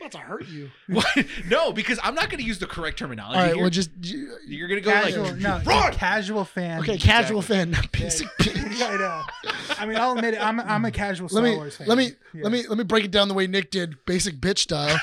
S2: about to hurt you.
S5: what? *laughs* No, because I'm not gonna use the correct terminology.
S2: All right,
S5: here.
S2: well just
S5: You're gonna go
S4: Casual,
S5: like
S4: no,
S5: Thrawn!
S4: casual fan. *laughs*
S2: okay, casual fan, *laughs* not basic bitch.
S4: I know. I mean, I'll admit it. I'm I'm a casual Star
S2: Let me
S4: Wars fan.
S2: let me
S4: Yeah.
S2: let me let me break it down the way Nick did, basic bitch
S4: *laughs*
S2: style.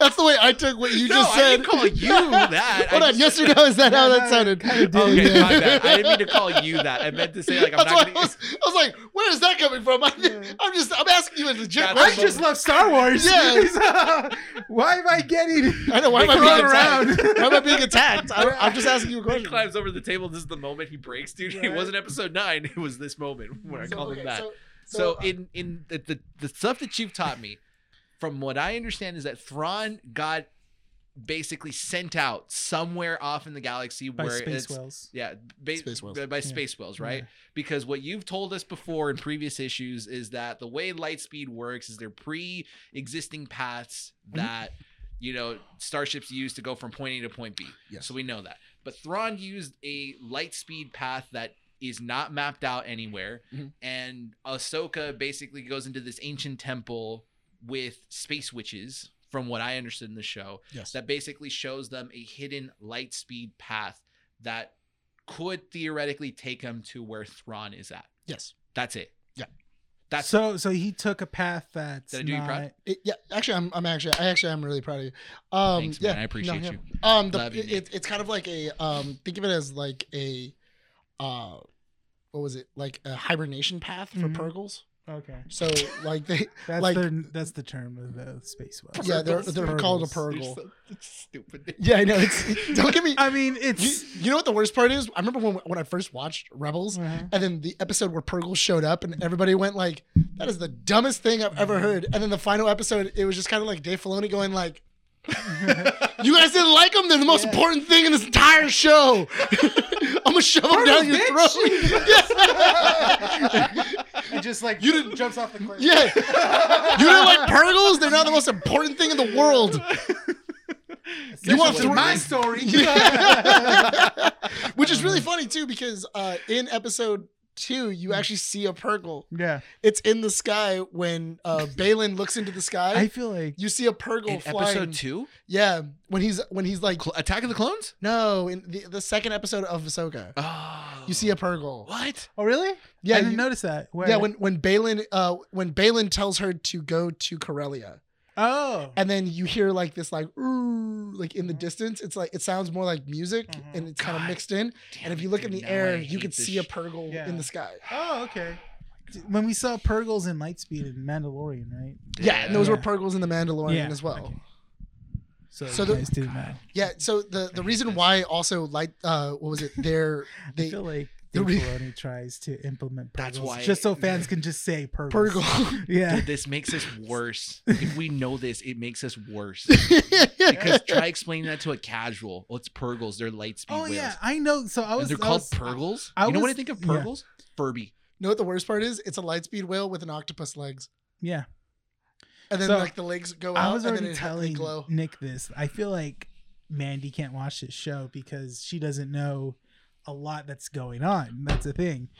S2: That's the way I took what you
S5: no,
S2: just
S5: I
S2: said.
S5: didn't call you that. I
S2: Hold on,
S5: just-
S2: yes or no? Is that how
S4: No,
S2: that
S4: no, it
S2: sounded?
S4: kinda did.
S5: Okay, my bad. I didn't mean
S2: *laughs*
S5: to call you that. I meant to say like I'm
S2: That's
S5: not
S2: why I
S5: gonna.
S2: was, I was like, where is that coming from? *laughs* I, am just I'm asking you a legit
S5: That's
S4: I
S2: question.
S4: just love Star Wars.
S5: *laughs*
S2: Yeah.
S4: *laughs* why am I getting
S2: I know why am I
S4: thrown
S2: being around.
S4: around?
S2: Why am I
S5: *laughs*
S2: being attacked? I, I'm just asking you a
S5: He
S2: question.
S5: climbs over the table. This is the moment he breaks, dude. It
S4: Right.
S5: wasn't episode nine. It was this moment when I
S2: So,
S5: called
S2: okay,
S5: him that.
S2: so-
S5: So,
S2: so, uh,
S5: in in the, the the stuff that you've taught me, from what I understand, is that Thrawn got basically sent out somewhere off in the galaxy
S4: *laughs* By
S5: where
S4: space
S5: it's
S4: whales.
S5: yeah ba-
S2: Space whales.
S5: by
S4: Yeah.
S5: space whales right because what you've told us before in previous issues is that the way light speed works is there pre-existing paths
S4: Mm-hmm.
S5: that you know starships use to go from point A to point B.
S2: Yes.
S5: So we know that. But Thrawn used a light speed path that is not mapped out anywhere,
S4: Mm-hmm.
S2: Mhm.
S5: and Ahsoka basically goes into this ancient temple with space witches. From what I understood in the show,
S2: Yes.
S5: that basically shows them a hidden light speed path that could theoretically take him to where Thrawn is at.
S2: Yes.
S5: That's it.
S2: Yeah.
S5: That's
S4: so so he took a path that's
S5: Did I do you
S4: not,
S5: proud?
S2: It- yeah, actually, I'm, I'm actually, I actually, am really proud of you. Um,
S5: thanks,
S2: yeah,
S5: man. I appreciate
S2: no,
S5: you.
S2: yeah. Um, the,
S5: Love you,
S2: it-
S5: Nick.
S2: it- it's kind of like a um, think of it as like a, uh, what was it like a hibernation path for
S4: Mhm.
S5: Mm-hmm.
S2: Purgles?
S4: Okay,
S2: So like they,
S5: *laughs*
S4: that's
S2: Like-
S4: the that's the term of the space was.
S2: yeah, they're
S4: Purgles.
S2: they're called a
S4: Purgles.
S5: You're
S2: Purgle.
S5: so-
S4: *laughs*
S5: it's stupid.
S2: yeah, I know. It's *laughs* don't get me.
S4: I mean,
S2: You,
S4: it's
S2: you know what the worst part is? I remember when when I first watched Rebels,
S8: Mm-hmm.
S4: uh-huh.
S2: and then the episode where Purgle showed up and everybody went like, "That is the dumbest thing I've ever heard." And then the final episode, it was just kind of like Dave Filoni
S8: *laughs*
S2: going like, "You guys didn't like them. They're the most important thing in this entire show. *laughs* I'm gonna shove them down your throat." yeah.
S8: It just like
S2: You didn't-
S8: jumps off the cliff.
S2: Yeah. you didn't like Purgles? They're not the most important thing in the world. You want
S8: Essentially,
S2: Thor-
S8: my story?
S2: Yeah. Which is really funny too, because uh, in episode two, you actually see a Purgle.
S4: yeah.
S2: It's in the sky when uh, Balin looks into the sky.
S4: I feel like
S2: you see a Purgle
S5: In
S2: flying.
S5: episode two,
S2: Yeah, when he's when he's like
S5: Cl- Attack of the Clones.
S2: no, in the, the second episode of Ahsoka,
S5: Oh,
S2: you see
S3: *gasps*
S2: a Purgle.
S5: what?
S4: oh really?
S2: Yeah,
S4: I didn't
S2: you-
S4: notice that. Where?
S2: yeah. When when Balin uh, when Balin tells her to go to Corellia,
S4: oh
S2: and then you hear like this like ooh like in the
S4: Mm-hmm.
S2: distance. It's like it sounds more like music,
S4: Mhm.
S2: and it's kind of
S5: God.
S2: mixed in. And if you look in the air, you could see a purgle
S4: Yeah.
S2: in the sky.
S4: oh okay. When we saw Purgles in Lightspeed and Mandalorian, right?
S2: Yeah, and those
S4: Yeah.
S2: were purgles in the Mandalorian
S4: Yeah,
S2: as well.
S4: okay. So,
S2: So
S4: you
S2: the-
S4: guys didn't know.
S2: Yeah, so the the
S5: hate
S2: reason
S5: this.
S2: why also like uh what
S4: *laughs*
S2: was it their
S4: I
S2: they
S4: feel like
S2: the
S4: Dave
S2: re-
S4: Filoni tries to implement Purgles
S5: That's why-
S4: just so fans can just say Purgles.
S2: purgle
S4: *laughs* Yeah.
S5: Dude, this makes us
S2: *laughs*
S5: worse. if we know this, it makes us worse. Because try explaining that to a casual. Oh, it's Purgles. They're light speed
S4: Oh
S5: whales.
S4: yeah, I know. So I
S5: And
S4: was.
S5: they're
S4: I
S5: called
S4: was-
S5: Purgles.
S4: I
S5: you know what I
S4: was-
S5: think of
S4: yeah.
S5: Purgles? Furby.
S2: *laughs* know what the worst part is? It's a lightspeed whale with an octopus legs.
S4: Yeah,
S2: And then
S4: So,
S2: like the legs go out
S4: I was
S2: and then
S4: already
S2: it, they
S4: telling
S2: glow.
S4: Nick this. I feel like Mandy can't watch this show because she doesn't know a lot that's going on. That's the thing. It's-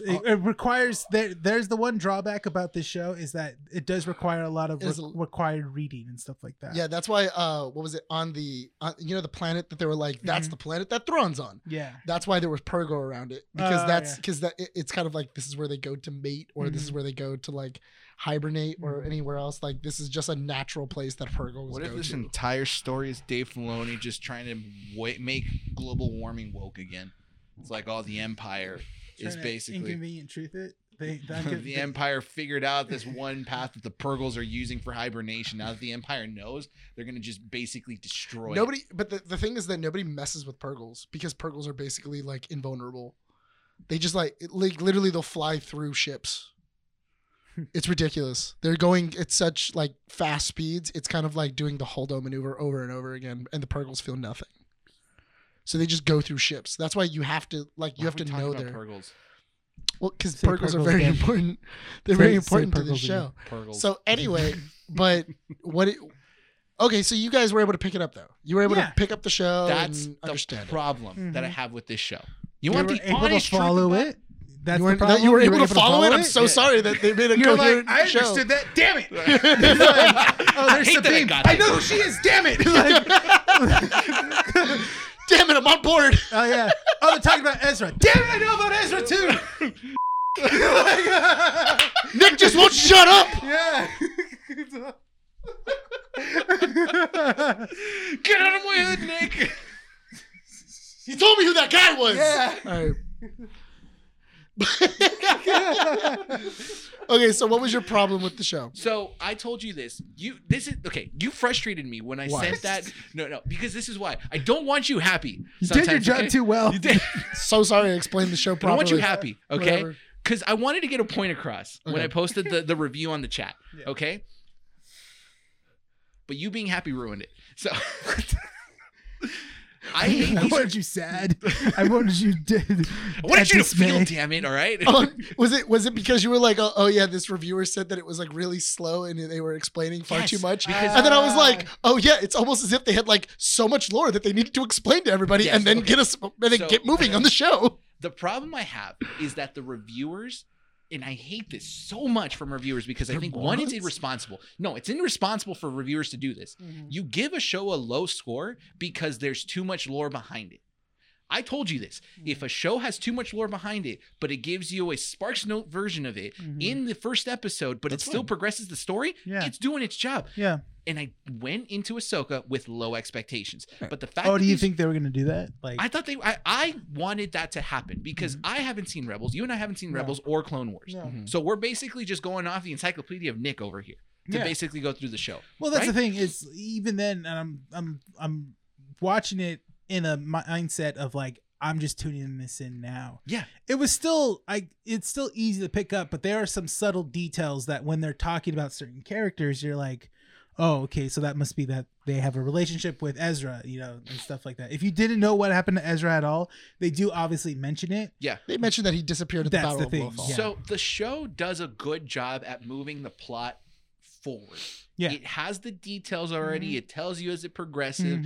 S2: Oh.
S4: It, it requires there. There's the one drawback about this show is that it does require a lot of
S2: It is
S4: re-
S2: a-
S4: required reading and stuff like that.
S2: Yeah, that's why uh what was it on the uh, you know the planet that they were like that's
S4: Mhm.
S2: the planet that Thrawn's on.
S4: yeah.
S2: That's why there was Purgo around it because
S4: Oh,
S2: that's
S4: yeah. Mm.
S2: because that it- it's kind of like this is where they go to mate or this is where they go to like hibernate or
S4: Mhm.
S2: anywhere else. Like this is just a natural place that Purgles
S5: What
S2: go
S5: if this
S2: to.
S5: entire story is Dave Filoni just trying to wa- make global warming woke again? It's like all the Empire is
S4: Trying to
S5: *laughs* basically
S4: inconvenient. Truth it.
S5: *laughs*
S4: They, that could-
S5: the Empire figured out this one path that the Purgles are using for hibernation. Now that the Empire knows, they're gonna just basically destroy. it.
S2: Nobody, but the, the thing is that nobody messes with Purgles because Purgles are basically like invulnerable. They just like, it- like literally they'll fly through ships. It's ridiculous. They're going at such like fast speeds. It's kind of like doing the Holdo maneuver over and over again, and the Purgles feel nothing. So they just go through ships. That's why you have to like you
S5: Why
S2: have
S5: are
S2: to
S5: we talking
S2: know
S5: about
S2: their
S5: Purgles.
S2: well because
S4: Say
S2: Purgles, are
S4: Purgles
S2: very
S4: again.
S2: important. They're
S4: Say-
S2: very
S4: say
S2: important to this
S4: Purgles again.
S2: show.
S5: Purgles.
S2: So anyway, but what? It, okay, so you guys were able to pick it up though. You were able
S4: Yeah.
S2: to pick up the show.
S5: that's
S2: and
S5: the
S2: understand. it.
S5: problem that I
S4: Mhm.
S5: have with this show. You
S4: They
S5: want
S4: were
S5: the
S4: able
S5: honest
S4: to
S5: truth
S4: follow
S5: about- *laughs*
S4: it. *laughs* That's
S2: you
S4: the
S2: weren't,
S4: problem.
S2: you were able, to follow, it. I'm
S4: it?
S2: so
S4: Yeah.
S2: sorry that they *laughs* made a
S8: You're like,
S2: coherent
S8: I
S2: show.
S8: understood that. Damn it!
S4: Oh,
S5: I
S4: there's
S5: hate that I
S4: Sabine.
S5: got
S8: I
S5: that.
S8: know who she is. Damn
S5: *laughs*
S8: it!
S2: *laughs* Damn it, I'm on board.
S4: Oh yeah. Oh, they're talking about Ezra.
S8: Damn it! I know about Ezra too.
S5: *laughs*
S2: Nick just won't shut up.
S8: yeah.
S5: Get out of my head, Nick.
S2: He told me who that guy was.
S8: Yeah.
S2: All right. okay, so what was your problem with the show?
S5: So I told you this. You this is okay. You frustrated me when I
S2: Why?
S5: sent that. No, no, because this is why I don't want you happy.
S4: You did your
S5: sometimes,
S4: job
S5: okay?
S4: too well.
S5: You did.
S2: So sorry, I explained the show
S5: I don't
S2: properly.
S5: want you happy, okay?
S2: Whatever.
S5: Because I wanted to get a point across when
S2: Okay.
S5: I posted the, the review on
S2: *laughs*
S5: the chat,
S4: Yeah.
S5: okay? But you being happy ruined it. So I hate
S4: *laughs* I
S5: these.
S4: wanted you sad. I wanted
S5: *laughs*
S4: you dead.
S5: I wanted you to feel,
S4: dismay.
S5: damn it, all
S4: *laughs*
S5: right?
S2: Oh, was it was it because you were like, oh, oh, yeah, this reviewer said that it was like really slow and they were explaining far
S5: Yes, Ah.
S2: too much,
S5: because-
S2: and then I was like, oh yeah, it's almost as if they had like so much lore that they needed to explain to everybody
S5: Yes,
S2: and then
S5: okay.
S2: get us and then
S5: So-
S2: get moving on
S5: *laughs*
S2: the show.
S5: The problem I have is that the reviewers, and I hate this so much from reviewers because I
S2: They're
S5: think one, it's
S2: morons?
S5: irresponsible. No, it's irresponsible for reviewers to do this. You give a show a low score because there's too much lore behind it. I told you this. If a show has too much lore behind it, but it gives you a Sparks Note version of it
S4: Mhm.
S5: in the first episode, but
S4: That's
S5: it still
S4: fine.
S5: progresses the story,
S4: Yeah.
S5: it's doing its job.
S4: Yeah.
S5: And I went into Ahsoka with low expectations. But the fact
S4: Oh,
S5: that
S4: do you
S5: these-
S4: think they were gonna do that? Like,
S5: I thought they I, I wanted that to happen because I haven't seen Rebels. You and I haven't seen
S4: Mm-hmm. No.
S5: Rebels or Clone Wars.
S4: no.
S3: Mm-hmm.
S5: So we're basically just going off the encyclopedia of Nick over here to
S4: Yeah.
S5: basically go through the show.
S4: Well, that's
S5: right?
S4: the thing is even then, and I'm I'm I'm watching it in a mi- mindset of like I'm just tuning this in now.
S5: Yeah.
S4: it was still I. It's still easy to pick up, but there are some subtle details that when they're talking about certain characters, you're like, oh, okay, so that must be that they have a relationship with Ezra, you know, and stuff like that. If you didn't know what happened to Ezra at all, they do obviously mention it.
S2: They mentioned that he disappeared at the
S4: That's
S2: Battle
S4: the thing,
S2: of Wolfall.
S4: yeah.
S5: So the show does a good job at moving the plot forward.
S4: Yeah. Mm-hmm.
S5: It has the details already. It tells you as it progresses,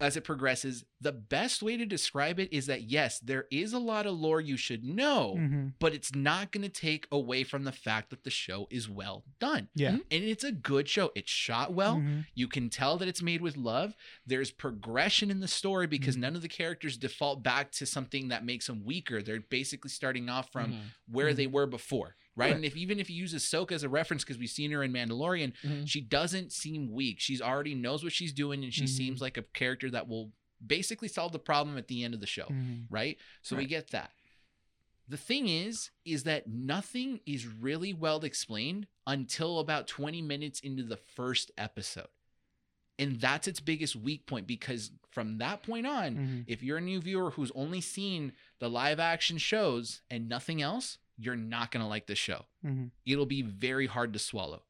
S5: as it progresses. The best way to describe it is that yes, there is a lot of lore you should know,
S4: Mhm.
S5: but it's not going to take away from the fact that the show is well done.
S4: Yeah.
S5: And it's a good show. It's shot well. oh.
S4: Mhm.
S5: You can tell that it's made with love. There's progression in the story because none of the characters default back to something that makes them weaker. They're basically starting off from where they were before, right? And if even if you use Ahsoka as a reference, because we've seen her in Mandalorian,
S2: Mhm.
S5: she doesn't seem weak. She's already knows what she's doing, and she
S4: Mhm.
S5: seems like a character that will basically solve the problem at the end of the show,
S4: Mhm.
S5: right? So we get that. The thing is, is that nothing is really well explained until about 20 minutes into the first episode. And that's its biggest weak point because from that point on,
S4: Mhm.
S5: if you're a new viewer who's only seen the live action shows and nothing else, you're not going to like this show.
S4: Mhm.
S5: It'll be very hard to swallow.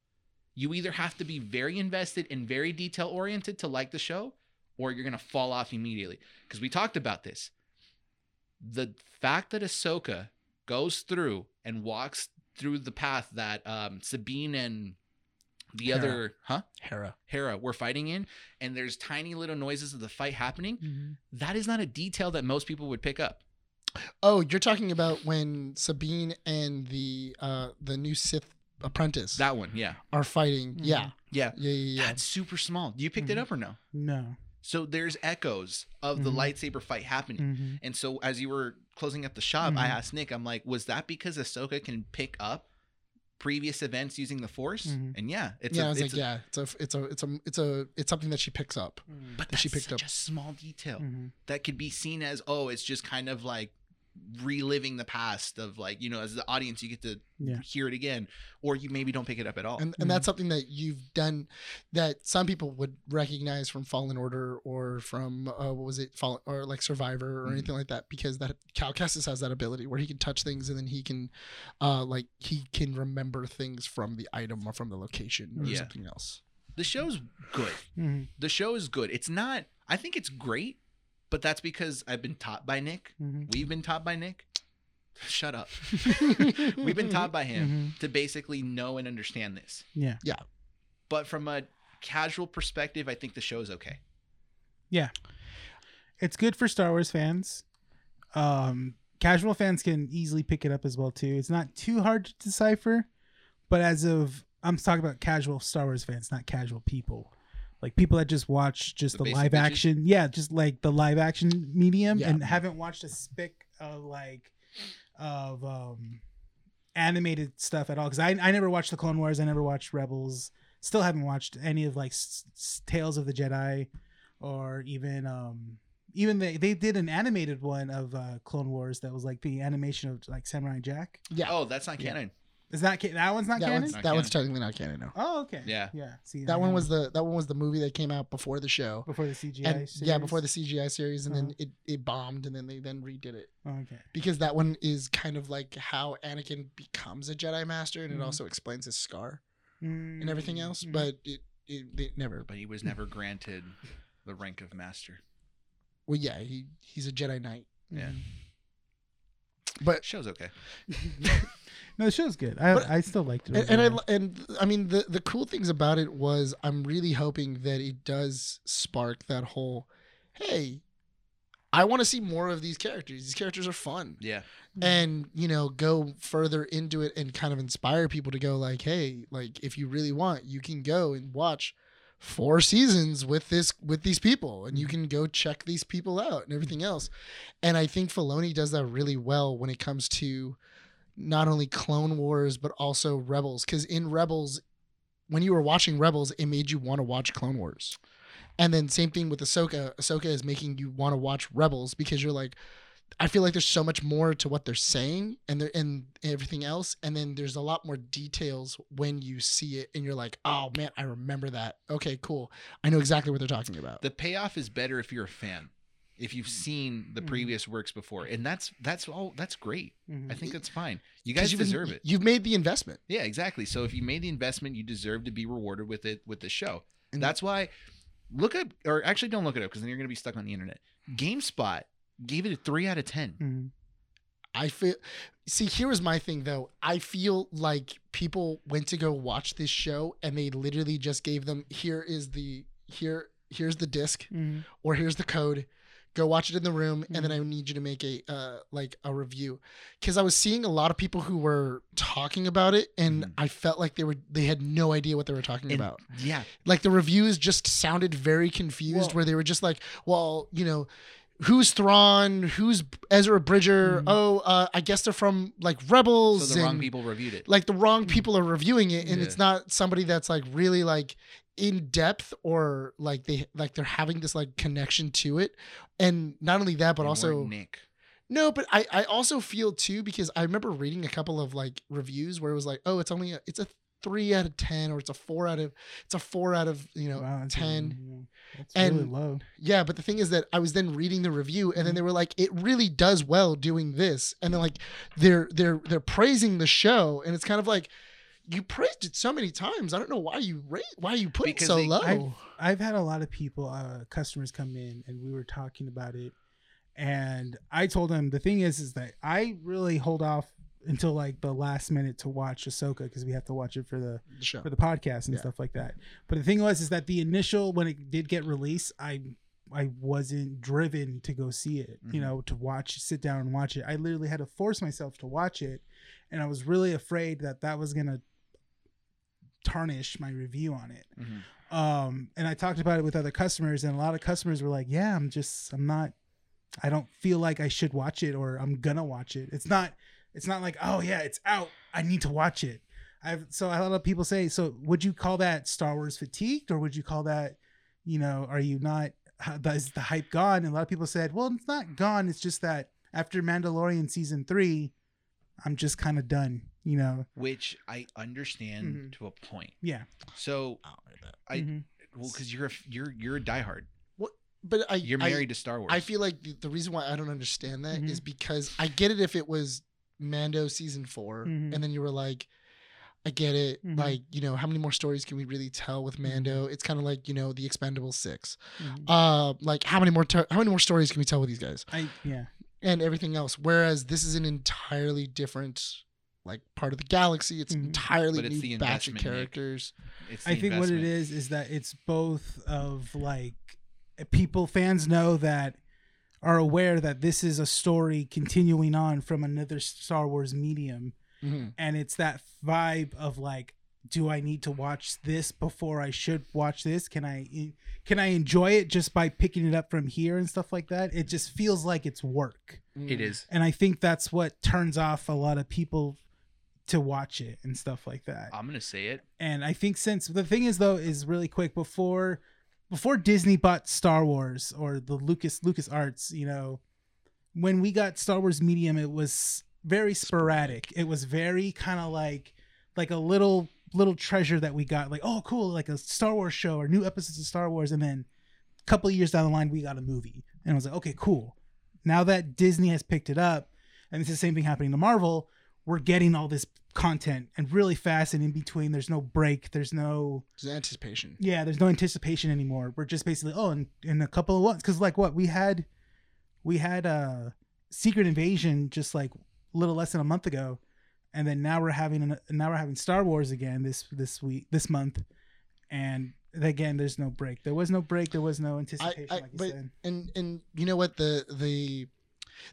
S5: You either have to be very invested and very detail oriented to like the show, or you're going to fall off immediately. Because we talked about this. The fact that Ahsoka goes through and walks through the path that um, Sabine and the
S4: Hera.
S5: other, huh?
S2: Hera.
S5: Hera were fighting in, and there's tiny little noises of the fight happening
S2: Mm-hmm.
S5: that is not a detail that most people would pick up.
S2: Oh, you're talking about when Sabine and the uh the new Sith apprentice
S5: That one, yeah.
S2: are fighting.
S4: Mhm.
S2: Yeah.
S5: Yeah.
S2: Yeah, yeah, Mm-hmm. yeah.
S5: That's super small. You picked it
S4: Mhm.
S5: up or no?
S4: No.
S5: So there's echoes of the
S4: Mhm.
S2: Mm-hmm.
S5: lightsaber fight
S2: Mm.
S5: happening.
S4: Mhm.
S5: And so as you were closing up the shop, I
S4: Mhm.
S2: Mm-hmm.
S5: asked Nick, I'm like, was that because Ahsoka can pick up previous events using the force?
S4: Mhm.
S5: And yeah, it's
S2: Mm-hmm. yeah,
S5: a,
S2: I was like,
S5: it's a-
S2: yeah, it's a, it's a, it's a, it's a, it's something that she picks up.
S5: but
S2: that
S5: that's
S2: she picked
S5: such
S2: up. Mm.
S5: a small detail
S4: Mhm.
S5: that could be seen as, oh, it's just kind of like reliving the past of like, you know, as the audience, you get to
S4: Yeah.
S5: hear it again, or you maybe don't pick it up at all.
S2: And, and that's something that you've done that some people would recognize from Fallen Order or from uh, what was it Fallen or like Survivor or
S5: Mhm.
S2: anything like that because that Cal Kestis has that ability where he can touch things and then he can uh like he can remember things from the item or from the location or
S5: Yeah.
S2: something else.
S5: the show's good.
S4: Mhm.
S5: the show is good. It's not. I think it's great, but that's because I've been taught by Nick.
S4: Mhm.
S5: We've been taught by Nick. Shut up. *laughs* We've
S2: Mm-hmm.
S5: been taught by him
S4: Mhm.
S5: to basically know and understand this.
S4: Yeah.
S5: But from a casual perspective, I think the show is okay.
S4: it's good for Star Wars fans. Um, casual fans can easily pick it up as well too. It's not too hard to decipher, but as of I'm talking about casual Star Wars fans, not casual people, like people that just watch just
S5: The
S4: the,
S5: basic
S4: live
S5: bitches?
S4: action. Yeah, just like the live action medium
S2: Yeah.
S4: and haven't watched a spick of like of um animated stuff at all because I I never watched the Clone Wars. I never watched Rebels. Still haven't watched any of like s- s- Tales of the Jedi or even um even they they did an animated one of uh Clone Wars that was like the animation of like Samurai Jack.
S2: Yeah.
S5: Oh, that's not
S4: Yeah.
S5: canon.
S4: Is that ca- that one's not
S2: that
S4: canon?
S2: one's
S5: Not
S2: that
S5: canon.
S2: one's technically not canon. No.
S4: oh, okay.
S5: Yeah.
S4: yeah. See, I
S2: That one
S4: haven't-
S2: was the that one was the movie that came out before the show.
S4: before the CGI.
S2: and yeah, before the
S4: series? Uh-huh.
S2: CGI series, and then it, it bombed, and then they then redid it
S4: Oh, okay.
S2: because that one is kind of like how Anakin becomes a Jedi Master, and
S4: Mhm.
S2: it also explains his scar and everything else.
S4: Mhm.
S2: But it, it they never.
S5: But he was never granted the rank of master.
S2: Well, yeah, he he's a Jedi Knight,
S5: Yeah.
S4: Mhm.
S2: but
S5: Show's okay.
S4: No, the show's good. I
S2: But-
S4: I still liked it.
S2: and, and I
S4: overall.
S2: lo- and I mean the the cool things about it was I'm really hoping that it does spark that whole, hey, I want to see more of these characters. These characters are fun.
S5: Yeah.
S2: and you know go further into it and kind of inspire people to go like hey like if you really want you can go and watch four seasons with this with these people and you can go check these people out and everything else and i think Filoni does that really well when it comes to not only clone wars but also rebels because in rebels when you were watching rebels it made you want to watch clone wars and then same thing with ahsoka ahsoka is making you want to watch rebels because you're like I feel like there's so much more to what they're saying and they and everything else, and then there's a lot more details when you see it, and you're like, oh man, I remember that. Okay, cool. I know exactly what they're talking about.
S5: The payoff is better if you're a fan, if you've seen the
S4: Mhm.
S5: previous works before, and that's that's all. That's great.
S4: Mhm.
S5: I think that's fine. You
S2: 'Cause
S5: guys
S2: you've
S5: deserve
S2: been,
S5: it.
S2: You've made the investment.
S5: Yeah, exactly. So if you made the investment, you deserve to be rewarded with it with the show.
S2: And-
S5: That's why look up or actually don't look it up because then you're gonna be stuck on the internet. GameSpot gave it a three out of ten.
S4: Mhm.
S2: I feel. See, here was my thing though. I feel like people went to go watch this show, and they literally just gave them here is the here here's the disc.
S4: Mhm.
S2: or here's the code go watch it in the room and then i need you to make a uh like a review because i was seeing a lot of people who were talking about it and
S5: Mhm.
S2: i felt like they were they had no idea what they were talking
S5: And-
S2: about
S5: Yeah,
S2: like the reviews just sounded very confused
S4: Well-
S2: where they were just like well you know who's Thrawn who's Ezra Bridger
S4: Mhm.
S2: oh uh, i guess they're from like rebels
S5: Mm-hmm. so the wrong
S2: and-
S5: people reviewed it.
S2: like the wrong people are reviewing it and
S5: Yeah.
S2: it's not somebody that's like really like in depth or like they like they're having this like connection to it and not only that but
S5: They weren't
S2: also
S5: Nick.
S2: no but i i also feel too because i remember reading a couple of like reviews where it was like oh it's only a, it's a three out of ten or it's a four out of it's a four out of you know
S4: Wow, that's a-
S2: 10.
S4: That's really
S2: And-
S4: low.
S2: yeah, but the thing is that I was then reading the review,
S5: Mm-hmm.
S2: and then they were like, "It really does well doing this," and then like they're they're they're praising the show, and it's kind of like you praised it so many times. I don't know why you rate why you put
S5: Because
S2: it so
S5: they-
S2: low.
S4: I've, I've had a lot of people, uh, customers come in, and we were talking about it, and I told them the thing is, is that I really hold off until like the last minute to watch Ahsoka because we have to watch it for the
S2: the show.
S4: for the podcast and
S2: Yeah.
S4: stuff like that. But the thing was, is that the initial when it did get released, I I wasn't driven to go see it, you
S2: Mm-hmm.
S5: Mhm.
S4: know, to watch, sit down and watch it. I literally had to force myself to watch it, and I was really afraid that that was gonna tarnish my review on it
S5: Mhm.
S2: Mm-hmm.
S4: um and i talked about it with other customers and a lot of customers were like yeah i'm just i'm not i don't feel like i should watch it or i'm gonna watch it it's not it's not like oh yeah it's out i need to watch it i've so a lot of people say so would you call that star wars fatigued or would you call that you know are you not how- is the hype gone and a lot of people said well it's not gone it's just that after mandalorian season three i'm just kind of done you know
S5: Which I understand
S2: Mm-hmm.
S4: Mhm.
S5: to a point.
S4: yeah
S5: So I
S4: Mhm.
S5: well, because you're a f- you're you're a diehard.
S2: But I
S5: You're
S2: I-
S5: married Mm-hmm. to Star Wars.
S2: I, feel like the, the reason why I don't understand that is
S4: Mhm.
S2: because I get it if it was Mando season 4
S5: Mm-hmm.
S4: Mhm.
S2: and then you were like. I get it.
S4: Mhm.
S2: Like, you know, how many more stories can we really tell with
S4: Mhm.
S2: Mando?
S5: Mm-hmm.
S2: It's kind of like, you know, the Expendable 6.
S4: Mhm.
S2: Uh, like how many more ter- how many more stories can we tell with these guys?
S4: i yeah
S2: and everything else. Whereas this is an entirely different like part of the galaxy. It's
S4: Mhm.
S2: entirely
S5: Mm-hmm. But it's the
S2: new batch of
S5: investment, Nick.
S2: characters.
S5: It's
S4: I
S5: the
S4: think what it
S5: investment.
S4: is is that it's both of like eh, people fans know that are aware that this is a story continuing on from another Star Wars medium and it's that vibe of like do I need to watch this before I should watch this can I e, can I enjoy it just by picking it up from here and stuff like that it just feels like it's work
S5: It is.
S4: and I think that's what turns off a lot of people to watch it and stuff like that
S5: I'm gonna say it.
S4: and I think since the thing is though is really quick before before Disney bought Star Wars or the Lucas Lucas Arts, you know, when we got Star Wars Medium, it was very sporadic. It was very kind of like like a little little treasure that we got, like oh cool, like a Star Wars show or new episodes of Star Wars, and then a couple years down the line we got a movie, and I was like okay cool. Now that Disney has picked it up, and it's the same thing happening to Marvel, we're getting all this content and really fast and in between there's no break there's no
S2: It's anticipation.
S4: yeah there's no anticipation anymore we're just basically oh in, in a couple of months because like what we had we had uh secret invasion just like a little less than a month ago and then now we're having an, now we're having star wars again this this week this month and again there's no break there was no break there was no anticipation
S2: I-
S4: like you
S2: but-
S4: said
S2: And and you know what the the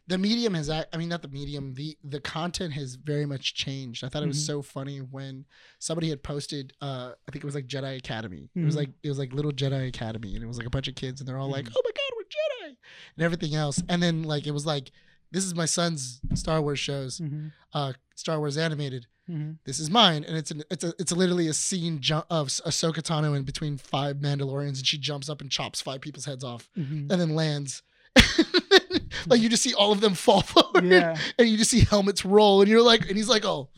S2: the medium has ac- i mean not the medium the the content has very much changed i thought it was
S4: Mhm.
S2: so funny when somebody had posted uh i think it was like jedi academy it was
S4: Mhm.
S2: like it was like little jedi academy and it was like a bunch of kids and they're all like oh my god we're jedi and everything else and then like it was like this is my son's star wars shows
S4: Mhm.
S2: uh star wars animated
S4: Mhm.
S2: this is mine and it's an, it's a, it's literally a scene ju- of Ahsoka Tano in between five Mandalorians and she jumps up and chops five people's heads off
S4: Mhm.
S2: and then lands *laughs* like you just see all of them fall *laughs* forward
S4: Yeah.
S2: and you just see helmets roll and you're like and he's like oh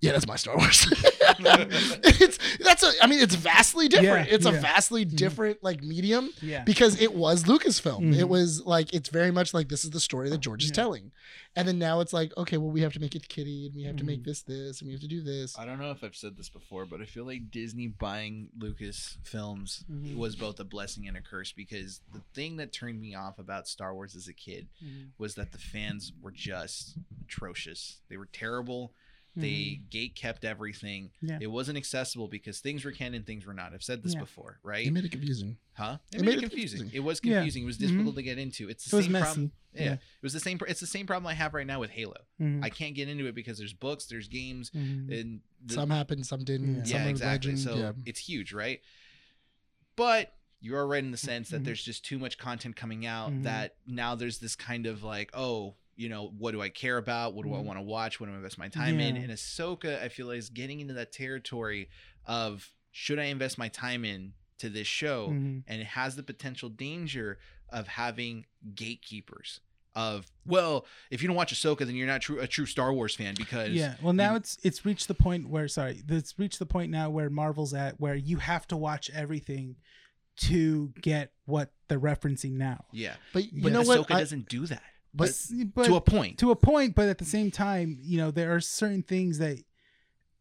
S2: yeah that's my Star Wars *laughs* it's that's a I mean it's vastly different
S4: Yeah,
S2: it's a
S4: yeah. Mm-hmm.
S2: vastly different like medium
S5: *laughs*
S4: Yeah.
S2: because it was Lucasfilm. It
S4: Mhm.
S2: was like it's very much like this is the story that George is
S4: Yeah.
S2: telling, and then now it's like okay, well we have to make it kitty, and we have to make
S4: Mhm.
S2: this this, and we have to do this.
S5: I don't know if I've said this before, but I feel like Disney buying Lucas films
S4: Mhm.
S5: was both a blessing and a curse because the thing that turned me off about Star Wars as a kid
S4: Mhm.
S5: was that the fans were just atrocious. They were terrible. They gate kept everything.
S4: Mm-hmm. Yeah.
S5: It wasn't accessible because things were canon, things were not. I've said this
S4: Yeah.
S5: before, right?
S2: It made it confusing.
S5: huh? It,
S2: it
S5: made,
S2: made
S5: it
S2: it
S5: confusing.
S2: confusing.
S5: It was
S4: Yeah. Mm-hmm.
S5: confusing. It was difficult to get into. It's
S4: It
S5: the
S4: was
S5: same
S4: messy.
S5: problem. Yeah.
S4: Yeah.
S5: It was the same pro- it's the same problem I have right now with Halo.
S4: Mhm.
S5: I can't get into it because there's books, there's games,
S4: Mhm.
S5: and the,
S2: some happened, some didn't.
S4: Yeah.
S2: Some
S5: yeah,
S2: are
S5: exactly.
S2: legend.
S5: So
S2: yeah.
S5: it's huge, right? But you are right in the
S2: Mm-hmm.
S5: sense that
S4: Mhm.
S5: there's just too much content coming out
S4: Mhm.
S5: that now there's this kind of like, oh, you know, what do I care about? What do I
S2: Mm-hmm.
S4: Mhm.
S5: want to watch? What do I invest my time in?
S4: Yeah.
S5: And Ahsoka, I feel like is getting into that territory of should I invest my time in to this show?
S2: Mm.
S4: Mhm.
S5: and it has the potential danger of having gatekeepers of well, if you don't watch Ahsoka, then you're not true, a true Star Wars fan because
S4: Yeah. Well, now
S5: you-
S4: it's it's reached the point where sorry, it's reached the point now where Marvel's at where you have to watch everything to get what they're referencing now.
S5: yeah.
S2: But
S4: But
S2: you
S5: But
S2: know what?
S5: Ahsoka
S2: I,
S5: doesn't do that
S2: but
S4: S- but
S5: to a point.
S4: to a point, but at the same time, you know, there are certain things that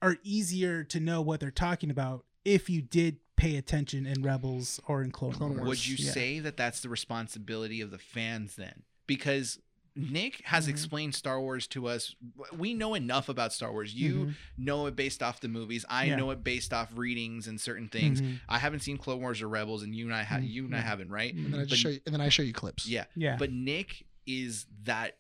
S4: are easier to know what they're talking about if you did pay attention in Rebels or in Clone,
S2: Clone
S4: Wars.
S5: Would you
S4: Yeah.
S5: say that that's the responsibility of the fans then? Because Nick has
S2: Mm-hmm.
S4: Mhm.
S5: explained Star Wars to us. We know enough about Star Wars. You
S2: Mm-hmm.
S4: Mhm.
S5: know it based off the movies. I
S4: Yeah.
S5: know it based off readings and certain things.
S4: Mhm.
S2: Mm-hmm.
S5: I haven't seen Clone Wars or Rebels, and you and I have.
S4: Mhm.
S5: You and I
S4: Yeah.
S5: haven't, right?
S2: and then I
S5: but-
S2: just show you, and then I show you clips.
S5: Yeah.
S4: Yeah.
S5: But Nick is that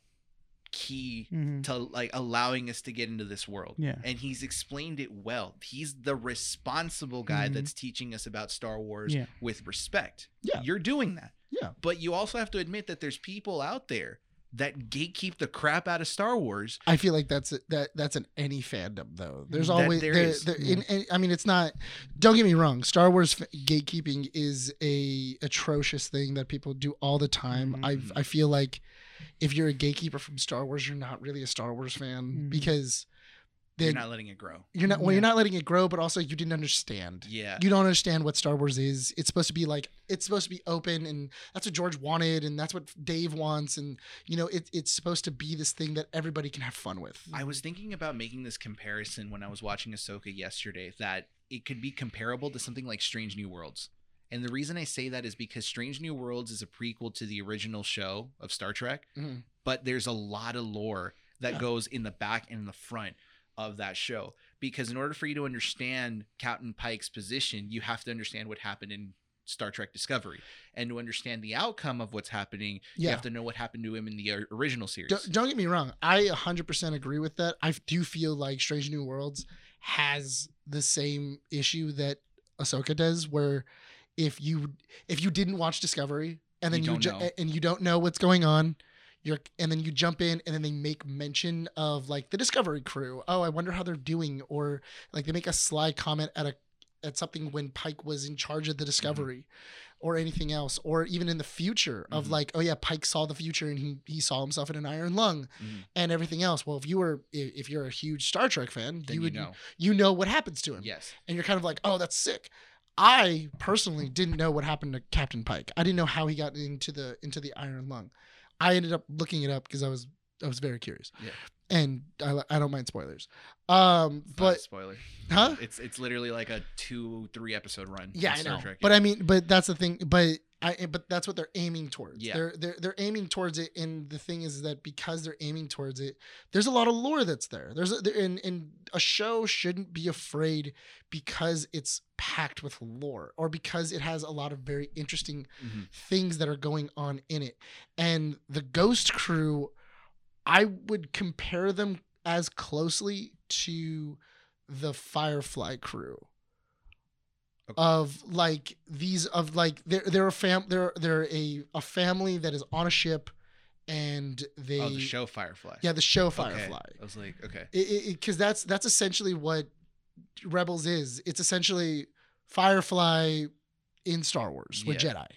S5: key
S4: Mhm.
S2: Mm-hmm.
S5: to like allowing us to get into this world.
S4: Yeah.
S5: And he's explained it well. He's the responsible guy
S2: Mm-hmm.
S4: Mhm.
S5: that's teaching us about Star Wars
S4: Yeah.
S5: with respect.
S2: Yeah.
S5: You're doing that.
S2: Yeah.
S5: But you also have to admit that there's people out there that gatekeep the crap out of Star Wars.
S2: I feel like that's that that's an any fandom though. There's
S5: That
S2: always
S5: there
S2: there,
S5: is.
S2: there- in- in- I mean, it's not. Don't get me wrong. Star Wars f- gatekeeping is a atrocious thing that people do all the time.
S5: Mhm.
S2: I I feel like if you're a gatekeeper from Star Wars, you're not really a Star Wars fan
S4: Mhm.
S2: because then
S5: Mm-hmm. You're not letting it grow.
S2: well, you're
S4: Yeah.
S2: not letting it grow, but also you didn't understand.
S5: Yeah.
S2: You don't understand what Star Wars is. It's supposed to be like it's supposed to be open, and that's what George wanted, and that's what Dave wants, and you know it, it's supposed to be this thing that everybody can have fun with.
S5: I was thinking about making this comparison when I was watching Ahsoka yesterday that it could be comparable to something like Strange New Worlds. And the reason I say that is because Strange New Worlds is a prequel to the original show of Star Trek,
S2: Mhm.
S5: but there's a lot of lore that
S2: Yeah.
S5: goes in the back and in the front of that show. Because in order for you to understand Captain Pike's position, you have to understand what happened in Star Trek Discovery. And to understand the outcome of what's happening, you
S2: Yeah.
S5: have to know what happened to him in the or- original series.
S2: don't, don't get me wrong. I 100% agree with that. I do feel like Strange New Worlds has the same issue that Ahsoka does, where if you if you didn't watch Discovery and then
S5: You
S2: you,
S5: don't
S2: ju-
S5: know.
S2: and you don't know what's going on, you're and then you jump in and then they make mention of like the Discovery crew. Oh, I wonder how they're doing, or like they make a sly comment at a at something when Pike was in charge of
S5: Mm-hmm.
S2: the Discovery or anything else, or even in the future of
S5: Mhm.
S2: like, oh yeah, Pike saw the future and he, he saw himself in an iron lung
S5: Mhm.
S2: and everything else. Well, if you were if, if you're a huge Star Trek fan, you
S5: then you,
S2: would
S5: know.
S2: you know what happens to him,
S5: Yes.
S2: and you're kind of like, oh, that's sick. I personally didn't know what happened to Captain Pike. I didn't know how he got into the into the iron lung. I ended up looking it up because I was I was very curious.
S5: Yeah.
S2: And I, li- I don't mind spoilers. Um,
S5: It's not a
S2: but
S5: spoiler.
S2: huh?
S5: It's it's literally like a two three episode run.
S2: Yeah,
S5: of
S2: I
S5: Star
S2: know.
S5: Trek.
S2: But I mean, but that's the thing. But I, but that's what they're aiming towards.
S5: Yeah.
S2: They're they're they're aiming towards it, and the thing is that because they're aiming towards it, there's a lot of lore that's there. There's a, there, and and a show shouldn't be afraid because it's packed with lore, or because it has a lot of very interesting
S5: Mhm.
S2: things that are going on in it. And the Ghost Crew, I would compare them as closely to the Firefly crew.
S5: Okay.
S2: Of like these of like they're they're a fam they're they're a, a family that is on a ship and they
S5: oh, the show Firefly.
S2: Yeah, the show
S5: Okay.
S2: Firefly
S5: I was like, okay.
S2: because that's that's essentially what Rebels is. It's essentially Firefly in Star Wars with
S5: Yeah.
S2: Jedi.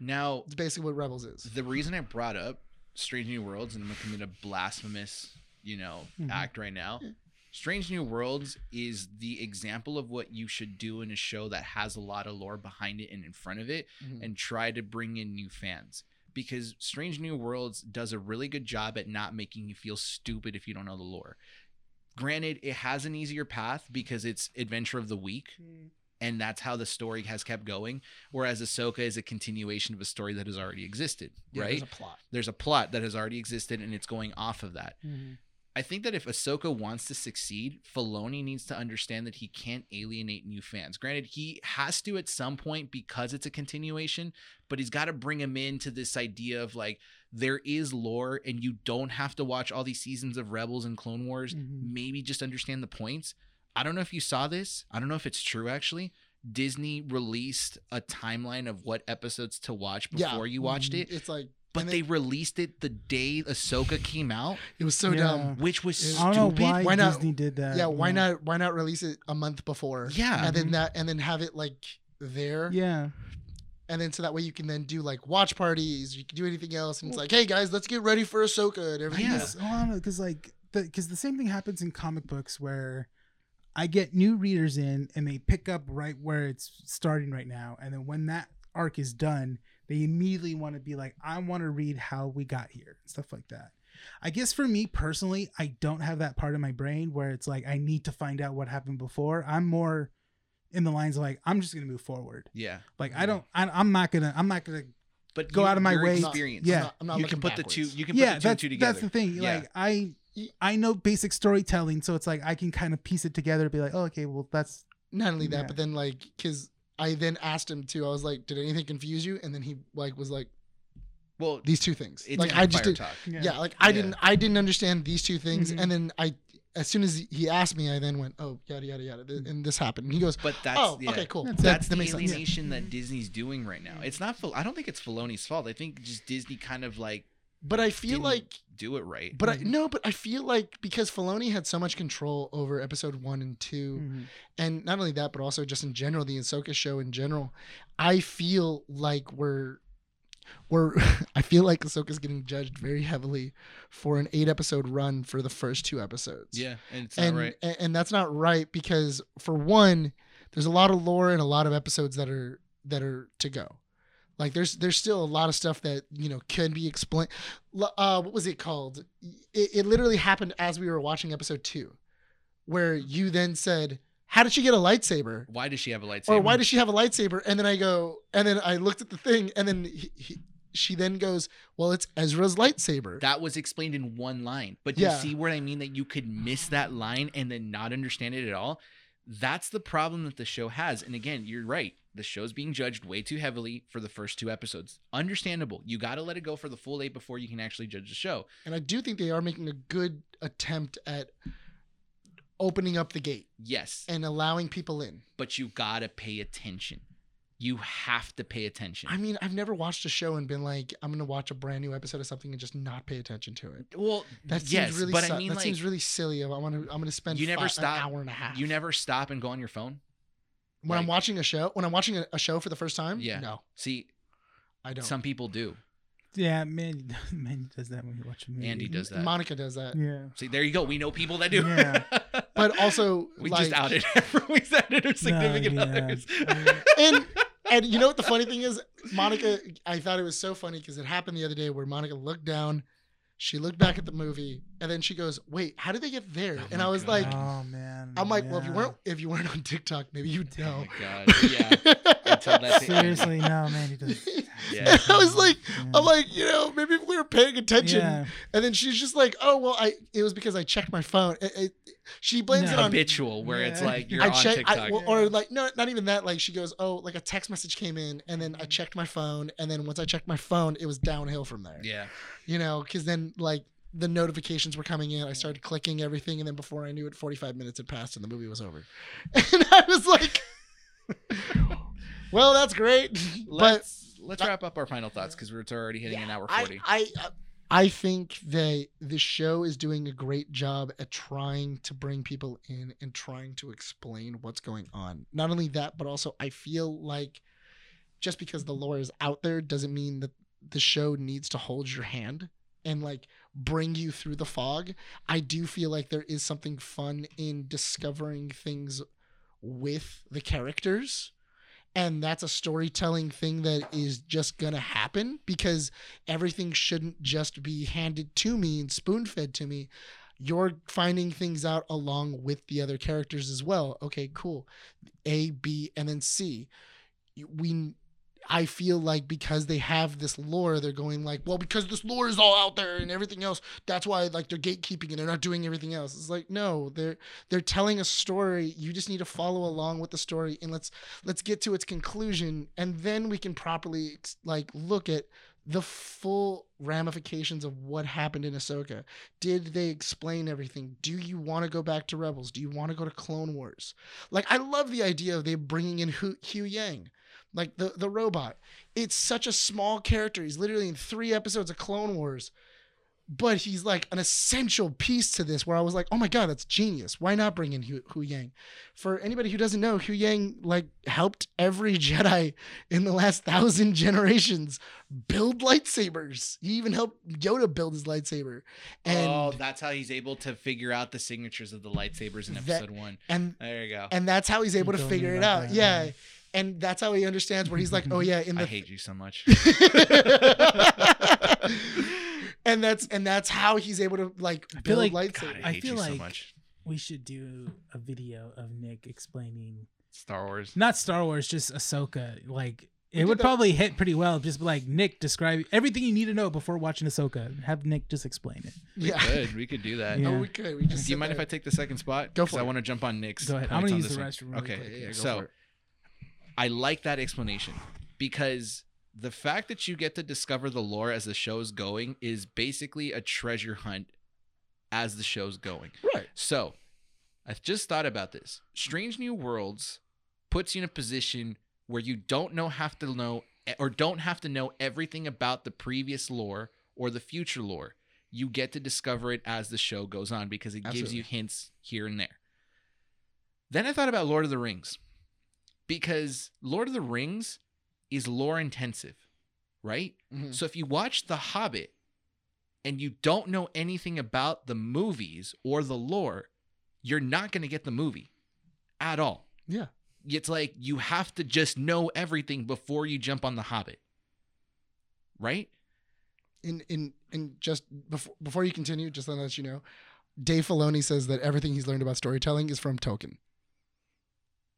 S5: Now
S2: It's basically what Rebels is.
S5: the reason I brought up Strange New Worlds, and I'm gonna commit a blasphemous, you know,
S2: Mm-hmm.
S4: Mhm.
S5: act right now. Strange New Worlds is the example of what you should do in a show that has a lot of lore behind it and in front of it,
S2: Mhm.
S5: Mm-hmm. and try to bring in new fans. Because Strange New Worlds does a really good job at not making you feel stupid if you don't know the lore. Granted, it has an easier path because it's Adventure of the Week,
S2: Mm.
S5: and that's how the story has kept going. Whereas Ahsoka is a continuation of a story that has already existed,
S2: Yeah,
S5: right?
S2: There's a plot.
S5: there's a plot that has already existed and it's going off of that.
S4: Mm-hmm.
S5: I think that if Ahsoka wants to succeed, Filoni needs to understand that he can't alienate new fans. Granted, he has to at some point because it's a continuation, but he's got to bring him into this idea of like there is lore and you don't have to watch all these seasons of Rebels and Clone Wars
S4: Mhm.
S5: maybe just understand the points. I don't know if you saw this. I don't know if it's true actually. Disney released a timeline of what episodes to watch
S2: Yeah.
S5: before you watched
S4: Mm-hmm.
S5: it,
S2: It's like
S5: but
S2: and
S5: they released it the day Ahsoka came out,
S2: it was so
S4: Yeah.
S2: dumb.
S5: which was
S2: Yeah.
S4: I don't know
S5: stupid.
S4: why,
S2: Why not-
S4: Disney did that.
S2: Yeah, why not why not release it a month before?
S5: Uh, Yeah.
S2: And then that and then have it like there.
S4: Yeah,
S2: And then so that way you can then do like watch parties, you can do anything else, and it's like, hey guys, let's get ready for Ahsoka and everything
S5: Yeah.
S2: else.
S4: because like the because the same thing happens in comic books where I get new readers in and they pick up right where it's starting right now, and then when that arc is done, they immediately want to be like, I want to read how we got here and stuff like that. I guess for me personally, I don't have that part of my brain where it's like I need to find out what happened before. I'm more in the lines of like I'm just gonna move forward.
S5: Yeah,
S4: Like I don't, I, I'm not gonna, I'm not gonna
S5: but
S4: Go
S5: you-
S4: out of my
S5: your
S4: way.
S5: Experience.
S4: Yeah.
S2: I'm not, I'm not
S5: you
S2: looking
S5: can put
S2: backwards.
S5: the two. You can
S4: yeah,
S5: put the two,
S4: that's,
S5: and two together.
S4: that's the thing.
S5: Yeah.
S4: Like I, I know basic storytelling, so it's like I can kind of piece it together. and Be like, oh, okay, well, that's
S2: not only that,
S4: Yeah.
S2: but then like because I then asked him too. I was like, "Did anything confuse you?" And then he like was like,
S5: well,
S2: "These two things."
S5: it's
S2: like I just
S5: fire
S2: did.
S5: talk.
S2: Yeah. like I
S5: Yeah. Mm-hmm.
S2: didn't. I didn't understand these two things.
S4: Mhm.
S2: And then I, as soon as he asked me, I then went, "Oh, yada yada yada," th- and this happened. And he goes,
S5: But Mm. that's
S2: "Oh,
S5: yeah.
S2: okay, cool."
S4: That's-
S2: That-
S5: That's
S2: that
S5: the
S2: makes sense.
S5: alienation that Disney's doing right now. It's not. Fil- I don't think it's Filoni's fault. I think just Disney kind of like
S2: But I feel
S5: didn't
S2: like.
S5: do it right.
S2: But I no, but I feel like because Filoni had so much control over episode one and 2
S4: Mm.
S2: and not only that, but also just in general, the Ahsoka show in general, I feel like we're we're *laughs* I feel like Ahsoka's getting judged very heavily for an eight episode run for the first two episodes.
S5: yeah, and it's
S2: And,
S5: not right.
S2: and and that's not right because for one, there's a lot of lore and a lot of episodes that are that are to go. Like there's there's still a lot of stuff that you know can be explained. Uh, what was it called? It, it literally happened as we were watching episode two, where you then said, "How did she get a lightsaber?"
S5: Why does she have a lightsaber?
S2: Or why does she have a lightsaber? And then I go, and then I looked at the thing, and then he, he, she then goes, "Well, it's Ezra's lightsaber."
S5: that was explained in one line. But
S2: Yeah.
S5: you see what I mean that you could miss that line and then not understand it at all. That's the problem that the show has. And again, you're right. The show's being judged way too heavily for the first two episodes. Understandable. You got to let it go for the full eight before you can actually judge the show.
S2: And I do think they are making a good attempt at opening up the gate
S5: Yes,
S2: and allowing people in.
S5: but you got to pay attention. You have to pay attention.
S2: I mean, I've never watched a show and been like, I'm gonna watch a brand new episode of something and just not pay attention to it.
S5: well,
S2: That seems
S5: yes,
S2: really
S5: but
S2: si-
S5: I mean,
S2: that
S5: like,
S2: seems really silly. I want to. I'm gonna spend
S5: You never
S2: fi-
S5: stop-
S2: an hour and a half.
S5: you never stop and go on your phone.
S2: when I'm
S5: like-
S2: watching a show. When I'm watching a, a show for the first time.
S5: Yeah.
S2: No,
S5: See,
S2: I don't.
S5: some people do.
S4: yeah, man, *laughs* man does that when you watch a movie.
S5: Andy does that.
S2: Monica does that.
S4: Yeah,
S5: See, there you go. We know people that do.
S4: Yeah.
S5: *laughs*
S2: But also,
S5: We
S2: like,
S5: just outed *laughs* everyone. We outed her *laughs* significant
S4: yeah. *laughs*
S5: others. *laughs*
S2: and and you know what the funny thing is monica i thought it was so funny because it happened the other day where monica looked down She looked back at the movie and then she goes, "Wait, how did they get there?"
S5: Oh
S2: and
S5: my
S2: I was
S5: God.
S2: like,
S4: oh man.
S2: "I'm like, well, if you
S4: yeah.
S2: weren't if you weren't on TikTok, maybe you'd
S5: Oh
S2: know."
S5: my god. Yeah. I told
S2: *laughs*
S5: that to Andy.
S4: Seriously, no, man. He doesn't.
S5: Yeah.
S2: I was like,
S4: Yeah.
S2: I'm like, you know, maybe if we were paying attention.
S4: Yeah.
S2: And then she's just like, "Oh well, I it was because I checked my phone." It- it- she blames it
S4: No.
S2: on
S5: Habitual, where it's
S4: Yeah.
S5: like you're
S2: I
S5: on
S2: check,
S5: TikTok.
S2: I, well, or like no, not even that. Like she goes, "Oh, like a text message came in, and then
S5: Mm-hmm.
S2: I checked my phone, and then once I checked my phone, it was downhill from there."
S5: yeah.
S2: You know, because then like the notifications were coming in, I
S5: Mm-hmm.
S2: started clicking everything, and then before I knew it, 45 minutes had passed, and the movie was over. *laughs* And I was like, *laughs* "Well, that's great, but
S5: Let's let's wrap up our final thoughts because we're already hitting an hour
S2: I,
S5: forty.
S2: I uh, I think that the show is doing a great job at trying to bring people in and trying to explain what's going on. Not only that, but also I feel like just because the lore is out there doesn't mean that the show needs to hold your hand and like bring you through the fog. I do feel like there is something fun in discovering things with the characters. And that's a storytelling thing that is just going to happen because everything shouldn't just be handed to me and spoon fed to me. You're finding things out along with the other characters as well. Okay, cool. A, B, and then C. You- We. I feel like because they have this lore, they're going like, well, because this lore is all out there and everything else, that's why like they're gatekeeping and they're not doing everything else. It's like, no, they're they're telling a story. You just need to follow along with the story and let's let's get to its conclusion and then we can properly like look at the full ramifications of what happened in Ahsoka. Did they explain everything? Do you want to go back to Rebels? Do you want to go to Clone Wars? Like, I love the idea of they bringing in Hu Hugh Yang, like the, the robot. It's such a small character. He's literally in three episodes of Clone Wars, but he's like an essential piece to this where I was like, oh my God, that's genius. Why not bring in Hu, Hu Yang? For anybody who doesn't know, Hu Yang, like, helped every *laughs* Jedi in the last thousand generations build lightsabers. He even helped Yoda build his lightsaber. And
S5: oh, that's how he's able to figure out the signatures of the lightsabers in
S2: That-
S5: episode one.
S2: and
S5: There you go.
S2: and that's how he's able to
S4: told me
S2: figure it
S4: about
S2: out.
S4: that,
S2: yeah.
S4: yeah.
S2: And that's how he understands where he's like, oh yeah, in
S5: *laughs* I
S2: the
S5: hate you so
S2: *laughs*
S5: much.
S2: and that's and that's how he's able to like
S4: I feel
S2: build
S4: like-
S2: lightsabers.
S5: God, I
S4: I
S5: hate
S4: feel
S5: you so
S4: like-
S5: much.
S4: We should do a video of Nick explaining
S5: Star Wars.
S4: not Star Wars, just Ahsoka. Like
S2: did
S4: it would
S2: that-
S4: probably hit pretty well. Just be like Nick describe everything you need to know before watching Ahsoka. Have Nick just explain it.
S2: yeah.
S5: Good. We could do that.
S2: *laughs*
S4: Yeah.
S2: Oh, we could. We just
S5: Do you
S2: sit
S5: mind if I
S2: there.
S5: take the second spot?
S2: Go
S5: 'Cause
S2: for
S5: I
S2: it.
S5: want to jump on Nick's.
S4: Go ahead. I'm
S5: points
S4: gonna
S5: on
S4: use
S5: this
S4: the
S5: one.
S4: restroom. Really
S5: Okay.
S4: quick.
S2: Yeah, yeah, go
S5: so
S2: for it.
S5: I like that explanation because the fact that you get to discover the lore as the show's going is basically a treasure hunt as the show's going.
S2: right?
S5: So I just thought about this. Strange New Worlds puts you in a position where you don't know have to know e, or don't have to know everything about the previous lore or the future lore. You get to discover it as the show goes on because it gives
S2: Absolutely.
S5: you hints here and there. Then I thought about Lord of the Rings because Lord of the Rings is lore intensive, right?
S2: Mhm.
S5: So if you watch The Hobbit and you don't know anything about the movies or the lore, you're not going to get the movie at all.
S2: Yeah.
S5: It's like you have to just know everything before you jump on The Hobbit. Right?
S2: *laughs* In in in just before before you continue, just let us you know, Dave Filoni says that everything he's learned about storytelling is from Tolkien.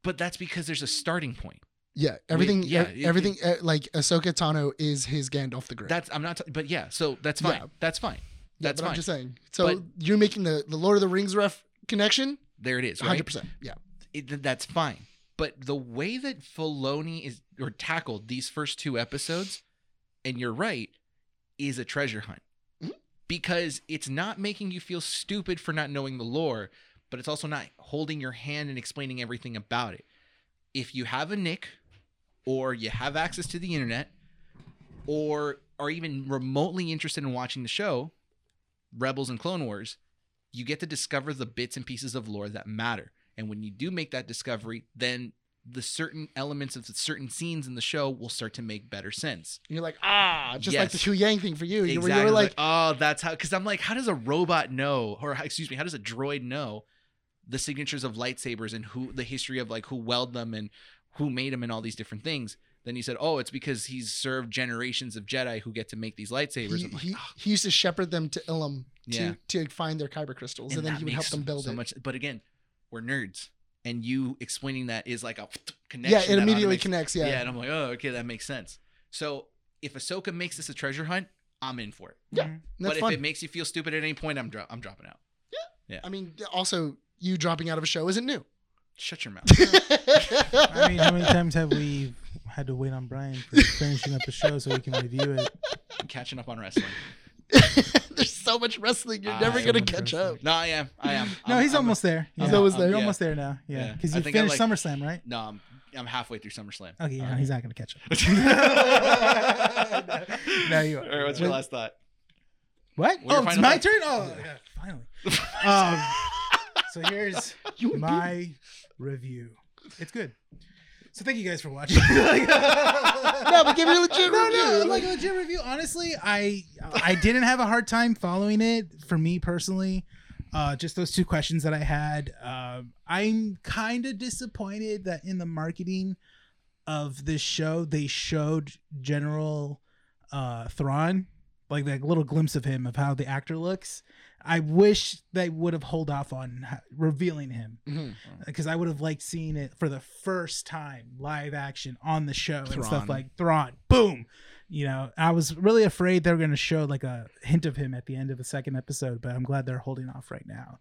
S5: But that's because there's a starting point.
S2: Yeah, everything.
S5: yeah,
S2: yeah,
S5: it-
S2: everything. uh, like Ahsoka Tano is his Gandalf the Grey.
S5: That's I'm not t- but yeah, so that's fine.
S2: Yeah.
S5: That's fine.
S2: Yeah,
S5: That's
S2: but
S5: fine.
S2: I'm just saying. So
S5: But-
S2: you're making the, the Lord of the Rings ref connection,
S5: there it is, right?
S2: hundred percent. Yeah,
S5: it, th- that's fine. But the way that Filoni is or tackled these first two episodes, and you're right, is a treasure hunt
S2: Mhm.
S5: because it's not making you feel stupid for not knowing the lore, but it's also not holding your hand and explaining everything about it. If you have a Nick, or you have access to the internet, or are even remotely interested in watching the show, Rebels and Clone Wars, you get to discover the bits and pieces of lore that matter. And when you do make that discovery, then the certain elements of the certain scenes in the show will start to make better sense.
S2: And you're like ah, just like the
S5: Yes.
S2: Hu Yang thing for you. You were-
S5: Exactly.
S2: You were like,
S5: oh, that's how. Because I'm like, how does a robot know, or excuse me, how does a droid know the signatures of lightsabers and who the history of like who weld them and who made them and all these different things? Then he said, "Oh, it's because he's served generations of Jedi who get to make these lightsabers."
S2: He,
S5: I'm like,
S2: he,
S5: "Ah,
S2: he used to shepherd them to Ilum to,
S5: Yeah.
S2: to find their kyber crystals, and, then
S5: that
S2: he would help
S5: makes
S2: them build
S5: so
S2: it.
S5: much. But again, we're nerds, and you explaining that is like a *sniffs* connection.
S2: yeah, it
S5: that
S2: immediately
S5: automates-
S2: connects. Yeah.
S5: Yeah. and I'm like, oh, okay, that makes sense. So if Ahsoka makes this a treasure hunt, I'm in for it.
S2: And that's
S5: but
S2: fun.
S5: if it makes you feel stupid at any point, I'm dro- I'm dropping out.
S2: I mean, also, you dropping out of a show isn't new.
S5: Shut your mouth.
S2: *laughs*
S4: I mean, how many times have we had to wait on Brian for finishing up the show so we can review it?
S5: I'm catching up on wrestling.
S2: *laughs* There's so much wrestling, you're
S5: Ah,
S2: never
S5: so
S2: going to
S4: much
S2: catch
S4: wrestling.
S2: up.
S5: No, I am. I am.
S4: No,
S5: I'm-
S4: he's
S5: I'm-
S4: almost there.
S2: He's
S4: Yeah.
S2: always
S5: I'm-
S2: there.
S4: You're
S5: yeah.
S4: almost there now. Yeah,
S5: Yeah.
S4: because
S5: I
S4: you
S5: think I
S4: finished
S5: like-
S4: SummerSlam, right? Uh-huh.
S5: No, I'm, I'm halfway
S2: *laughs*
S5: through SummerSlam.
S4: Okay, yeah,
S5: Alright.
S4: he's not gonna catch up.
S5: no,
S4: you are.
S5: All right, what's your
S2: *laughs*
S5: last thought?
S4: What?
S5: Well, your
S4: oh, it's
S5: final
S4: my
S5: thought.
S4: turn. Oh, yeah, finally. *laughs* um, so *laughs* here's my review. It's good. So thank you guys for *laughs* watching.
S2: No, but give it a
S5: *laughs*
S2: legit
S4: no,
S2: review.
S4: no, like a legit review. Honestly, I I didn't have a hard time following it for me personally. Uh, just those two questions that I had. Um, I'm kind of disappointed that in the marketing of this show they showed General uh, Thrawn, like that little glimpse of him of how the actor looks. I wish they would have hold off on h- revealing him
S5: mm-hmm.
S4: because I would have liked seeing it for the first time live action on the show and
S5: Thrawn.
S4: stuff like Thrawn. Boom. You know, I was really afraid they were going to show like a hint of him at the end of the second episode, but I'm glad they're holding off right now.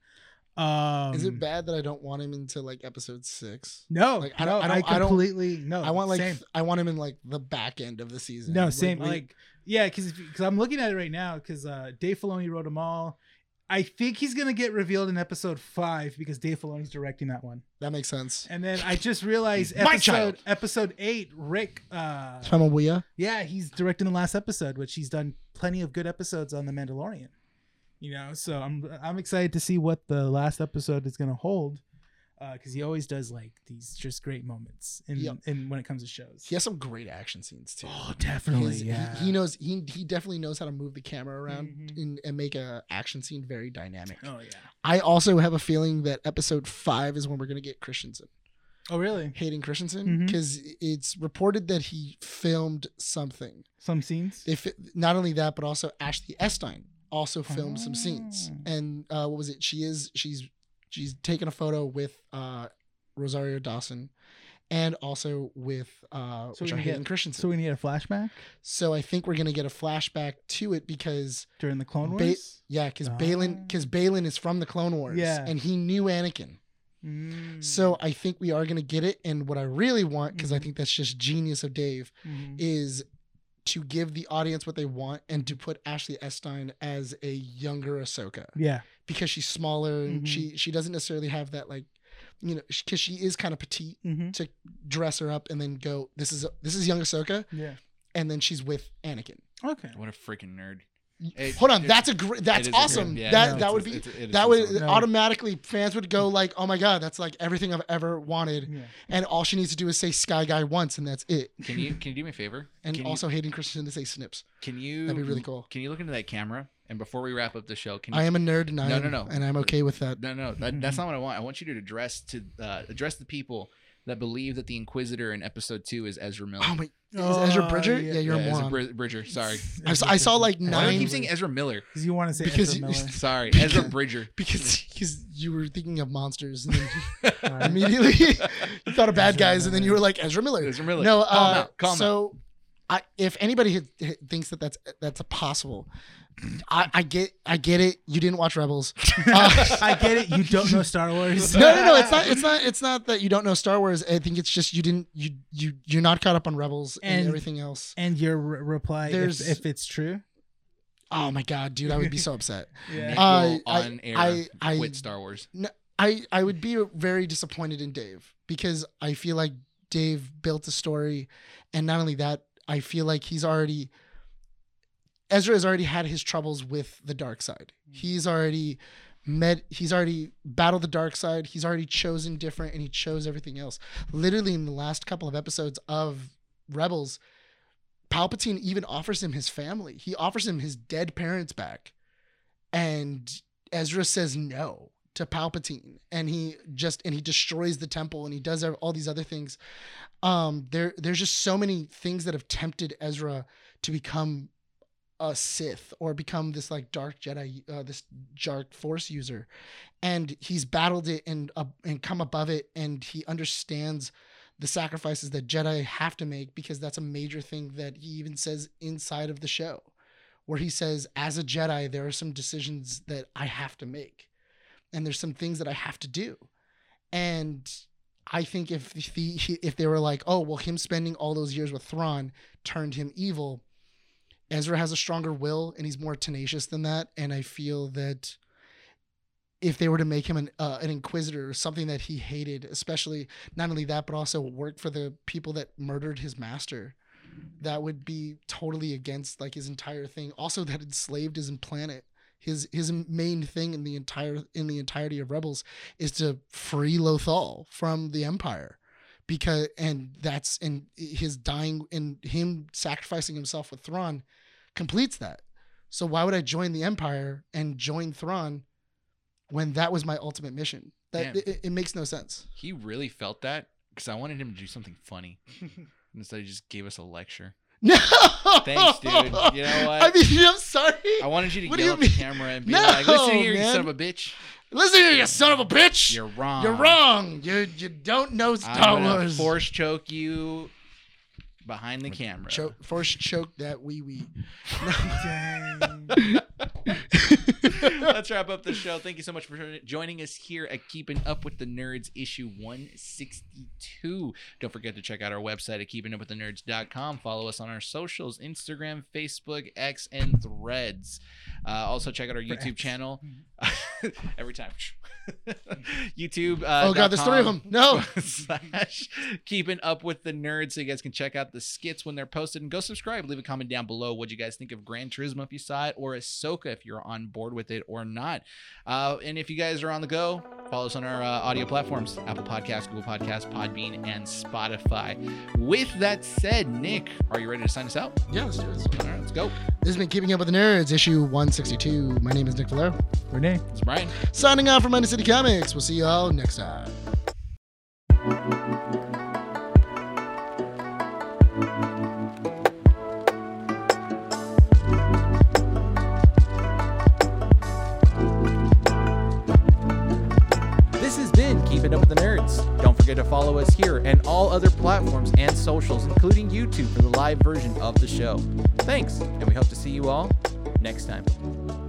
S4: Um,
S2: Is it bad that I don't want him into like episode six?
S4: No,
S2: Like,
S4: I don't. I,
S2: I don't-
S4: completely
S5: Oh,
S4: no.
S2: I want like
S4: same.
S2: I want him in like the back end of the season.
S4: No,
S2: Like,
S4: same.
S2: we-
S4: Like, yeah, because I'm looking at it right now because uh, Dave Filoni wrote them all. I think he's gonna get revealed in episode five because Dave Filoni's directing that one.
S2: that makes sense.
S4: And then I just realized
S5: My
S4: episode
S5: child.
S4: episode eight, Rick. Uh,
S2: From a Ouya.
S4: yeah, he's directing the last episode, which he's done plenty of good episodes on The Mandalorian. You know, so I'm I'm excited to see what the last episode is gonna hold, because he always does like these just great moments in,
S2: Yep.
S4: in when it comes to shows.
S2: He has some great action scenes too.
S4: Oh,
S2: He's-
S4: definitely.
S2: he-
S4: yeah.
S2: he, knows he he definitely knows how to move the camera around
S4: Mhm.
S2: and, and make a action scene very dynamic.
S4: Oh yeah.
S2: I also have a feeling that episode five is when we're gonna get Christensen,
S4: Oh really?
S2: Hayden Christensen,
S4: Mhm.
S2: because it's reported that he filmed something.
S4: Some scenes.
S2: If not only that, but also Ashley Estein also filmed some scenes.
S4: Oh.
S2: And uh, what was it? She is she's she's taking a photo with uh, Rosario Dawson, and also with uh,
S4: So
S2: which
S4: we
S2: are
S4: get-
S2: Hayden Christensen.
S4: So we need a flashback
S2: So I think we're gonna get a flashback to it because
S4: during the Clone
S2: Ba-
S4: Wars.
S2: yeah, because
S4: Ah.
S2: Balin because Balin is from the Clone Wars.
S4: Yeah.
S2: And he knew Anakin.
S4: Mm.
S2: So I think we are gonna get it. And what I really want, because I
S4: Mhm.
S2: think that's just genius of Dave,
S4: Mhm.
S2: is to give the audience what they want and to put Ashley Estein as a younger Ahsoka.
S4: yeah.
S2: Because she's smaller and
S4: Mhm.
S2: she she doesn't necessarily have that like you know, because she is kind of petite.
S4: Mm-hmm.
S2: Dress her up and then go. This is this is young Ahsoka,
S4: Yeah.
S2: and then she's with Anakin.
S4: Okay.
S5: What a freaking nerd. It-
S2: Hold on,
S5: it-
S2: that's a great. That's
S5: It is a
S2: awesome.
S5: nerd. Yeah,
S2: that that
S5: no, it's-
S2: would be
S5: it's- it is
S2: that would
S5: awesome.
S4: No.
S2: automatically fans would go like, oh my god, that's like everything I've ever wanted.
S4: Yeah.
S2: And all she needs to do is say Sky Guy once, and that's it.
S5: Can you can you do me a favor?
S2: And
S5: Can you-
S2: also Hayden Christensen to say Snips.
S5: Can you
S2: That'd be really cool.
S5: Can you look into that camera? And before we wrap up the show, can you
S2: I am a nerd, and I
S5: No,
S2: am,
S5: no, no.
S2: and I'm okay with that.
S5: No, no, that, that's
S2: Mm-hmm.
S5: not what I want. I want you to address to uh, address the people that believe that the Inquisitor in Episode Two is Ezra Miller.
S2: Oh my, is Ezra Bridger? Yeah,
S4: *laughs*
S2: you're
S5: Yeah,
S2: a
S5: Ezra
S2: moron.
S5: Brid- Bridger. Sorry,
S2: I saw- I saw, like,
S5: why do I
S2: Nine-
S5: keep saying Ezra Miller?
S4: Because you want to say
S2: Because
S4: Ezra
S2: you-
S4: Miller.
S2: *laughs*
S5: Sorry,
S2: Because-
S5: Ezra Bridger.
S2: *laughs* Because because you were thinking of monsters,
S5: *laughs*
S2: and then *laughs*
S4: *laughs* All right.
S2: immediately you thought of bad
S4: Ezra
S2: guys, and then you were
S4: Miller.
S2: like Ezra Miller.
S5: Ezra Miller.
S2: No,
S5: Calm
S2: uh,
S5: out, calm out.
S2: so I, if anybody had, had- thinks that that's that's a possible, I, I get I get it. You didn't watch
S5: *laughs*
S2: Rebels. Uh,
S4: I get it. You don't know Star
S2: *laughs*
S4: Wars.
S2: no, no, no. It's not. It's not. It's not that you don't know Star Wars. I think it's just you didn't. You you you're not caught up on Rebels and,
S4: And-
S2: everything else.
S4: And your re- reply, if,
S2: There's-
S4: if it's
S2: *laughs*
S4: true.
S2: Oh my god, dude, I would be so upset.
S5: Nick
S4: Yeah.
S2: uh, I-
S5: will on air
S2: I- I-
S5: quit Star Wars.
S2: I I would be very disappointed in Dave because I feel like Dave built a story, and not only that, I feel like he's already Ezra has already had his troubles with the dark side. He's already met. He's already battled the dark side. He's already chosen different, and he chose everything else. Literally, in the last couple of episodes of Rebels, Palpatine even offers him his family. He offers him his dead parents back, and Ezra says no to Palpatine, and he just and he destroys the temple, and he does all these other things. Um, there, there's just so many things that have tempted Ezra to become a Sith or become this like dark Jedi, uh, this dark Force user, and he's battled it and uh, and come above it, and he understands the sacrifices that Jedi have to make because that's a major thing that he even says inside of the show, where he says, as a Jedi, there are some decisions that I have to make, and there's some things that I have to do, and I think if the if they were like, oh well, him spending all those years with Thrawn turned him evil. Ezra has a stronger will and he's more tenacious than that. And I feel that if they were to make him an uh, an inquisitor or something that he hated, especially not only that but also work for the people that murdered his master, that would be totally against like his entire thing. Also, that enslaved his planet. His his main thing in the entire in the entirety of Rebels is to free Lothal from the Empire because and that's and his dying and him sacrificing himself with Thrawn completes that. So why would I join the Empire and join Thrawn when that was my ultimate mission? That
S5: Damn.
S2: it, it makes no sense.
S5: He really felt that because I wanted him to do something
S2: *laughs*
S5: funny. Instead, he just gave us a lecture.
S2: No.
S5: Thanks, dude. You know what?
S2: *laughs* I mean, I'm sorry.
S5: I wanted you to
S2: What do
S5: yell
S2: you
S5: at the
S2: mean?
S5: camera and be
S2: No,
S5: like, "Listen here, you
S2: man.
S5: son of a bitch!
S2: Listen here, you son of a bitch. You're
S5: You're wrong.
S2: wrong. you You don't know
S5: I'm
S2: Star
S5: gonna
S2: Wars.
S5: Force choke you behind the camera.
S2: Choke, force choke that wee wee.
S5: Uh,
S4: *laughs* Dang.
S5: *laughs* Let's wrap up the show. Thank you so much for joining us here at Keeping Up with the Nerds, issue 162. Don't forget to check out our website at keepingupwiththenerds.com. Follow us on our socials Instagram, Facebook, X, and threads. Uh, also, check out our YouTube
S4: X.
S5: channel.
S2: Mm-hmm.
S5: *laughs* Every time. YouTube. Uh,
S2: oh God, there's three of them. No.
S5: *laughs* slash keeping up with the nerds so you guys can check out the skits when they're posted and go subscribe leave a comment down below what you guys think of Gran Turismo if you saw it or Ahsoka if you're on board with it or not uh, and if you guys are on the go follow us on our uh, audio platforms Apple Podcasts Google Podcasts Podbean and Spotify with that said Nick are you ready to sign us out
S2: Yeah, let's do this.
S5: all right let's go
S2: This has been Keeping Up with the Nerds, issue 162. My name is Nick Valero.
S4: Renee.
S5: it's Brian
S2: Signing off from Mindy City Comics. We'll see you all next time.
S3: This has been Keeping Up with the Nerds. Don't forget to follow us here and all other platforms and socials, including YouTube, for the live version of the show. Thanks, and we hope to see you all next time.